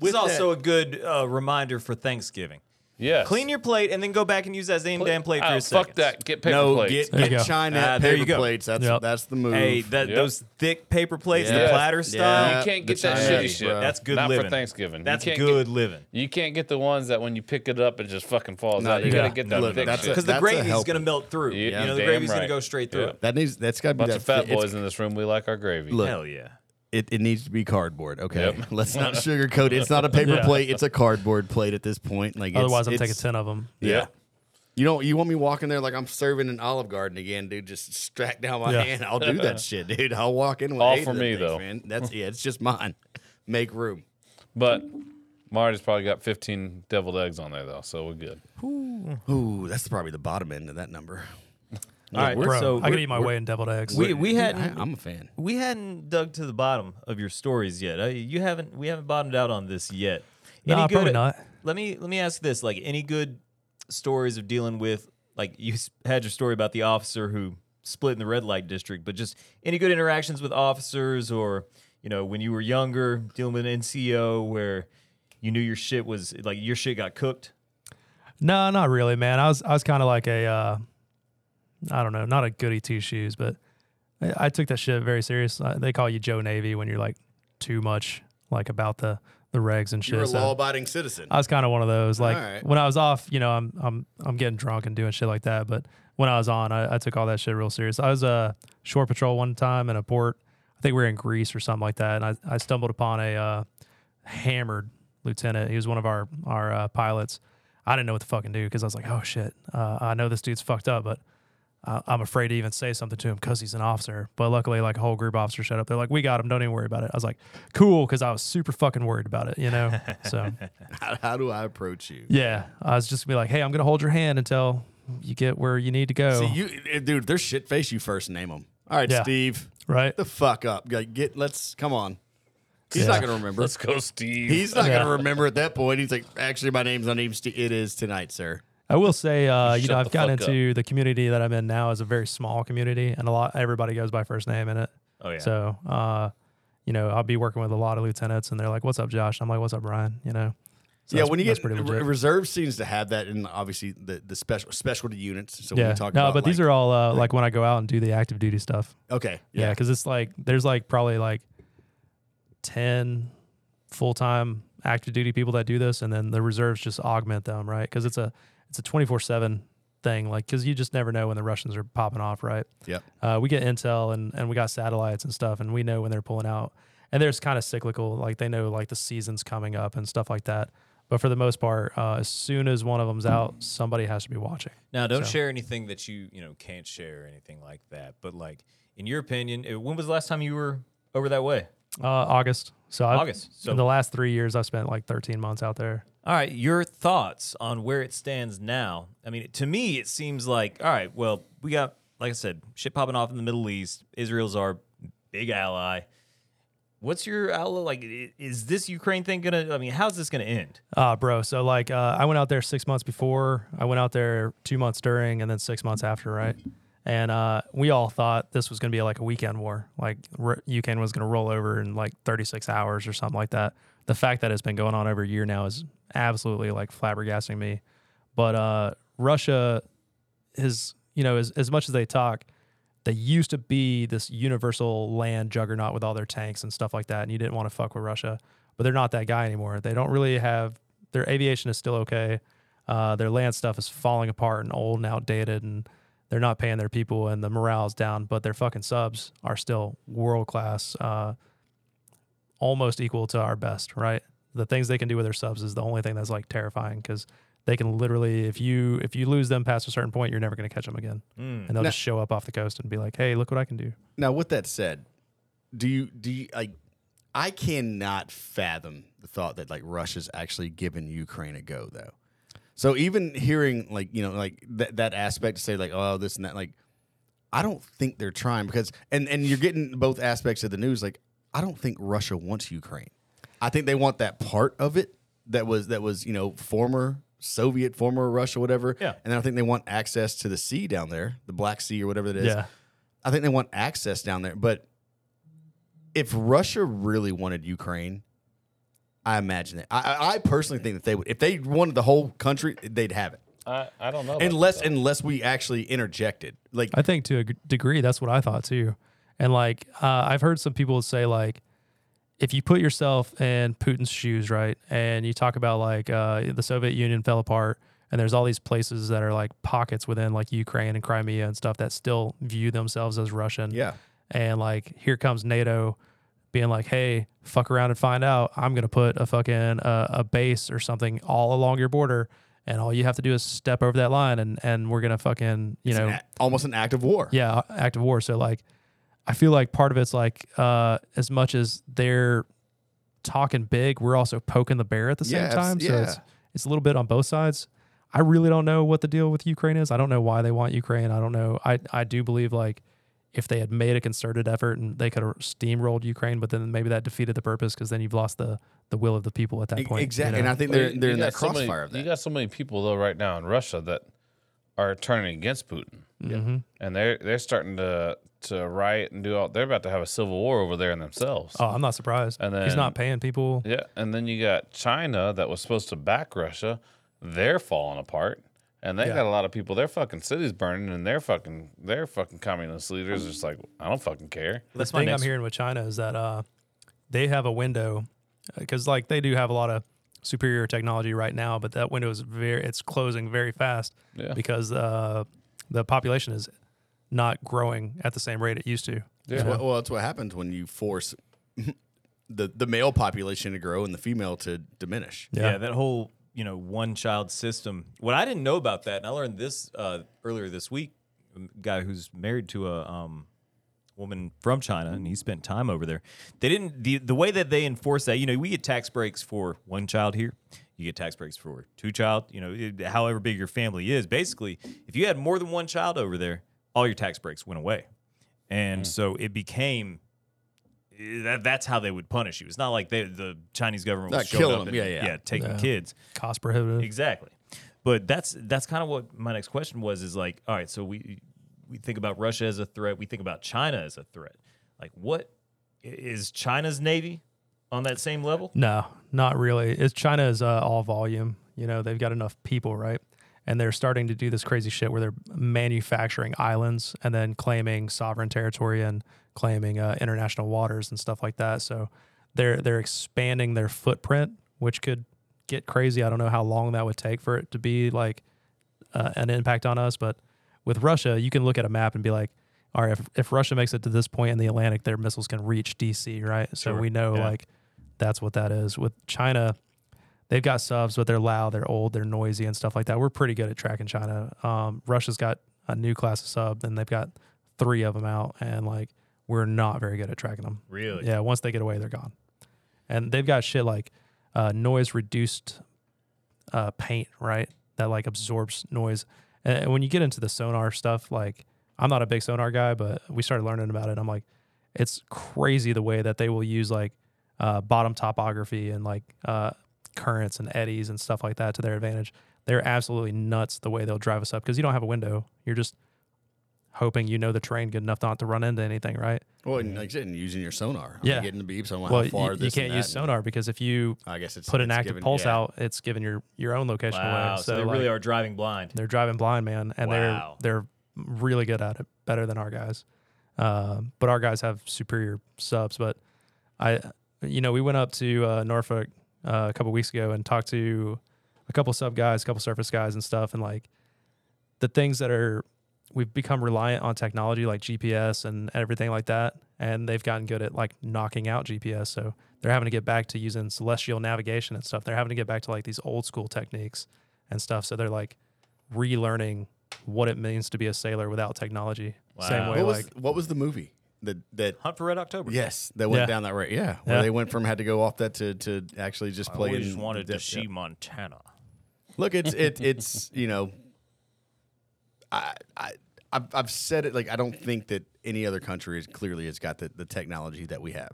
with
also
also
a good uh, reminder for Thanksgiving.
Yeah.
Clean your plate and then go back and use that same damn plate for
oh,
your
fuck
seconds.
that. Get paper
no, get,
plates.
There you
get
go.
china
Ah, there
paper
you go.
plates. That's
Yep.
that's the move.
Hey, that,
Yep.
those thick paper plates, the
Yeah.
platter style.
Yeah.
you can't
the
get that
Chinese,
shitty shit.
bro.
That's good
Not
living.
for Thanksgiving. You
That's
can't
good
Get,
living.
you can't get the ones that when you pick it up it just fucking falls
No,
out. You
dude.
gotta
Yeah.
get that
Look,
thick
that's
shit.
Because
That's
the
a
gravy's
help.
going to melt through.
Yeah,
You know, the
damn
gravy's going
right.
to go straight through.
Yeah.
it.
that needs that's got to be
Bunch
that
of fat
thi- it's-
boys in this room. We like our gravy.
Look.
Hell yeah.
It, it needs to be cardboard. Okay,
Yep.
let's not sugarcoat it. It's not a paper
Yeah.
plate. It's a cardboard plate at this point. Like it's-
Otherwise, I'm
it's-
taking ten of them.
Yeah.
Yep.
You don't. You want me walking there like I'm serving an Olive Garden again, dude? Just strack down my
Yeah.
hand. I'll do that shit, dude. I'll walk in with
All
eight
for
of them
me,
things,
though.
Man. That's yeah. It's just mine. Make room.
But Marty's probably got 15 deviled eggs on there though, so we're good.
Ooh, that's probably the bottom end of that number.
All right,
Bro,
so
I
we're-
could eat my way in deviled eggs.
we we
Dude,
hadn't
I, I'm a fan.
we hadn't dug to the bottom of your stories yet. Uh, you haven't we haven't bottomed out on this yet.
Nah, probably not.
Let me let me ask this: like any good stories of dealing with like you s- had your story about the officer who split in the red light district, but just any good interactions with officers or you know when you were younger dealing with an NCO where you knew your shit was like your shit got cooked.
No, not really, man. I was I was kind of like a, uh, I don't know, not a goody two shoes, but I, I took that shit very serious. Uh, they call you Joe Navy when you're like too much like about the the regs and shit.
You're a
so-
law-abiding citizen.
I was kind of one of those. Like
Alright.
when I was off, you know, I'm I'm I'm getting drunk and doing shit like that. But when I was on, I, I took all that shit real serious. I was a uh, shore patrol one time in a port. I think we were in Greece or something like that. And I, I stumbled upon a uh, hammered lieutenant. He was one of our our uh, pilots. I didn't know what to fucking do because I was like, oh shit, uh, I know this dude's fucked up, but I, I'm afraid to even say something to him because he's an officer. But luckily, like a whole group officer showed up. They're like, we got him. Don't even worry about it. I was like, cool, because I was super fucking worried about it, you know. So.
how, how do I approach you?
Yeah, I was just gonna be like, hey, I'm gonna hold your hand until you get where you need to go.
See, you, eh, dude, if they're shit face. You first name them. All right,
Yeah.
Steve.
right?
The fuck up. Like, get. Let's come on. He's
Yeah.
not gonna remember.
Let's go, Steve.
He's not
Yeah.
gonna remember at that point. He's like, actually, my name's not even Steve. It is tonight, sir.
I will say, uh, you
Shut
know,
the
I've gotten
fuck up.
into the community that I'm in now is a very small community, and a lot everybody goes by first name in it.
Oh yeah.
So, uh, you know, I'll be working with a lot of lieutenants, and they're like, "What's up, Josh?" I'm like, "What's up, Brian?" You know. So
yeah,
that's-
when you
that's
get re- reserve seems to have that, and obviously the the special specialty units. So when
yeah,
you talk
no,
about
but these are all uh, like when I go out and do the active duty stuff.
are okay.
Yeah, because it's like there's like probably like ten full time active duty people that do this, and then the reserves just augment them, right? Because it's a it's a twenty four seven thing, like because you just never know when the Russians are popping off, right?
Yep.
Uh, we get intel and and we got satellites and stuff, and we know when they're pulling out, and there's kind of cyclical, like they know like the seasons coming up and stuff like that. But for the most part, uh, as soon as one of them's out, somebody has to be watching.
Now, don't share anything that you you know can't share or anything like that. But like, in your opinion, eh, when was the last time you were over that way?
Uh, August. So I've,
August, so-
in the last three years, I've spent like 13 months out there.
All right, your thoughts on where it stands now? I mean, to me, it seems like all right. Well, we got like I said, shit popping off in the Middle East. Israel's our big ally. What's your outlook? Like, i- is this Ukraine thing gonna? I mean, how's this gonna end?
Uh, bro. So like, uh, I went out there six months before. I went out there two months during, and then six months after, right? And uh, we all thought this was going to be like a weekend war, like r- Ukraine was going to roll over in like 36 hours or something like that. The fact that it's been going on over a year now is absolutely like flabbergasting me. But uh, Russia is, you know, as, as much as they talk, they used to be this universal land juggernaut with all their tanks and stuff like that, and you didn't want to fuck with Russia. But they're not that guy anymore. They don't really have their aviation is still okay. Uh, their land stuff is falling apart and old and outdated, and they're not paying their people, and the morale's down. But their fucking subs are still world class, uh, almost equal to our best. Right? The things they can do with their subs is the only thing that's like terrifying because they can literally, if you if you lose them past a certain point, you're never going to catch them again and they'll
No.
just show up off the coast and be like, "Hey, look what I can do."
Now, with that said, do you do you like? I cannot fathom the thought that like Russia's actually given Ukraine a go though. So even hearing like you know like that that aspect to say like oh this and that like I don't think they're trying because and and you're getting both aspects of the news like I don't think Russia wants Ukraine. I think they want that part of it that was that was you know former Soviet former Russia whatever
Yeah.
and I think they want access to the sea down there the Black Sea or whatever it is. I think they want access down there. But if Russia really wanted Ukraine, I imagine that. I, I- I personally think that they would, if they wanted the whole country, they'd have it.
I, I don't know. about
Unless,
that.
unless we actually interjected, like
I think to a g- degree, that's what I thought too. And like, uh, I've heard some people say like, if you put yourself in Putin's shoes, right, and you talk about like uh, the Soviet Union fell apart, and there's all these places that are like pockets within like Ukraine and Crimea and stuff that still view themselves as Russian.
yeah,
And like, here comes NATO being like, hey, fuck around and find out. I'm going to put a fucking uh, a base or something all along your border. And all you have to do is step over that line, and, and we're gonna fucking you
it's
know
an a- almost an act of war.
yeah active war so like i feel like part of it's like uh as much as they're talking big we're also poking the bear at the same
Yeah, abs-
time so it's
yeah.
it's a little bit on both sides i really don't know what the deal with ukraine is i don't know why they want ukraine i don't know i i do believe like if they had made a concerted effort and they could have steamrolled ukraine but then maybe that defeated the purpose because then you've lost the the will of the people at that
E-
point you
exactly. And
know?
I think
Well,
they're
you-
they're
you
in
got
that
so many-
crossfire of
You
that.
got so many people though right now in Russia that are turning against Putin, and they're they're starting to to riot and do all. They're about to have a civil war over there in themselves.
oh i'm not surprised
And
he's
then-
not paying people
Yeah, and then you got China that was supposed to back Russia. They're falling apart, and they got a lot of people. Their fucking cities burning, and their fucking their fucking communist leaders are just like, I don't fucking care.
the
That's my
thing
next-
I'm hearing with China is that uh, they have a window because like they do have a lot of superior technology right now, but that window is very it's closing very fast
Yeah.
because uh, the population is not growing at the same rate it used to.
That's what- well, that's what happens when you force the the male population to grow and the female to diminish.
Yeah.
Yeah.
that whole you know one child system. What I didn't know about that, and I learned this uh, earlier this week. A guy who's married to a um, woman from China, and he spent time over there. They didn't the, the way that they enforce that. You know, we get tax breaks for one child here. You get tax breaks for two child. You know, it- however big your family is. Basically, if you had more than one child over there, all your tax breaks went away, and
Mm.
so it became. eh, That, that's how they would punish you. It's not like they, the Chinese government was
Not
showing
killing
up
them.
and-
Yeah, yeah.
yeah, taking kids.
Cost prohibitive.
Exactly. But that's that's kind of what my next question was is like, all right, so we we think about Russia as a threat, we think about China as a threat. Like what i- is China's navy on that same level?
No, not really. It's China is uh, all volume. You know, they've got enough people, right? And they're starting to do this crazy shit where they're manufacturing islands and then claiming sovereign territory and claiming uh, international waters and stuff like that. So they're they're expanding their footprint, which could get crazy. I don't know how long that would take for it to be like uh, an impact on us, but with Russia, you can look at a map and be like, all right, if, if Russia makes it to this point in the Atlantic, their missiles can reach DC, right? So we know like that's what that is. With China, they've got subs, but they're loud, they're old, they're noisy, and stuff like that. We're pretty good at tracking China. Um, Russia's got a new class of sub, and they've got three of them out, and like we're not very good at tracking them.
Really?
Yeah, once they get away, they're gone. And they've got shit like uh, noise reduced uh, paint, right? That like absorbs noise. And and when you get into the sonar stuff, like I'm not a big sonar guy, but we started learning about it. I'm like, it's crazy the way that they will use like uh, bottom topography and like uh, currents and eddies and stuff like that to their advantage. They're absolutely nuts the way they'll drive us up because you don't have a window. You're just hoping you know the terrain good enough not to run into anything, right?
Well, and like I said, and using your sonar.
Yeah.
I'm getting the beeps. I'm like,
well,
how far
you,
this
you can't
and
use
that.
sonar because if you
I guess it's
put an
it's
active
given-
pulse
yeah.
out, it's giving your your own location
Wow.
away.
So, they really
like,
are driving blind.
They're driving blind, man, and
Wow.
they're they're really good at it, better than our guys. Um, but our guys have superior subs. But I, you know, we went up to uh, Norfolk uh, a couple weeks ago and talked to a couple sub guys, a couple surface guys, and stuff, and like the things that are we've become reliant on technology like GPS and everything like that, and they've gotten good at like knocking out GPS. So they're having to get back to using celestial navigation and stuff. They're having to get back to like these old school techniques and stuff. So they're like relearning what it means to be a sailor without technology. Same
Wow.
way,
What was
like
what was the movie that that?
Hunt for Red October.
Yes, that went
Yeah.
down that route. Yeah, where
Yeah.
they went from had to go off that to to actually just
I
play.
always
in
wanted
the
to
depth.
see
Yeah.
Montana.
Look, it's it it's you know, I I I've, I've said it like I don't think that any other country is clearly has got the, the technology that we have.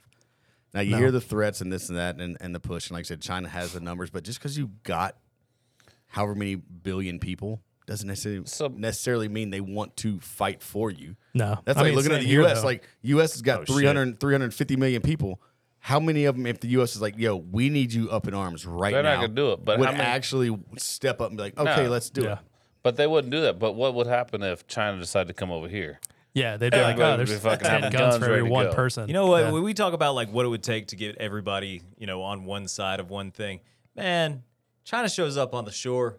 Now you hear the threats and this and that and, and the push and like I said, China has the numbers, but just because you got however many billion people doesn't necessarily
So-
necessarily mean they want to fight for you.
no,
That's
I
like
mean,
looking at
same
the
here,
U.S.
though.
Like U.S. has got
Oh, shit.
300, 350 million people. How many of them, if the U.S. is like, "Yo, we need you up in arms right
They're
now,"
not gonna do it, but
would
how many-
actually step up and be like, "Okay,
No.
let's do it."
But they wouldn't do that. But what would happen if China decided to come over here?
Yeah, they'd be like,
Everybody
oh,
would be
there's
fucking
ten
having
guns,
guns
for
ready
every
to
one
go.
person.
You know what?
Yeah.
When we talk about like what it would take to get everybody, you know, on one side of one thing, man, China shows up on the shore.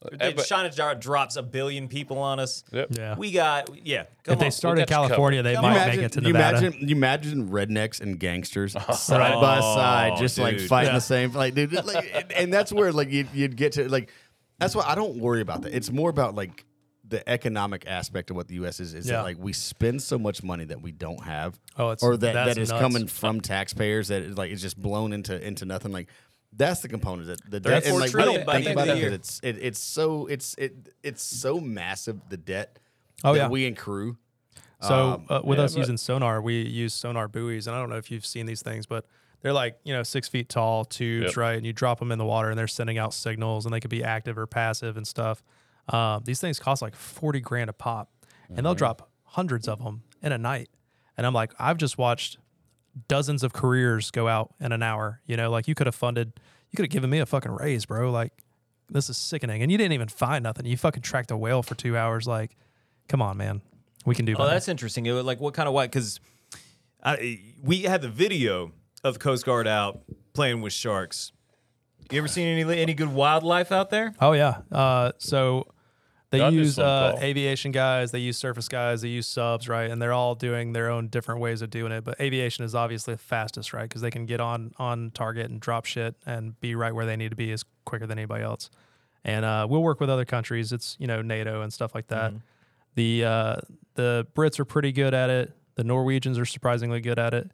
but-
China dro- drops a billion people on us.
Yep.
Yeah.
We got yeah. Come
if they
on.
start in
got you covered.
California, they
Come
might
on.
make it to
you
Nevada.
imagine, you imagine rednecks and gangsters side
Oh,
by side, just like
dude.
fighting the same, like dude, like, and- and that's where like you'd, you'd get to like, that's why I don't worry about that. It's more about like the economic aspect of what the U.S. is. Is
Yeah.
that like we spend so much money that we don't have,
Oh, it's-
or that
that's
that is
nuts.
coming from taxpayers that is like it's just blown into into nothing. Like that's the component that the
They're at
debt and
four
like we
trillion
don't
by
think
the end of
about it
the year.
because it's it, it's so it's it it's so massive the debt
Oh,
that
yeah.
we accrue.
So uh, with us
Um, but-
using sonar, we use sonar buoys, and I don't know if you've seen these things, but they're like you know six feet tall tubes,
Yep.
right? And you drop them in the water, and they're sending out signals, and they could be active or passive and stuff. Uh, these things cost like forty grand a pop, and
Mm-hmm.
they'll drop hundreds of them in a night. And I'm like, I've just watched dozens of careers go out in an hour. You know, like you could have funded, you could have given me a fucking raise, bro. Like this is sickening, and you didn't even find nothing. You fucking tracked a whale for two hours. Like, come on, man. We can do better.
Oh, that's interesting. It was like what kind of white? Because we had the video of Coast Guard out playing with sharks. You ever seen any any good wildlife out there?
Oh yeah. Uh, so they
That is
use
fun
uh,
call.
aviation guys, they use surface guys, they use subs, right? And they're all doing their own different ways of doing it. But aviation is obviously the fastest, right? Because they can get on on target and drop shit and be right where they need to be is quicker than anybody else. And uh, we'll work with other countries. It's you know NATO and stuff like that. The uh, the Brits are pretty good at it. The Norwegians are surprisingly good at it.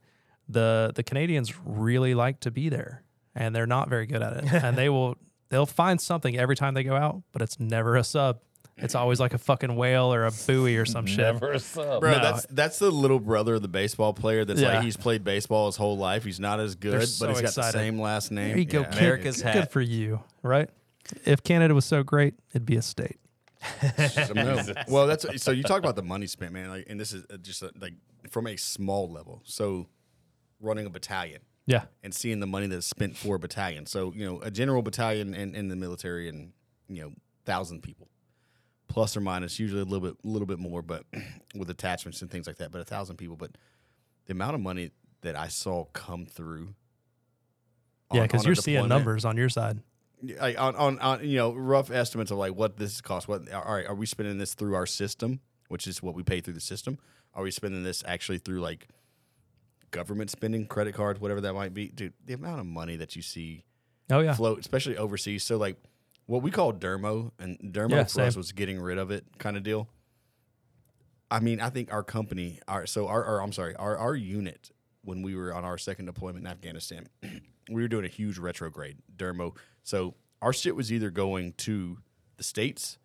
The the Canadians really like to be there, and they're not very good at it. and they will they'll find something every time they go out, but it's never a sub. It's always like a fucking whale or a buoy or some shit.
Never a
uh,
sub.
Bro,
No.
that's that's the little brother of the baseball player. That's
Yeah.
like he's played baseball his whole life. He's not as good,
so
but he's got
excited.
the same last name.
There you go,
Yeah.
kid.
America's
good
hat.
for you, right? If Canada was so great, it'd be a state.
Just- no. Well, that's so you talk about the money spent, man. Like, and this is uh, just uh, like from a small level. So, running a battalion
Yeah.
and seeing the money that's spent for a battalion. So you know, a general battalion in, in the military, and you know, thousand people, plus or minus, usually a little bit, a little bit more, but with attachments and things like that. But a thousand people, but the amount of money that I saw come through. on-
yeah, because
on a
you're seeing
deployment-
numbers on your side.
like on, on on you know rough estimates of like what this costs. What all right? Are we spending this through our system, which is what we pay through the system? Are we spending this actually through like government spending, credit cards, whatever that might be? Dude, the amount of money that you see
Oh yeah.
float, especially overseas. So like what we call dermo and dermo
Yeah,
for us
same.
was getting rid of it kind of deal. I mean, I think our company, our so our, our I'm sorry, our our unit when we were on our second deployment in Afghanistan, we were doing a huge retrograde dermo. So our shit was either going to the states,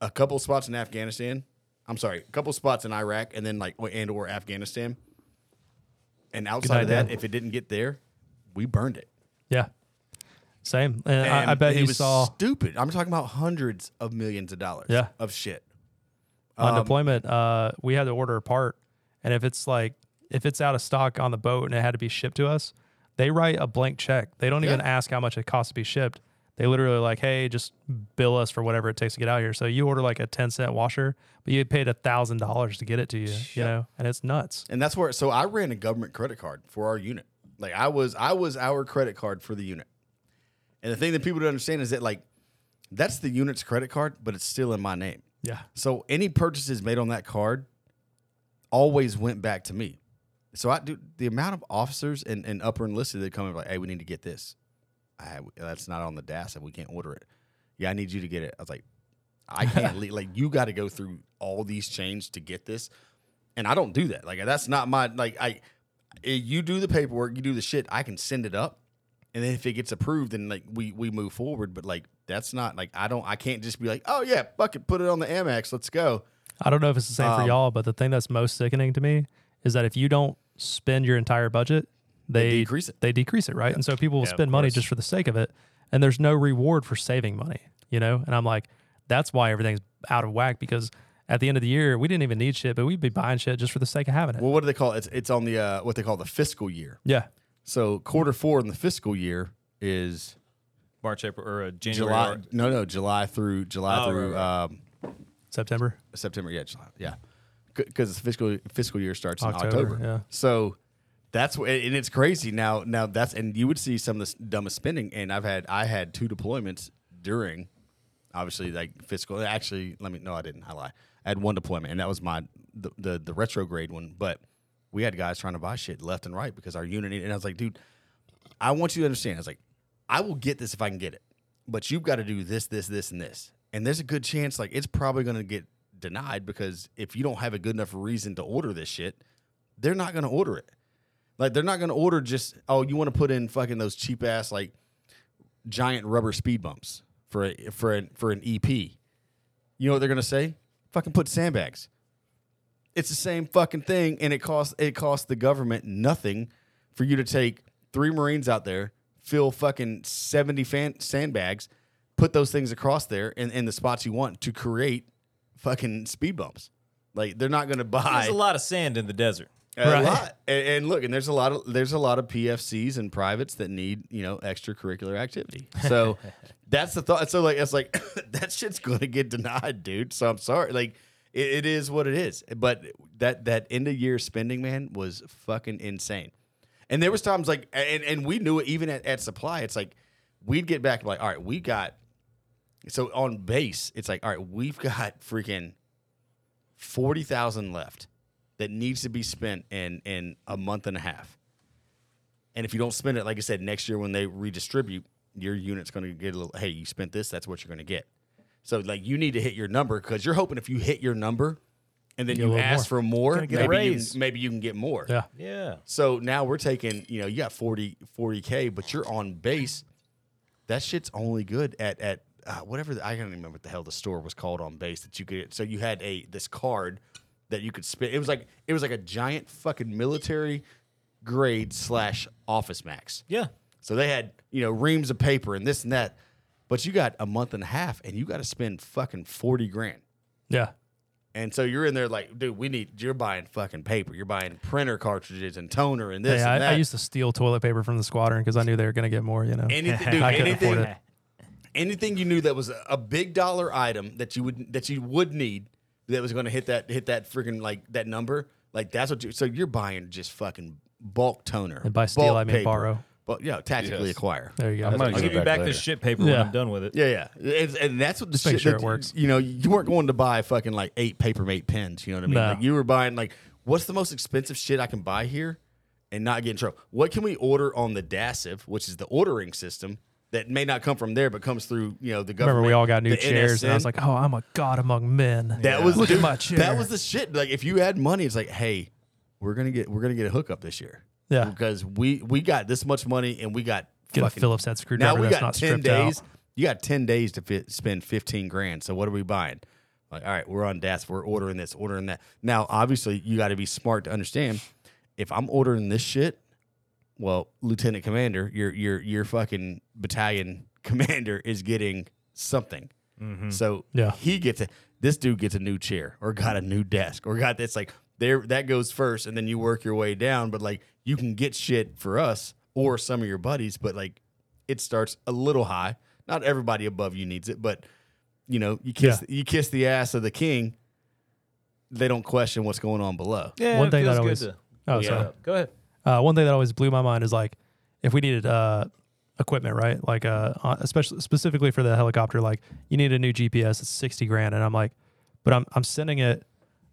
a couple spots in Afghanistan. I'm sorry, a couple spots in Iraq, and then like and or Afghanistan. And outside of
idea.
that, if it didn't get there, we burned it.
Yeah. Same. And,
And
I, I bet
it
you
was
saw
stupid. I'm talking about hundreds of millions of dollars
Yeah.
of shit.
on deployment, uh, we had to order a part. And if it's like, if it's out of stock on the boat and it had to be shipped to us, they write a blank check. They don't even
Yeah.
ask how much it costs to be shipped. They literally are like, hey, just bill us for whatever it takes to get out here. So you order like a 10 cent washer, but you paid a thousand dollars to get it to you, you know, and it's nuts.
And that's where so I ran a government credit card for our unit. Like I was I was our credit card for the unit. And the thing that people don't understand is that like that's the unit's credit card, but it's still in my name.
Yeah.
So any purchases made on that card always went back to me. So I do the amount of officers and, and upper enlisted that come in like, hey, we need to get this. I, that's not on the DAS and we can't order it. Yeah, I need you to get it. I was like, I can't leave. Like you got to go through all these chains to get this, and I don't do that. Like that's not my like I. eh, You do the paperwork, you do the shit. I can send it up, and then if it gets approved, then like we we move forward. But like that's not like I don't. I can't just be like, oh yeah, fuck it, put it on the Amex, let's go.
I don't know if it's the same for
Um,
y'all, but the thing that's most sickening to me is that if you don't spend your entire budget, they,
decrease it.
They decrease it, right? And so people will
Yeah, of
spend money
course.
just for the sake of it, and there's no reward for saving money, you know. And I'm like, that's why everything's out of whack because at the end of the year, we didn't even need shit, but we'd be buying shit just for the sake of having it.
Well, what do they call it? It's, it's on the uh, what they call the fiscal year.
yeah.
So quarter four in the fiscal year is
March, April, or uh, January.
July.
or-
No, no, July through July
Oh,
through
right,
Um,
September.
September. Yeah, July. Yeah, because the fiscal fiscal year starts in
October,
October.
yeah.
So that's what, and it's crazy now. Now that's and you would see some of the dumbest spending. And I've had I had two deployments during, obviously like fiscal. Actually, let me no, I didn't. I lie. I had one deployment, and that was my the the, the retrograde one. But we had guys trying to buy shit left and right because our unit. needed- And I was like, dude, I want you to understand. I was like, I will get this if I can get it, but you've got to do this, this, this, and this. And there's a good chance like it's probably going to get denied because if you don't have a good enough reason to order this shit, they're not going to order it. Like they're not going to order just oh you want to put in fucking those cheap ass like giant rubber speed bumps for a, for an for an EP. You know what they're going to say? Fucking put sandbags. It's the same fucking thing, and it costs it costs the government nothing for you to take three Marines out there, fill fucking seventy fan, sandbags, put those things across there in, in the spots you want to create fucking speed bumps. Like they're not going to buy
There's a lot of sand in the desert.
a
Right.
lot. And, and look, and there's a lot of there's a lot of PFCs and privates that need you know extracurricular activity. So that's the thought. So like it's like that shit's gonna get denied, dude. So I'm sorry. Like it, it is what it is. But that that end of year spending man was fucking insane. And there was times like and and we knew it even at, at supply. It's like we'd get back like all right, we got so on base, it's like, all right, we've got freaking forty thousand left that needs to be spent in in a month and a half. And if you don't spend it, like I said, next year when they redistribute, your unit's going to get a little. Hey, you spent this. That's what you're going to get. So like, you need to hit your number because you're hoping if you hit your number, and then
a
you
little
ask for more,
get a
maybe you,
raise.
maybe you can get more.
Yeah.
Yeah.
So now we're taking, you know, you got 40 40k, but you're on base. That shit's only good at at uh, whatever the, I can't even remember what the hell the store was called on base that you could. So you had a this card that you could spin. It was like it was like a giant fucking military grade slash office max.
Yeah.
So they had, you know, reams of paper and this and that. But you got a month and a half and you got to spend fucking 40 grand.
Yeah.
And so you're in there like, dude, we need. You're buying fucking paper. You're buying printer cartridges and toner and this
Yeah,
and
I,
that.
I used to steal toilet paper from the squadron because I knew they were going to get more, you know.
anything, dude,
I couldn't
anything,
afford it.
anything you knew that was a- a big dollar item that you would that you would need that was going to hit that hit that freaking like that number. Like that's what you. So you're buying just fucking bulk toner.
And by steal,
bulk
I mean
paper.
borrow.
But yeah, tactically
Yes.
acquire.
There you go.
I'm
I'll
Go
give you
back
back
later.
this shit paper when
Yeah.
I'm done with it.
Yeah, yeah, and, and that's what the
make
shit.
sure
that
it
you-
works.
You know, you weren't going to buy fucking like eight paper mate pens. You know what I mean?
No.
Like you were buying like, what's the most expensive shit I can buy here, and not get in trouble? What can we order on the DASIV, which is the ordering system that may not come from there, but comes through you know the government.
Remember, we all got new
the
chairs, and
NSN?
I was like, "Oh, I'm a god among men."
That was
look
dude,
at my chair.
That was the shit. Like if you had money, it's like, hey, we're gonna get we're gonna get a hookup this year.
Yeah.
because we we got this much money and we got
Get a
fucking-
Phillips head
Now
screwdriver
we
that's
got
not
ten
stripped
days.
out.
You got ten days to fit, spend fifteen grand. So what are we buying? Like, all right, we're on DAS. We're ordering this, ordering that. Now, obviously, you got to be smart to understand. If I'm ordering this shit, well, Lieutenant Commander, your your your fucking battalion commander is getting something. So
Yeah.
he gets a this dude gets a new chair or got a new desk or got this like there that goes first and then you work your way down. But like you can get shit for us or some of your buddies, but like it starts a little high. Not everybody above you needs it, but you know you kiss you kiss the ass of the king. They don't question what's going on below.
Yeah.
One
it
thing that
feels
always-
good to
Oh,
yeah.
sorry.
Go ahead.
Uh, one thing that always blew my mind is like if we needed uh, equipment, right? Like uh, on- especially specifically for the helicopter, like you need a new GPS. It's sixty grand, and I'm like, but I'm I'm sending it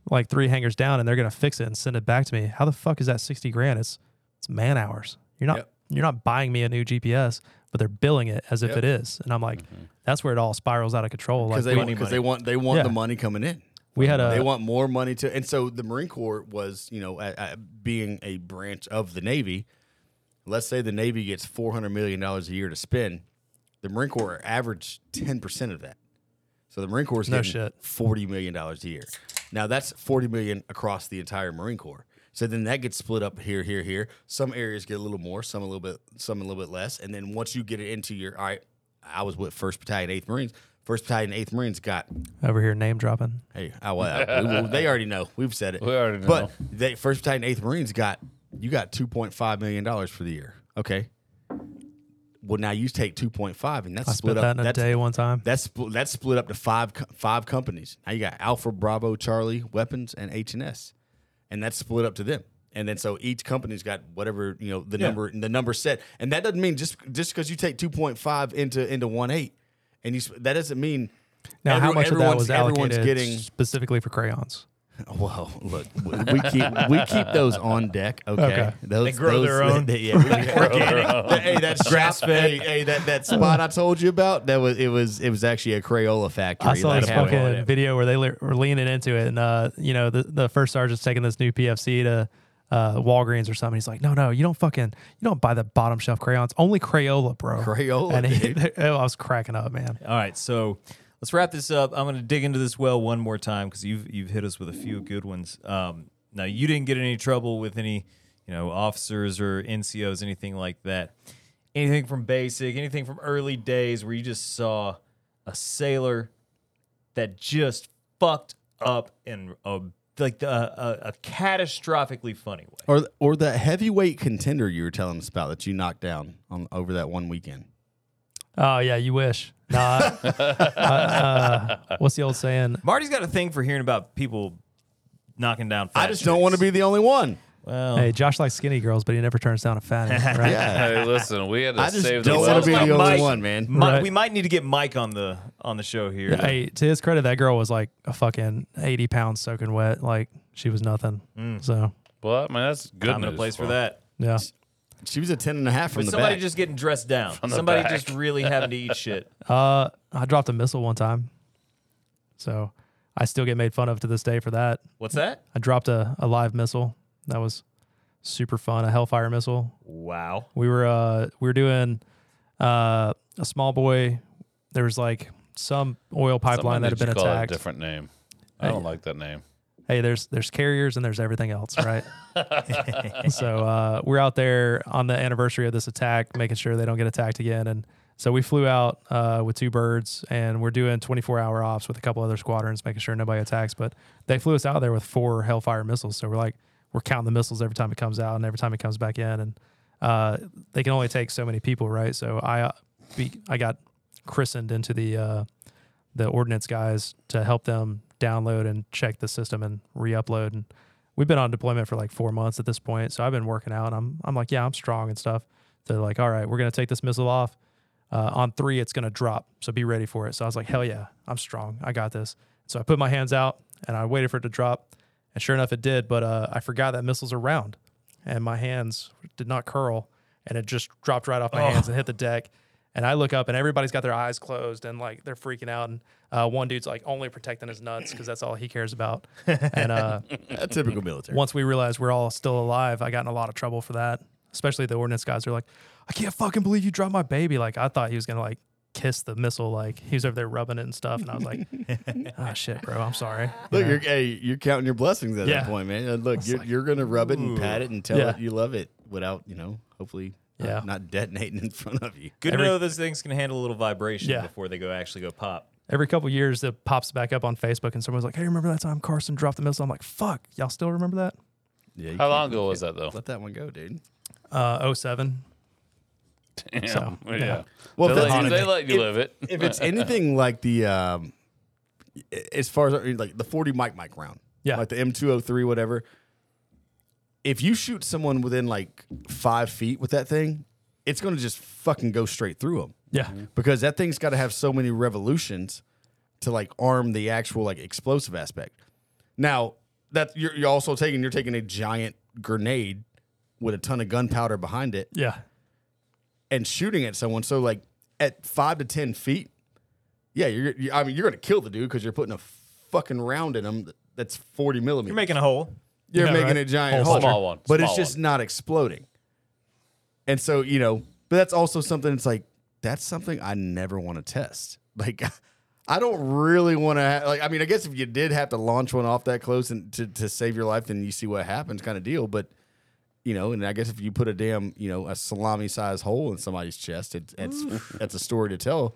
like three hangers down, and they're gonna fix it and send it back to me. How the fuck is that sixty grand? It's it's man hours. You're not
Yep.
you're not buying me a new GPS, but they're billing it as if
Yep.
it is, and I'm like, that's where it all spirals out of control. Like
Because
we-
they, because they want they want
Yeah.
the money coming in.
we had a
they want more money to, and so the Marine Corps was, you know, a, a, being a branch of the Navy. Let's say the Navy gets four hundred million dollars a year to spend, the Marine Corps averaged ten percent of that. So the Marine Corps is
No
getting
shit.
forty million dollars a year. Now that's forty million across the entire Marine Corps. So then that gets split up here, here, here. Some areas get a little more, some a little bit, some a little bit less. And then once you get it into your, all right, I was with First Battalion, Eighth Marines. First Battalion, Eighth Marines got
Over here, name dropping.
Hey, I, well, we- we- they already know. We've said it.
We already
But they, First Battalion, Eighth Marines got you got two point five million dollars for the year. Okay. Well, now you take two point five, and that's
I
split
spent
up.
that in a
that's,
day one time.
That's spl- that's split up to five co- five companies. Now you got Alpha, Bravo, Charlie, Weapons, and H and S, and that's split up to them. And then so each company's got whatever you know the number the number set, and that doesn't mean just just because you take two point five into into one eight, and you sp- that doesn't mean
now, how
every-
much of that
everyone's-
was
everyone's
allocated
getting-
specifically for crayons?
Well, look, we we keep we keep those on deck. Okay,
Okay.
Those,
They grow their own.
they- yeah, we- hey, that grass hey, hey, that, that spot I told you about that was it was it was actually a Crayola factory.
I saw
that
this
had
fucking
all that.
video where they le- were leaning into it, and uh, you know, the, the first sergeant's taking this new PFC to uh, Walgreens or something. He's like, "No, no, you don't fucking, you don't buy the bottom shelf crayons. Only Crayola, bro.
Crayola,
And he, oh, I was cracking up, man.
All right, so let's wrap this up. I'm going to dig into this well one more time because you've you've hit us with a few good ones. Um, now you didn't get in any trouble with any, you know, officers or NCOs, anything like that. Anything from basic, anything from early days where you just saw a sailor that just fucked up in a like the, a, a catastrophically funny way.
or or that heavyweight contender you were telling us about that you knocked down on over that one weekend.
Oh yeah, you wish. Nah. I- I- uh, what's the old saying?
Marty's got a thing for hearing about people knocking down.
I
fat
just don't
chicks.
want to be the only one. Oh.
Well,
Hey, Josh likes skinny girls, but he never turns down a fat. ass, Right?
Hey, listen, we had to
I just
save
don't
the
wanna
want
be
Sounds
the
like
only
Mike-
one, man.
Mi-
Right.
We might need to get Mike on the on the show here.
Hey, to his credit, that girl was like a fucking eighty pounds soaking wet. Like she was nothing.
Mm.
So
Well, I mean, that's good
I'm in a
news
place for
him.
that.
yeah.
She was a ten and a half from
But
the
somebody
back.
just getting dressed down.
the
Somebody
back.
just really having to eat shit.
Uh, I dropped a missile one time, so I still get made fun of to this day for that.
What's that?
I dropped a, a live missile. That was super fun. A Hellfire missile.
Wow.
We were uh we were doing uh a small boy. There was like some oil pipeline
Somebody
that had
should
been
call it
attacked.
A different name. I don't like that name.
hey, there's there's carriers and there's everything else, right? so uh, we're out there on the anniversary of this attack, making sure they don't get attacked again. And so we flew out uh, with two birds, and we're doing 24 hour ops with a couple other squadrons, making sure nobody attacks. But they flew us out there with four Hellfire missiles, so we're like we're counting the missiles every time it comes out and every time it comes back in, and uh, they can only take so many people, right? So I uh, be, I got christened into the uh, the ordnance guys to help them download and check the system and re-upload. And we've been on deployment for like four months at this point, so I've been working out. And I'm I'm like, yeah, I'm strong and stuff. So they're like, all right, we're gonna take this missile off. Uh, on three, it's gonna drop, so be ready for it. So I was like, hell yeah, I'm strong, I got this. So I put my hands out and I waited for it to drop, and sure enough, it did. But uh, I forgot that missiles are round, and my hands did not curl, and it just dropped right off my hands and hit the deck. And I look up, and everybody's got their eyes closed, and like they're freaking out. And uh, one dude's like only protecting his nuts because that's all he cares about. And uh,
a typical military.
once we realized we're all still alive, I got in a lot of trouble for that. Especially the ordnance guys are like, I can't fucking believe you dropped my baby. Like I thought he was gonna like kiss the missile, like he was over there rubbing it and stuff. And I was like, ah shit, bro, I'm sorry. You
Look,
know?
you're, hey, you're counting your blessings at
Yeah.
that point, man. And Look, you're, you're gonna rub it and pat it and tell
Yeah.
it you love it without, you know, hopefully, not-
Yeah.
not, detonating in front of you.
Good to know those things can handle a little vibration
Yeah.
before they go actually go pop.
every couple years it pops back up on Facebook and someone's like, Hey, remember that time Carson dropped the missile? I'm like, fuck, y'all still remember that?
Yeah, you
How
can't-
long ago was that though?
Let that one go, dude.
Uh 07.
Damn.
So,
yeah.
yeah.
Well, if,
They, let,
that's-
they let you live it.
if it's anything like the, um, i- as far as like the forty mic mic round,
Yeah.
like the M two hundred three, whatever. If you shoot someone within like five feet with that thing, it's gonna just fucking go straight through them.
Yeah.
because that thing's got to have so many revolutions to like arm the actual like explosive aspect. Now that you're, you're also taking you're taking a giant grenade with a ton of gunpowder behind it
Yeah.
and shooting at someone. So like at five to ten feet, yeah, you're you, I mean you're gonna kill the dude because you're putting a fucking round in him that's forty millimeters.
You're making a hole.
You're
Yeah,
making
right.
a giant
Whole
hole,
small one,
but it's
small
just not exploding. And so you know, but that's also something. It's like that's something I never want to test. Like I don't really want to. Ha- like I mean, I guess if you did have to launch one off that close and to, to save your life, then you see what happens, kind of deal. But you know, and I guess if you put a damn you know a salami sized hole in somebody's chest, it, it's that's a story to tell.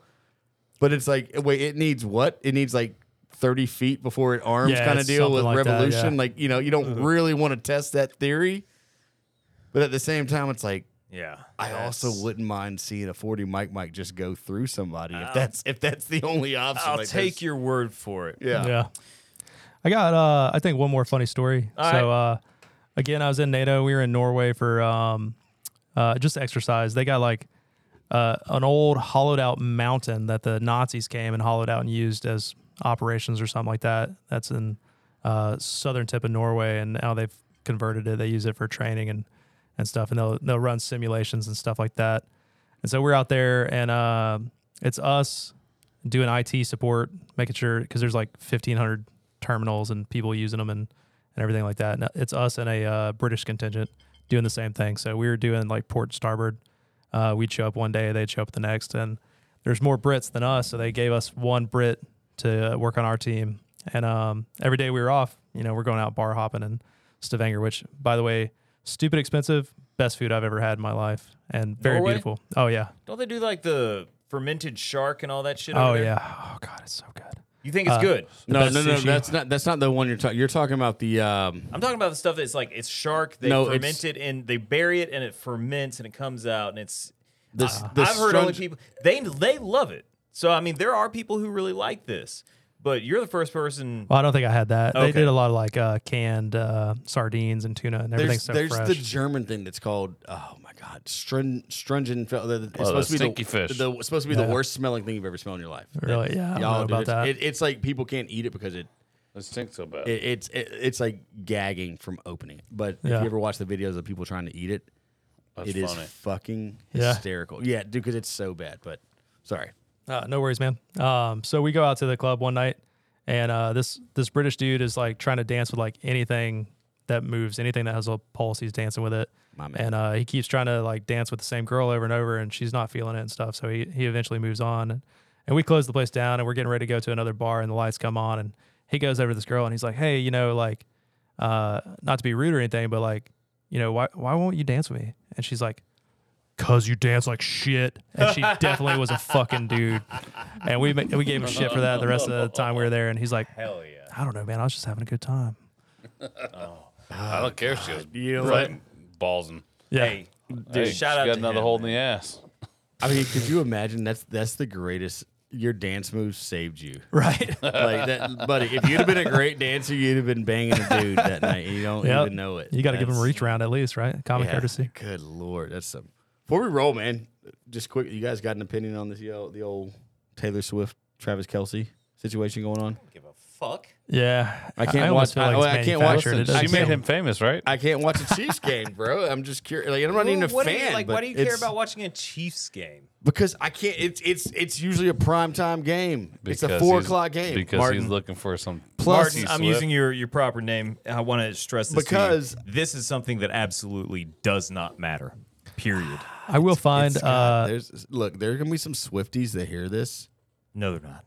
But it's like, wait, it needs what? It needs like 30 feet before it arms
Yeah,
kind of
it's
deal
something
with
like that,
revolution.
yeah. Uh-huh.
Like, you know, you don't really want to test that theory. But at the same time, it's like,
Yeah.
I also
That's-
wouldn't mind seeing a 40 mic mic just go through somebody if that's if that's the only option.
I'll
Like,
take
there's-
your word for it.
Yeah.
Yeah. I got uh I think one more funny story.
All
so uh again I was in NATO, we were in Norway for um uh just exercise. They got like uh an old hollowed out mountain that the Nazis came and hollowed out and used as operations or something like that. That's in uh southern tip of Norway and now they've converted it. They use it for training and and stuff and they'll they'll run simulations and stuff like that. And so we're out there and uh it's us doing IT support, making sure because there's like 1,500 terminals and people using them and, and everything like that. And it's us and a uh, British contingent doing the same thing. So we were doing like port starboard. Uh, we'd show up one day, they'd show up the next, and there's more Brits than us, so they gave us one Brit to uh, work on our team. And um, every day we were off, you know, we're going out bar hopping and Stavanger, which by the way, stupid expensive, best food I've ever had in my life, and very
Norway?
beautiful. Oh yeah,
Don't they do like the fermented shark and all that shit?
oh
over there?
yeah, oh god, it's so good.
You think it's good?
No,
best
no, no,
sushi.
that's not that's not the one you're talking. You're talking about the um,
I'm talking about the stuff that's like it's shark. They
No, it's-
ferment it and they bury it and it ferments and it comes out and it's.
this.
Uh,
I-
the
I've heard only
strung-
people they they love it. So I mean, there are people who really like this, but you're the first person.
Well, I don't think I had that.
Okay.
They did a lot of like uh, canned uh, sardines and tuna and everything
There's,
so
there's
fresh.
the German thing that's called oh my god, strung, strungen. fel- the- the- It's
Oh,
supposed to
the
be
stinky
the,
fish.
The, it's supposed to be
Yeah.
the worst smelling thing you've ever smelled in your life.
Really? Yeah, I don't know
Y'all, dude,
about
it's,
that.
It, it's like people can't eat it because it
It stinks so bad.
It, it's it, it's like gagging from opening it. But if
Yeah.
you ever watch the videos of people trying to eat it,
That's
it is
funny.
fucking
Yeah.
hysterical. Yeah, dude, because it's so bad. But sorry,
Uh, no worries, man. Um, so we go out to the club one night, and uh, this this British dude is like trying to dance with like anything that moves, anything that has a pulse. He's dancing with it,
My man.
and uh, he keeps trying to like dance with the same girl over and over, and she's not feeling it and stuff. So he he eventually moves on, and, and we close the place down, and we're getting ready to go to another bar, and the lights come on, and he goes over to this girl, and he's like, "Hey, you know, like, uh, not to be rude or anything, but like, you know, why why won't you dance with me?" And she's like. Cause you dance like shit, and she definitely was a fucking dude, and we ma- we gave him shit for that the rest of the time we were there, and he's like,
Hell yeah!
I don't know, man, I was just having a good time.
I don't care if she was
You know
right balls and
Yeah,
Hey,
hey,
shout
she
out
got
to
another
him,
hole in the ass.
I mean, could you imagine? That's that's the greatest. Your dance moves saved you,
right.
like that, buddy. If you'd have been a great dancer, you'd have been banging a dude that night. and You don't
Yep.
even know it.
You got to give him a
That's-
reach round at least, right? Common
yeah.
courtesy.
Good lord, that's some. Before we roll, man, just quick. You guys got an opinion on this? Yo, the old Taylor Swift, Travis Kelsey situation going on.
Give a fuck.
Yeah,
I can't
almost
watch- I-
feel
oh,
it's
I can't watch
manufactured. It
this.
doesn't
She made
seem-
him famous, right?
I can't watch a Chiefs game, bro. I'm just curious. Like, I'm not even a
what
fan.
Do you, like,
but
why do you care
it's-
about watching a Chiefs game?
Because I can't. It's it's it's usually a prime time game. it's a
Because
four
he's-
o'clock game.
Because
Martin.
he's looking for some.
Plus-
Martin,
Marty
I'm
Swift.
using your, your proper name. I want to stress this to you.
Because-
this is something that absolutely does not matter. Period.
I will find.
It's- God,
Uh,
there's look. There are gonna be some Swifties that hear this.
No, they're not.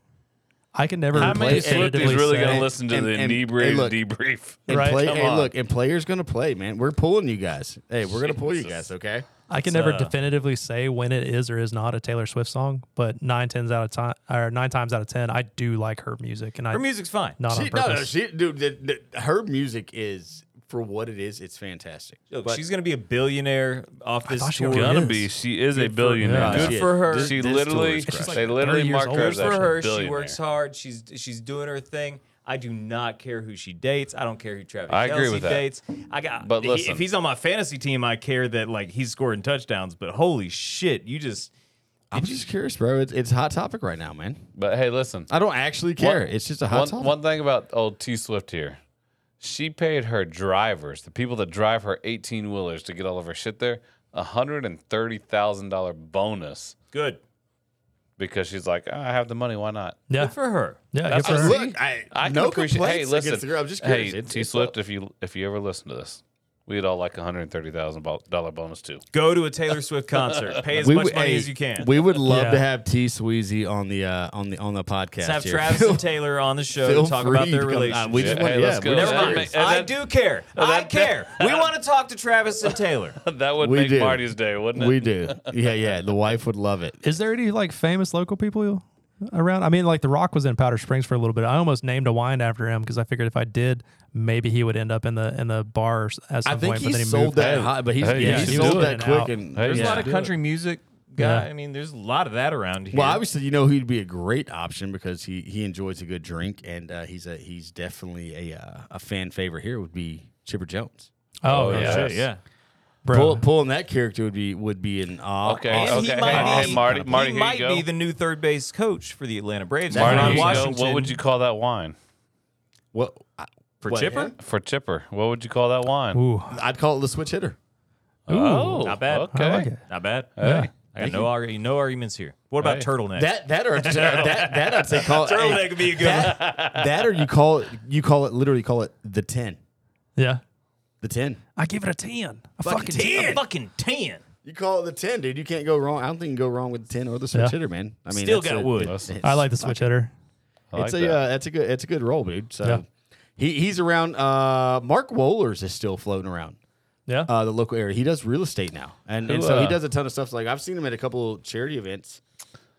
I can never.
How many Swifties
definitively
really
say-
going to listen to
and-
the
and- hey,
inebriated
look.
debrief?
And
Right.
play,
Come
hey,
on.
look, and players gonna play, man. We're pulling you guys. Hey, we're gonna pull you
Jesus.
guys. Okay.
I can never
uh,
definitively say when it is or is not a Taylor Swift song, but nine tens out of time or nine times out of ten, I do like her music, and I
Her music's fine.
not on
She, no,
purpose.
no, she, dude. The, the, her music is for what it is. It's fantastic.
Look,
But
she's gonna be a billionaire off this
thought she
tour.
already
Gonna
is.
be. She is a
Yeah,
billionaire.
Good
she
for
is.
her.
This-
She
this tour is
literally,
crushed.
they literally
30 years
marked her
old.
as
Good for
a
her. She
billionaire.
works hard. She's she's doing her thing. I do not care who she dates. I don't care who Travis
I
Kelce
agree with that.
dates. I got.
But
i-
listen.
if he's on my fantasy team, I care that like he's scoring touchdowns. But holy shit, you just
I'm just curious, bro. It's it's a hot topic right now, man.
But hey, listen.
I don't actually care. it's just a hot
one,
topic.
one thing about old T Swift here, she paid her drivers, the people that drive her eighteen wheelers to get all of her shit there, a hundred and thirty thousand dollar bonus
good.
because she's like, "Oh, I have the money, why not?
yeah,
Good for her.
yeah,
That's
good for her.
what-
Look, I,
I can
no
appreciate. Hey,
complaints
listen,
against the girl. I'm just
hey
curious. It's- uh,
T
it's
Swift, if you if you ever listen to this, we'd all like a hundred and thirty thousand dollar bonus too.
Go to a Taylor Swift concert. Pay as
We
much
would-
money
hey,
as you can.
We would love
Yeah.
to have T Sweezy on the uh, on the on the podcast.
Let's have
here.
Travis and Taylor on the show
Feel
to talk about
free
their
to come- uh,
relationship.
we just
Yeah,
want-
hey, let's
yeah,
go.
we're
Never
just
That
mind.
curious.
ma- and
I
that-
do care. I
that-
care. we want to talk to Travis and Taylor.
That would
We
make
do.
Marty's day, wouldn't it?
We do. Yeah, yeah. The wife would love it.
Is there any like famous local people you- around. I mean, like The Rock was in Powder Springs for a little bit. I almost named a wine after him because I figured if I did, maybe he would end up in the in the bars at some
I think
point.
he
but then he
sold
moved.
that
Hey,
high, but he's,
hey,
yeah,
you
he
should
sold
do it
that
now.
quick. And
Hey,
There's
yeah.
a lot of
do it.
country music guy.
Yeah.
I mean, there's a lot of that around here.
Well, obviously, you know he'd be a great option because he he enjoys a good drink, and uh, he's a he's definitely a uh, a fan favorite. Here would be Chipper Jones.
Oh,
Oh,
yeah,
shit.
Shit, yeah.
bro.
Pull, pulling that character would be would be an aw-
Okay,
awesome-
And he
okay.
might
Hey,
be,
hey, Marty,
he
Marty, here you
might
go.
be the new third base coach for the Atlanta Braves.
Marty, here
Ron
you go.
What
Washington.
would you call that wine?
What I-
for
what,
Chipper?
him?
For Chipper, what would you call that wine?
Ooh,
I'd call it the switch hitter.
oh,
not bad.
Okay.
I like it.
Not bad.
Yeah.
I got no, argu- no arguments here. What about
Hey.
turtleneck?
That that or that that I'd say call it
turtleneck
hey,
would be a good one.
that, that or you call it you call it literally call it the ten
Yeah.
the ten.
I give it a 10. A
Fucking
fucking 10.
ten.
A fucking 10.
You call it the ten, dude. You can't go wrong. I don't think you can go wrong with the ten or the switch
Yeah.
hitter, man. I mean,
Still
that's
got
a-
wood.
it's-
I like the switch hitter.
I like
it's a
that.
uh, that's a good it's a good role, dude. So
Yeah.
he he's around. Uh, Mark Wohlers is still floating around
Yeah.
uh, the local area. He does real estate now, and, and
Who,
so he
uh,
does a ton of stuff. Like I've seen him at a couple charity events.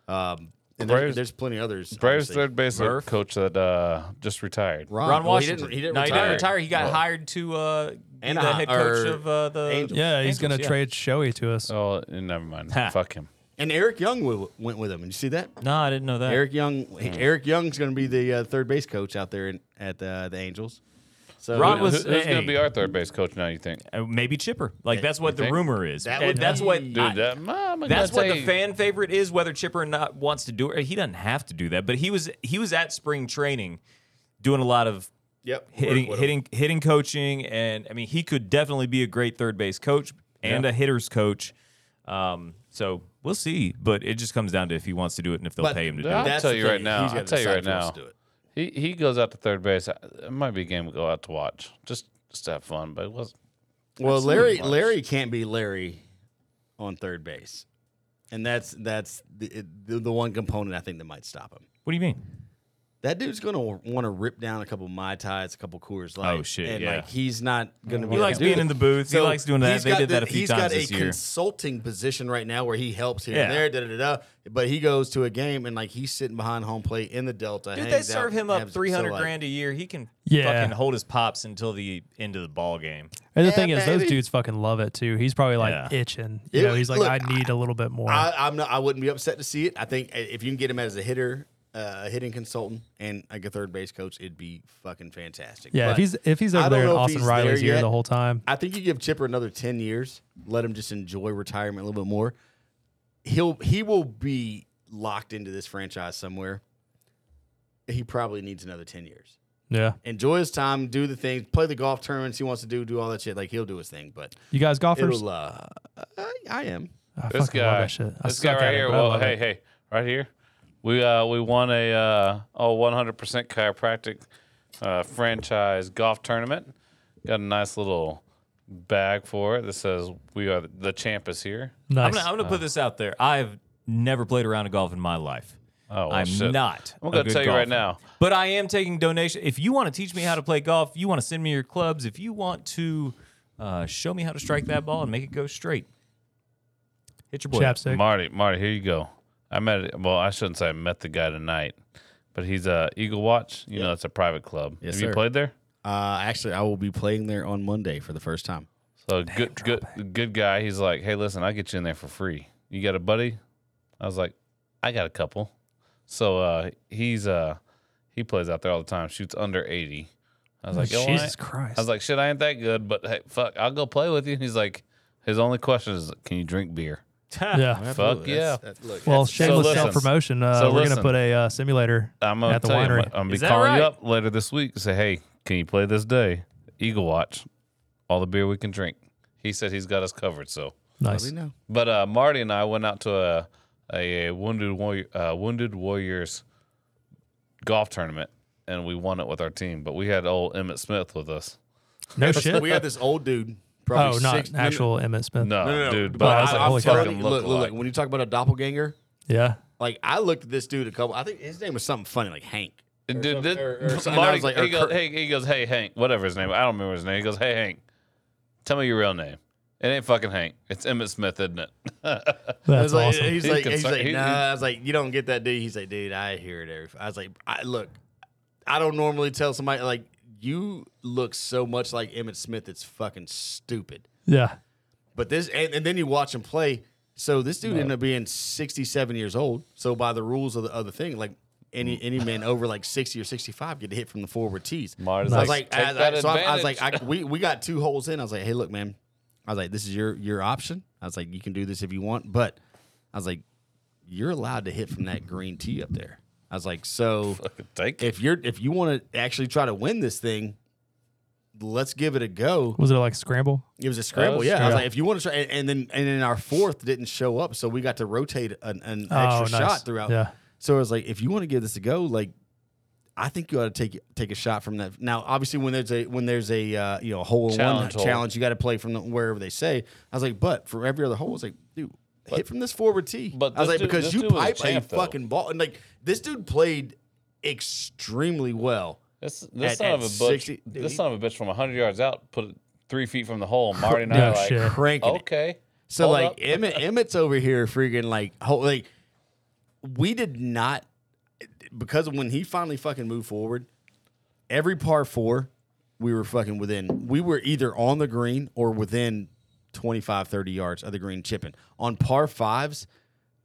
Um, and there's,
Braves-
there's plenty others.
Braves
obviously.
third base
Murph.
coach that uh, just retired.
Ron,
Ron
well, he didn't-
Washington.
He didn't,
no, he didn't
retire.
retire. He got hired to uh, be the
Anaheim-
head coach
or
of uh, the
Angels.
yeah, he's
Angels,
going to
yeah.
trade Shoei to us.
Oh, never mind.
Ha.
Fuck him.
And Eric Young w- went with him. And you see that?
No, I didn't know that.
Eric Young. Eric Young's going to be the uh, third base coach out there in, at uh, the, the Angels. So
Ron
Who-
was-
who's going
hey.
to be our third base coach now? You think?
Uh, maybe Chipper. Like that's what the
think?
rumor is.
That
Uh,
would
that's
be-
what
Dude,
I-
that, I'm gonna
that's what
say-
the fan favorite is. Whether Chipper or not wants to do it, he doesn't have to do that. But he was he was at spring training, doing a lot of
Yep.
hitting
Whatever.
hitting hitting coaching, and I mean he could definitely be a great third base coach and a hitters coach. Um, so we'll see, but it just comes down to if he wants to do it and if they'll
But
pay him to do
I'll
it.
That's
tell
the
you
thing,
right
is
now.
he's gotta
I'll tell you
decide
right
if he wants
now.
to do it.
He he goes out to third base. It might be a game we go out to watch. Just just to have fun, but it was
Well,
Absolutely
Larry
much.
Larry can't be Larry on third base, and that's that's the, the the one component I think that might stop him.
What do you mean?
That dude's gonna want to rip down a couple mai tais, a couple Coors Light.
Oh, shit,
And
yeah.
like he's not gonna be.
He
able
likes
to do
being
it.
in the booth. he
So
likes doing that.
he's
They
got
did that
the-
a few
he's
times
got
this
a
year.
consulting position right now where he helps here and
Yeah.
there, da, da da da. But he goes to a game and like he's sitting behind home plate in the Delta.
Dude, they
hangs out,
serve him up
has- so,
three hundred
like,
grand a year. He can
Yeah.
fucking hold his pops until the end of the ball game.
And the
Yeah,
thing is, those
baby.
dudes fucking love it too. He's probably like
Yeah.
itching. You
It-
know, he's like,
look,
I need a little bit more.
I, I'm not. I wouldn't be upset to see it. I think eh, if you can get him as a hitter, uh, a hitting consultant, and like a third base coach, it'd be fucking fantastic.
yeah,
But
if he's if he's
I
over
don't
there and
know if
Austin
he's there
Riley's here
yet.
the whole time,
I think you give Chipper another ten years, let him just enjoy retirement a little bit more. He'll he will be locked into this franchise somewhere. He probably needs another ten years.
yeah.
Enjoy his time, do the things, play the golf tournaments he wants to do, do all that shit. Like he'll do his thing, but
You guys golfers?
it'll. Uh, I, I am.
I
this
fucking love
guy.
that shit. I
This guy
suck
right
at it,
here.
but I
Well,
love
hey
it.
hey, right here. We uh we won a uh oh 100 percent chiropractic uh, franchise golf tournament. Got a nice little bag for it that says we are the champ is here.
nice.
I'm gonna, I'm gonna
Uh,
put this out there. I've never played a round of golf in my life.
Oh, well,
I'm
shit.
not.
I'm
a
gonna
good
tell you right
golfer.
now.
But I am taking donation. If you want to teach me how to play golf, you want to send me your clubs. If you want to uh, show me how to strike that ball and make it go straight, hit your boy. up.
Chapstick.
Marty, Marty, here you go. I met well, I shouldn't say I met the guy tonight, but he's a Eagle Watch. You know, it's a private club.
Yes,
Have
sir.
you played there?
Uh, actually, I will be playing there on Monday for the first time.
So good, good, good guy. He's like, hey, listen, I'll get you in there for free. You got a buddy? I was like, I got a couple. So uh, he's uh, he plays out there all the time. Shoots under eighty. I was like, "Yo, I
Jesus
ain't-"
Christ.
I was like, shit, I ain't that good, but hey, fuck, I'll go play with you. And he's like, his only question is, can you drink beer?
yeah.
Fuck yeah.
Well,
shame.
shameless
listen.
self promotion. Uh,
So
we're
listen.
gonna put a uh, simulator
I'm gonna
at the
tell you, um, I'm,
winery.
gonna- I'm gonna be
Is that
calling you
right?
up later this week. and Say, hey, can you play this day? Eagle Watch, all the beer we can drink. He said he's got us covered. So,
nice.
but uh, Marty and I went out to a a, wounded warrior, uh, wounded warriors golf tournament, and we won it with our team. But we had old Emmett Smith with us.
No shit.
we had this old dude.
Oh,
Probably
not
six, no, no,
actual Emmett Smith.
No,
no, no,
dude, but,
but
I was
I-
like,
I'm
"Fucking
telling you,
look,
look, look,
alike."
when you talk about a doppelganger,
Yeah.
like I looked at this dude a couple. I think his name was something funny, like Hank.
And Dude,
something-
did-
or- or something. I
Marty,
was like,
he,
or
goes,
Kurt.
hey, he goes, hey, Hank, whatever his name. I don't remember his name. He goes, hey, Hank, tell me your real name. It ain't fucking Hank. It's Emmett Smith, isn't it?
I
That's
was like,
awesome.
He's
He's
like, he's
concerned.
like,
He-
nah. I was like, you don't get that, dude. He's like, dude, I hear it every. I was like, I look, I don't normally tell somebody like you look so much like Emmett Smith. It's fucking stupid.
yeah.
But this, and, and then you watch him play. So this dude ended up being 67 years old. So by the rules of the other thing, like any any man over like 60 or 65 get hit from the forward tees.
Marty's
So I was like,
like, "Take
I-
that
I- so I, I was
advantage."
like, I, we we got two holes in. I was like, hey, look, man. I was like, this is your your option. I was like, you can do this if you want, but I was like, you're allowed to hit from that green tee up there. I was like, so
Fucking take it.
if you're if you want to actually try to win this thing, let's give it a go.
Was it like scramble?
It was a scramble,
was
yeah. I was
scramble.
like, if you want to try, and, and then and then our fourth didn't show up, so we got to rotate an, an
Oh,
extra
nice.
shot throughout.
Yeah.
So I was like, if you want to give this a go, like, I think you ought to take take a shot from that. Now, obviously, when there's a when there's a uh, you know hole in one
Challenge hole.
challenge, you got to play from the, wherever they say. I was like, but for every other hole, I was like, dude. hit from this forward tee.
but
I was
this
like,
dude-
because
this
you
dude was a
pipe a,
champ, though.
fucking ball, and like this dude played extremely well.
This, this
At-
son
at
of a bitch.
60 dude,
this
he-
son of a bitch from hundred yards out put it three feet from the hole. and Marty and I
Yeah,
are like,
shit.
Cranking it.
okay.
So
Hold
like
up.
Emmett, Emmett's over here freaking like ho- like we did not because when he finally fucking moved forward, every par four we were fucking within. We were either on the green or within 25, 30 yards of the green chipping. On par fives,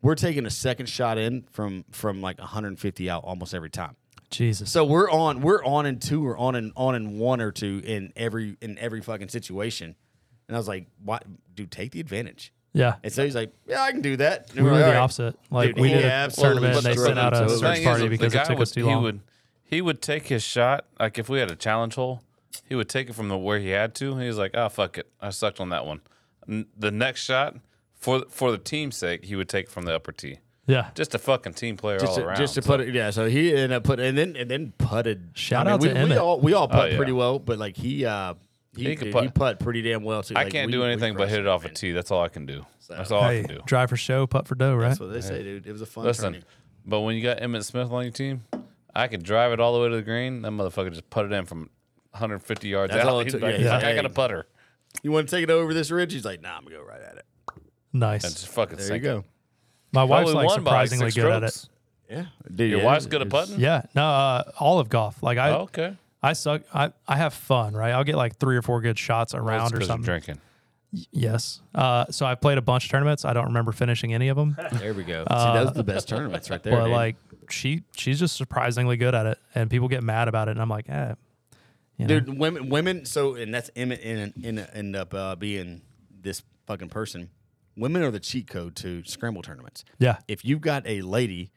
we're taking a second shot in from from like 150 out almost every time.
Jesus.
So we're on we're on in two or on and on in one or two in every in every fucking situation. And I was like, "Why, dude? Take the advantage."
Yeah.
And so he's like, "Yeah, I can do that." And
We
we're
were
like, "All
the
right."
opposite. Like
Dude,
we
he
did a
absolutely
tournament and they
destroyed
sent out a
themselves.
search
Thing
party
the
because
guy
it took
would,
us too
he
long.
Would, he would take his shot. Like if we had a challenge hole, he would take it from the where he had to. And he was like, "Ah, fuck it, I sucked on that one." N- the next shot, for for the team's sake, he would take it from the upper tee.
yeah.
Just a fucking team player
Just
all
to,
around.
just to put it, yeah. So he ended up putting, and then and then putted.
Shout
I mean,
out
we,
to
we
Emmett.
all we all putt
Oh, yeah.
pretty well, but like he uh he
He
he,
could
dude,
putt.
he putt pretty damn well too.
I
Like,
can't
we-
do anything
we
but hit
crushed
it off a
man.
tee. That's all I can do. That's all I
Hey,
can do.
drive for show, putt for dough, right?
That's what they say, dude. It was a fun.
Listen,
tourney.
but when you got Emmett Smith on your team, I could drive it all the way to the green. That motherfucker just put it in from 150 yards
That's
out.
all it
He's
took,
like,
yeah,
he's
yeah.
like, I got a
Hey.
putter.
you want to take it over this ridge? He's like, "Nah, I'm gonna go right at it."
And
Nice.
just fucking
There you
sink it.
go.
My wife's
Probably
like
won by
surprisingly good
six
at it.
strokes.
Yeah, dude.
Your
yeah,
wife's
it
good at
was-
putting?
Yeah. No, uh, all of golf. Like I,
okay.
I suck. I, I have fun, right? I'll get like three or four good shots around or
Because I'm
something.
drinking.
Yes. Uh, so I played a bunch of tournaments. I don't remember finishing any of them,
There we go. See, those are the best tournaments right there.
Uh, but
dude.
like she, she's just surprisingly good at it, and people get mad about it, and I'm like, eh. You know?
dude women women so and that's Emmett in, in, end up uh, being this fucking person women are the cheat code to scramble tournaments
Yeah.
if you've got a lady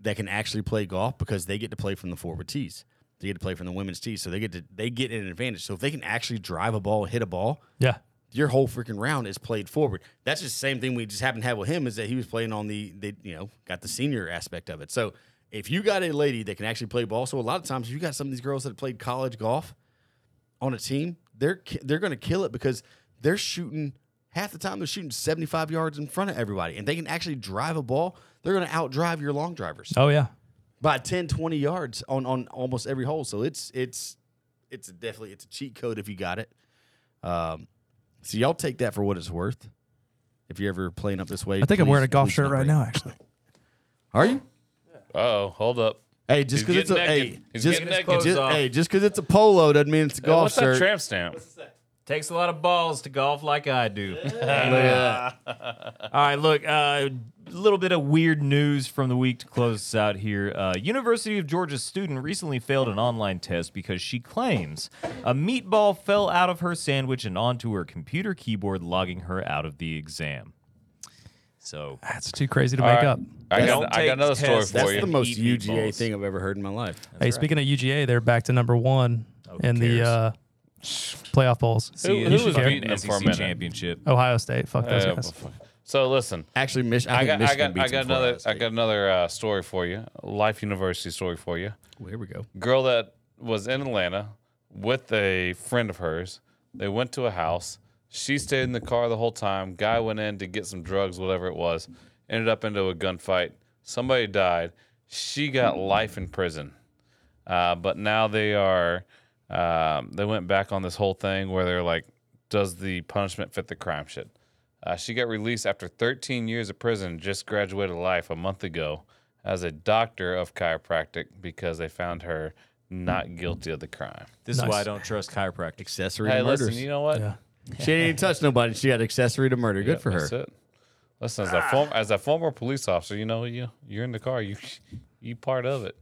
that can actually play golf because they get to play from the forward tees they get to play from the women's tees so they get to they get an advantage so if they can actually drive a ball hit a ball
Yeah.
your whole freaking round is played forward. That's just the same thing we just happened to have with him is that he was playing on the, the you know, got the senior aspect of it. So if you got a lady that can actually play ball, so a lot of times you got some of these girls that have played college golf on a team, they're ki- they're going to kill it because they're shooting half the time they're shooting 75 yards in front of everybody and they can actually drive a ball. They're going to outdrive your long drivers
Oh yeah.
by 10 20 yards on on almost every hole so it's it's it's definitely it's a cheat code if you got it um so y'all take that for what it's worth if you're ever playing up this way
I think I'm
please-
wearing a golf
please
shirt right
separate.
now, actually.
are you
Uh-oh. Hold up.
hey just
He's
because it's a
getting naked.
hey
He's
just,
getting naked.
just- hey just because it's a polo doesn't mean it's a golf
What's that
shirt
tramp stamp?
Takes a lot of balls to golf like I do.
Look at
All right, look, uh, a little bit of weird news from the week to close us out here. Uh, University of Georgia student recently failed an online test because she claims a meatball fell out of her sandwich and onto her computer keyboard, logging her out of the exam. So
That's too crazy to
All
make
right.
up.
I
Don't
got, I
take
got another story
tests.
for
that. that's
you.
the most
Eat
uga
meatballs.
thing i've ever heard in my life
hey, speaking of UGA, they're back to number one in the
cares?
uh, playoff polls.
Who-
Yeah,
who
you
was
should care.
beating them for a
SEC
minute? Oh,
championship.
Ohio State, fuck those
Uh,
guys.
so listen,
actually Mich- I,
I
think
got, I
Michigan
got,
beats
I got
them for
another,
us.
I got another uh, story for you. Life University story for you.
Well, here we go
girl that was in Atlanta with a friend of hers. They went to a house. She stayed in the car the whole time. Guy went in to get some drugs, whatever it was. Ended up into a gunfight. Somebody died. She got life in prison. Uh, but now they are, um, they went back on this whole thing where they're like does the punishment fit the crime shit? Uh, she got released after 13 years of prison, just graduated life a month ago as a doctor of chiropractic because they found her not guilty of the crime.
This is why I
Nice.
don't trust chiropractic.
Accessory
Hey,
to murders.
listen, you know what?
Yeah.
She didn't even touch nobody. She got accessory to murder. Good
Yep,
for her.
That's it. Listen, as a form, as a former police officer, you know you you're in the car, you you part of it.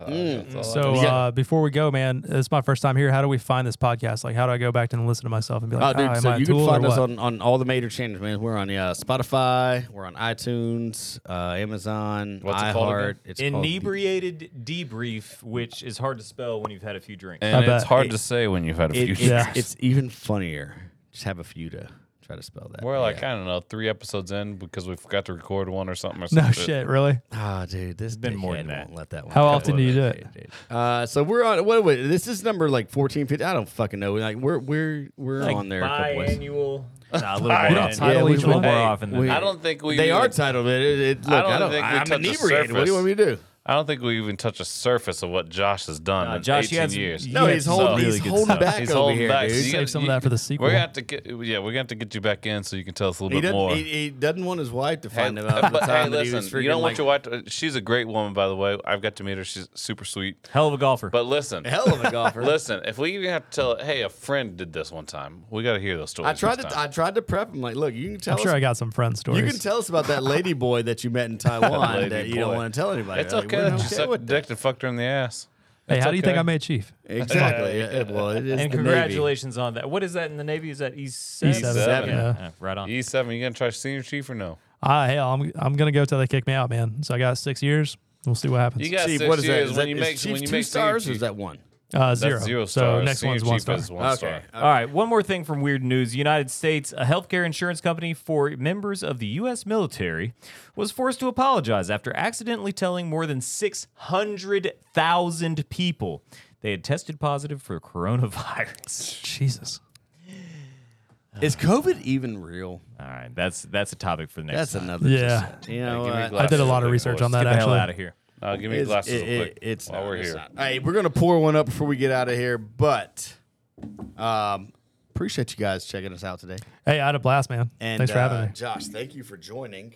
Uh, that's all I
So
can say.
uh, before we go, man, it's my first time here. How do we find this podcast? Like, how do I go back and listen to myself and be
Oh,
like,
dude,
"Ah, am
so
I a
you can
tool or
find us
what?"
on, on all the major channels, man. We're on uh, Spotify, we're on iTunes, uh, Amazon,
What's it called
iHeart.
again?
It's called-
Inebriated debrief, which is hard to spell when you've had a few drinks.
and
I
it's
bet.
hard to say when you've had a
It-
few.
it's,
Yeah.
it's even funnier. Just have a few to try to spell that.
We're like
Yeah.
I don't know, three episodes in because we forgot to record one or something or something.
No shit, really.
ah, dude, this has
been more than that.
Won't let that one
How
go.
often do you do it?
Uh, so we're on. What, what? This is number like 14, 15. I don't fucking know. Like we're we're we're
Like
on there. A couple ways.
biannual. Nah, a little
Biannual.
more. often.
Title
Yeah,
each
a little
one?
more
Hey,
often than
we-
that.
I don't think we.
They
even,
are titled. It, it, it, look, I
don't
don't,
think we touched
I'm
the
inebriated. What do
surface.
you want me to do?
I don't think we even touched the surface of what Josh has
Uh,
done.
Nah,
in
Josh, you
18
had some-
years.
you
No,
had
he's
some
holding-
really
he's
good
holding
stuff.
back.
He's
over
holding
here,
back.
dude.
So
Save
gotta-
some of that for the sequel.
We're gonna have to get. Yeah, we're gonna have to get you back in so you can tell us a little
He
bit
doesn't.
more.
He, he doesn't want his wife to
Hey,
find him out. at the
but hey,
time that he
listen,
was
you don't
freaking,
want
like,
your wife. To, she's a great woman, by the way. I've got to meet her. She's super sweet.
Hell of a golfer.
But listen,
hell of a golfer.
listen, if we even have to tell, hey, a friend did this one time. We got to hear those stories.
I tried
next
to.
time.
I tried to prep him. Like, look, you can tell
I'm
us.
sure I got some friend stories.
you can tell us about that lady boy that you met in Taiwan that,
lady
you
boy.
don't want to tell anybody.
it's
Like,
okay.
we're
that you sucked
with
dick and fucked her in the ass.
hey,
It's
how do you think
okay.
I made chief?
that. Exactly. yeah, it- well, it is
and
the Navy.
congratulations on that. What is that in the Navy? Is that E seven? Yeah.
E7, yeah.
Uh, right on.
E seven. You gonna try senior chief or no?
Ah, hell, I'm I'm gonna go till they kick me out, man. So I got six years. We'll see what happens.
You got
Chief,
six
what is that?
years
Is
when
that-
you
is
make
Chief
when you
two
make senior
stars, or
chief.
is that one?
uh,
That's
zero.
zero
so
stars.
next
Senior
one's one
chief
star.
is one star.
Okay.
All right, one more thing from weird news. United States, a healthcare insurance company for members of the U.S. military, was forced to apologize after accidentally telling more than 600,000 people they had tested positive for coronavirus.
Jesus.
Is COVID even real?
All right, that's that's a topic for the next.
That's
time.
another.
Yeah.
just- You know,
give me
what?
glass.
I did a lot of
Absolutely,
research
boys.
on that
Get the hell
actually.
out of here.
Uh, give me
It's-
glasses
it-
real quick
it- it's
while
not,
we're
it's
here.
not. Hey, we're gonna pour one up before we get out of here, but um, appreciate you guys checking us out today.
Hey, I had a blast, man.
And
Thanks for
uh,
having me.
Josh. Thank you for joining.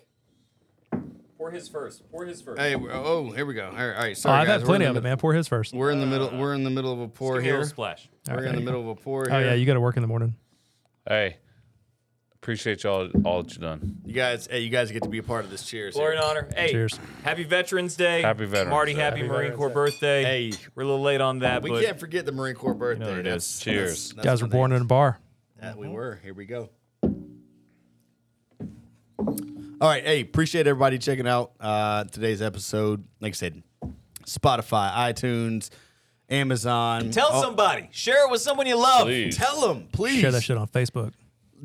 Pour his first. Pour his first.
Hey, we're- oh, here we go. All right, all right.
Oh,
Sorry,
I've
guys.
had
We're
plenty
in
of
the
it, man. Pour his first.
mid- We're in the middle. We're in the middle of a pour here.
splash.
We're in the middle of a pour here.
Oh yeah, you got to work in the morning.
Hey, appreciate y'all all that you done.
You guys, hey, you guys get to be a part of this. Cheers.
Glory and
here.
honor. Hey,
Cheers.
happy Veterans Day.
Happy Veterans
Marty,
Day.
happy,
Happy
Marine
Veterans
Corps
Day.
birthday.
Hey.
we're a little late on that,
We
but
can't forget the Marine Corps birthday.
it
That's- that's-
is.
Cheers.
that's
guys were
when
born
they-
in a bar.
That we were. Here we go. All right. Hey, appreciate everybody checking out uh, today's episode. Like I said, Spotify, iTunes, Amazon.
tell
Oh,
somebody. Share it with someone you love.
Please.
Tell them, please.
Share that shit on Facebook.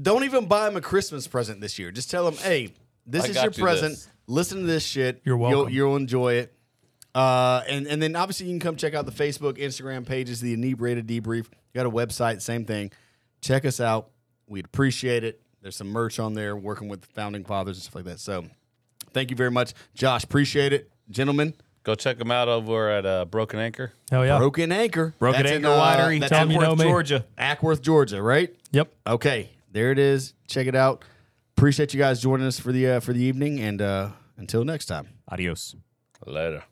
Don't even buy them a Christmas present this year. Just tell them, hey, this
I
is
got
your
you
present.
this.
Listen to this shit.
You're welcome.
You'll, you'll enjoy it. Uh, and, and then obviously you can come check out the Facebook, Instagram pages, the Inebriated Debrief. You got a website, same thing. Check us out. We'd appreciate it. There's some merch on there working with the founding fathers and stuff like that. So thank you very much. Josh, appreciate it. Gentlemen,
Go check them out over at uh, Broken Anchor.
Hell yeah.
Broken Anchor.
Broken
That's in,
Anchor
uh,
Winery,
that's
tell
in
them you know
Fort
me.
Georgia.
Ackworth, Georgia, right?
Yep.
Okay, there it is. Check it out. Appreciate you guys joining us for the uh, for the evening, and uh, until next time.
Adios.
Later.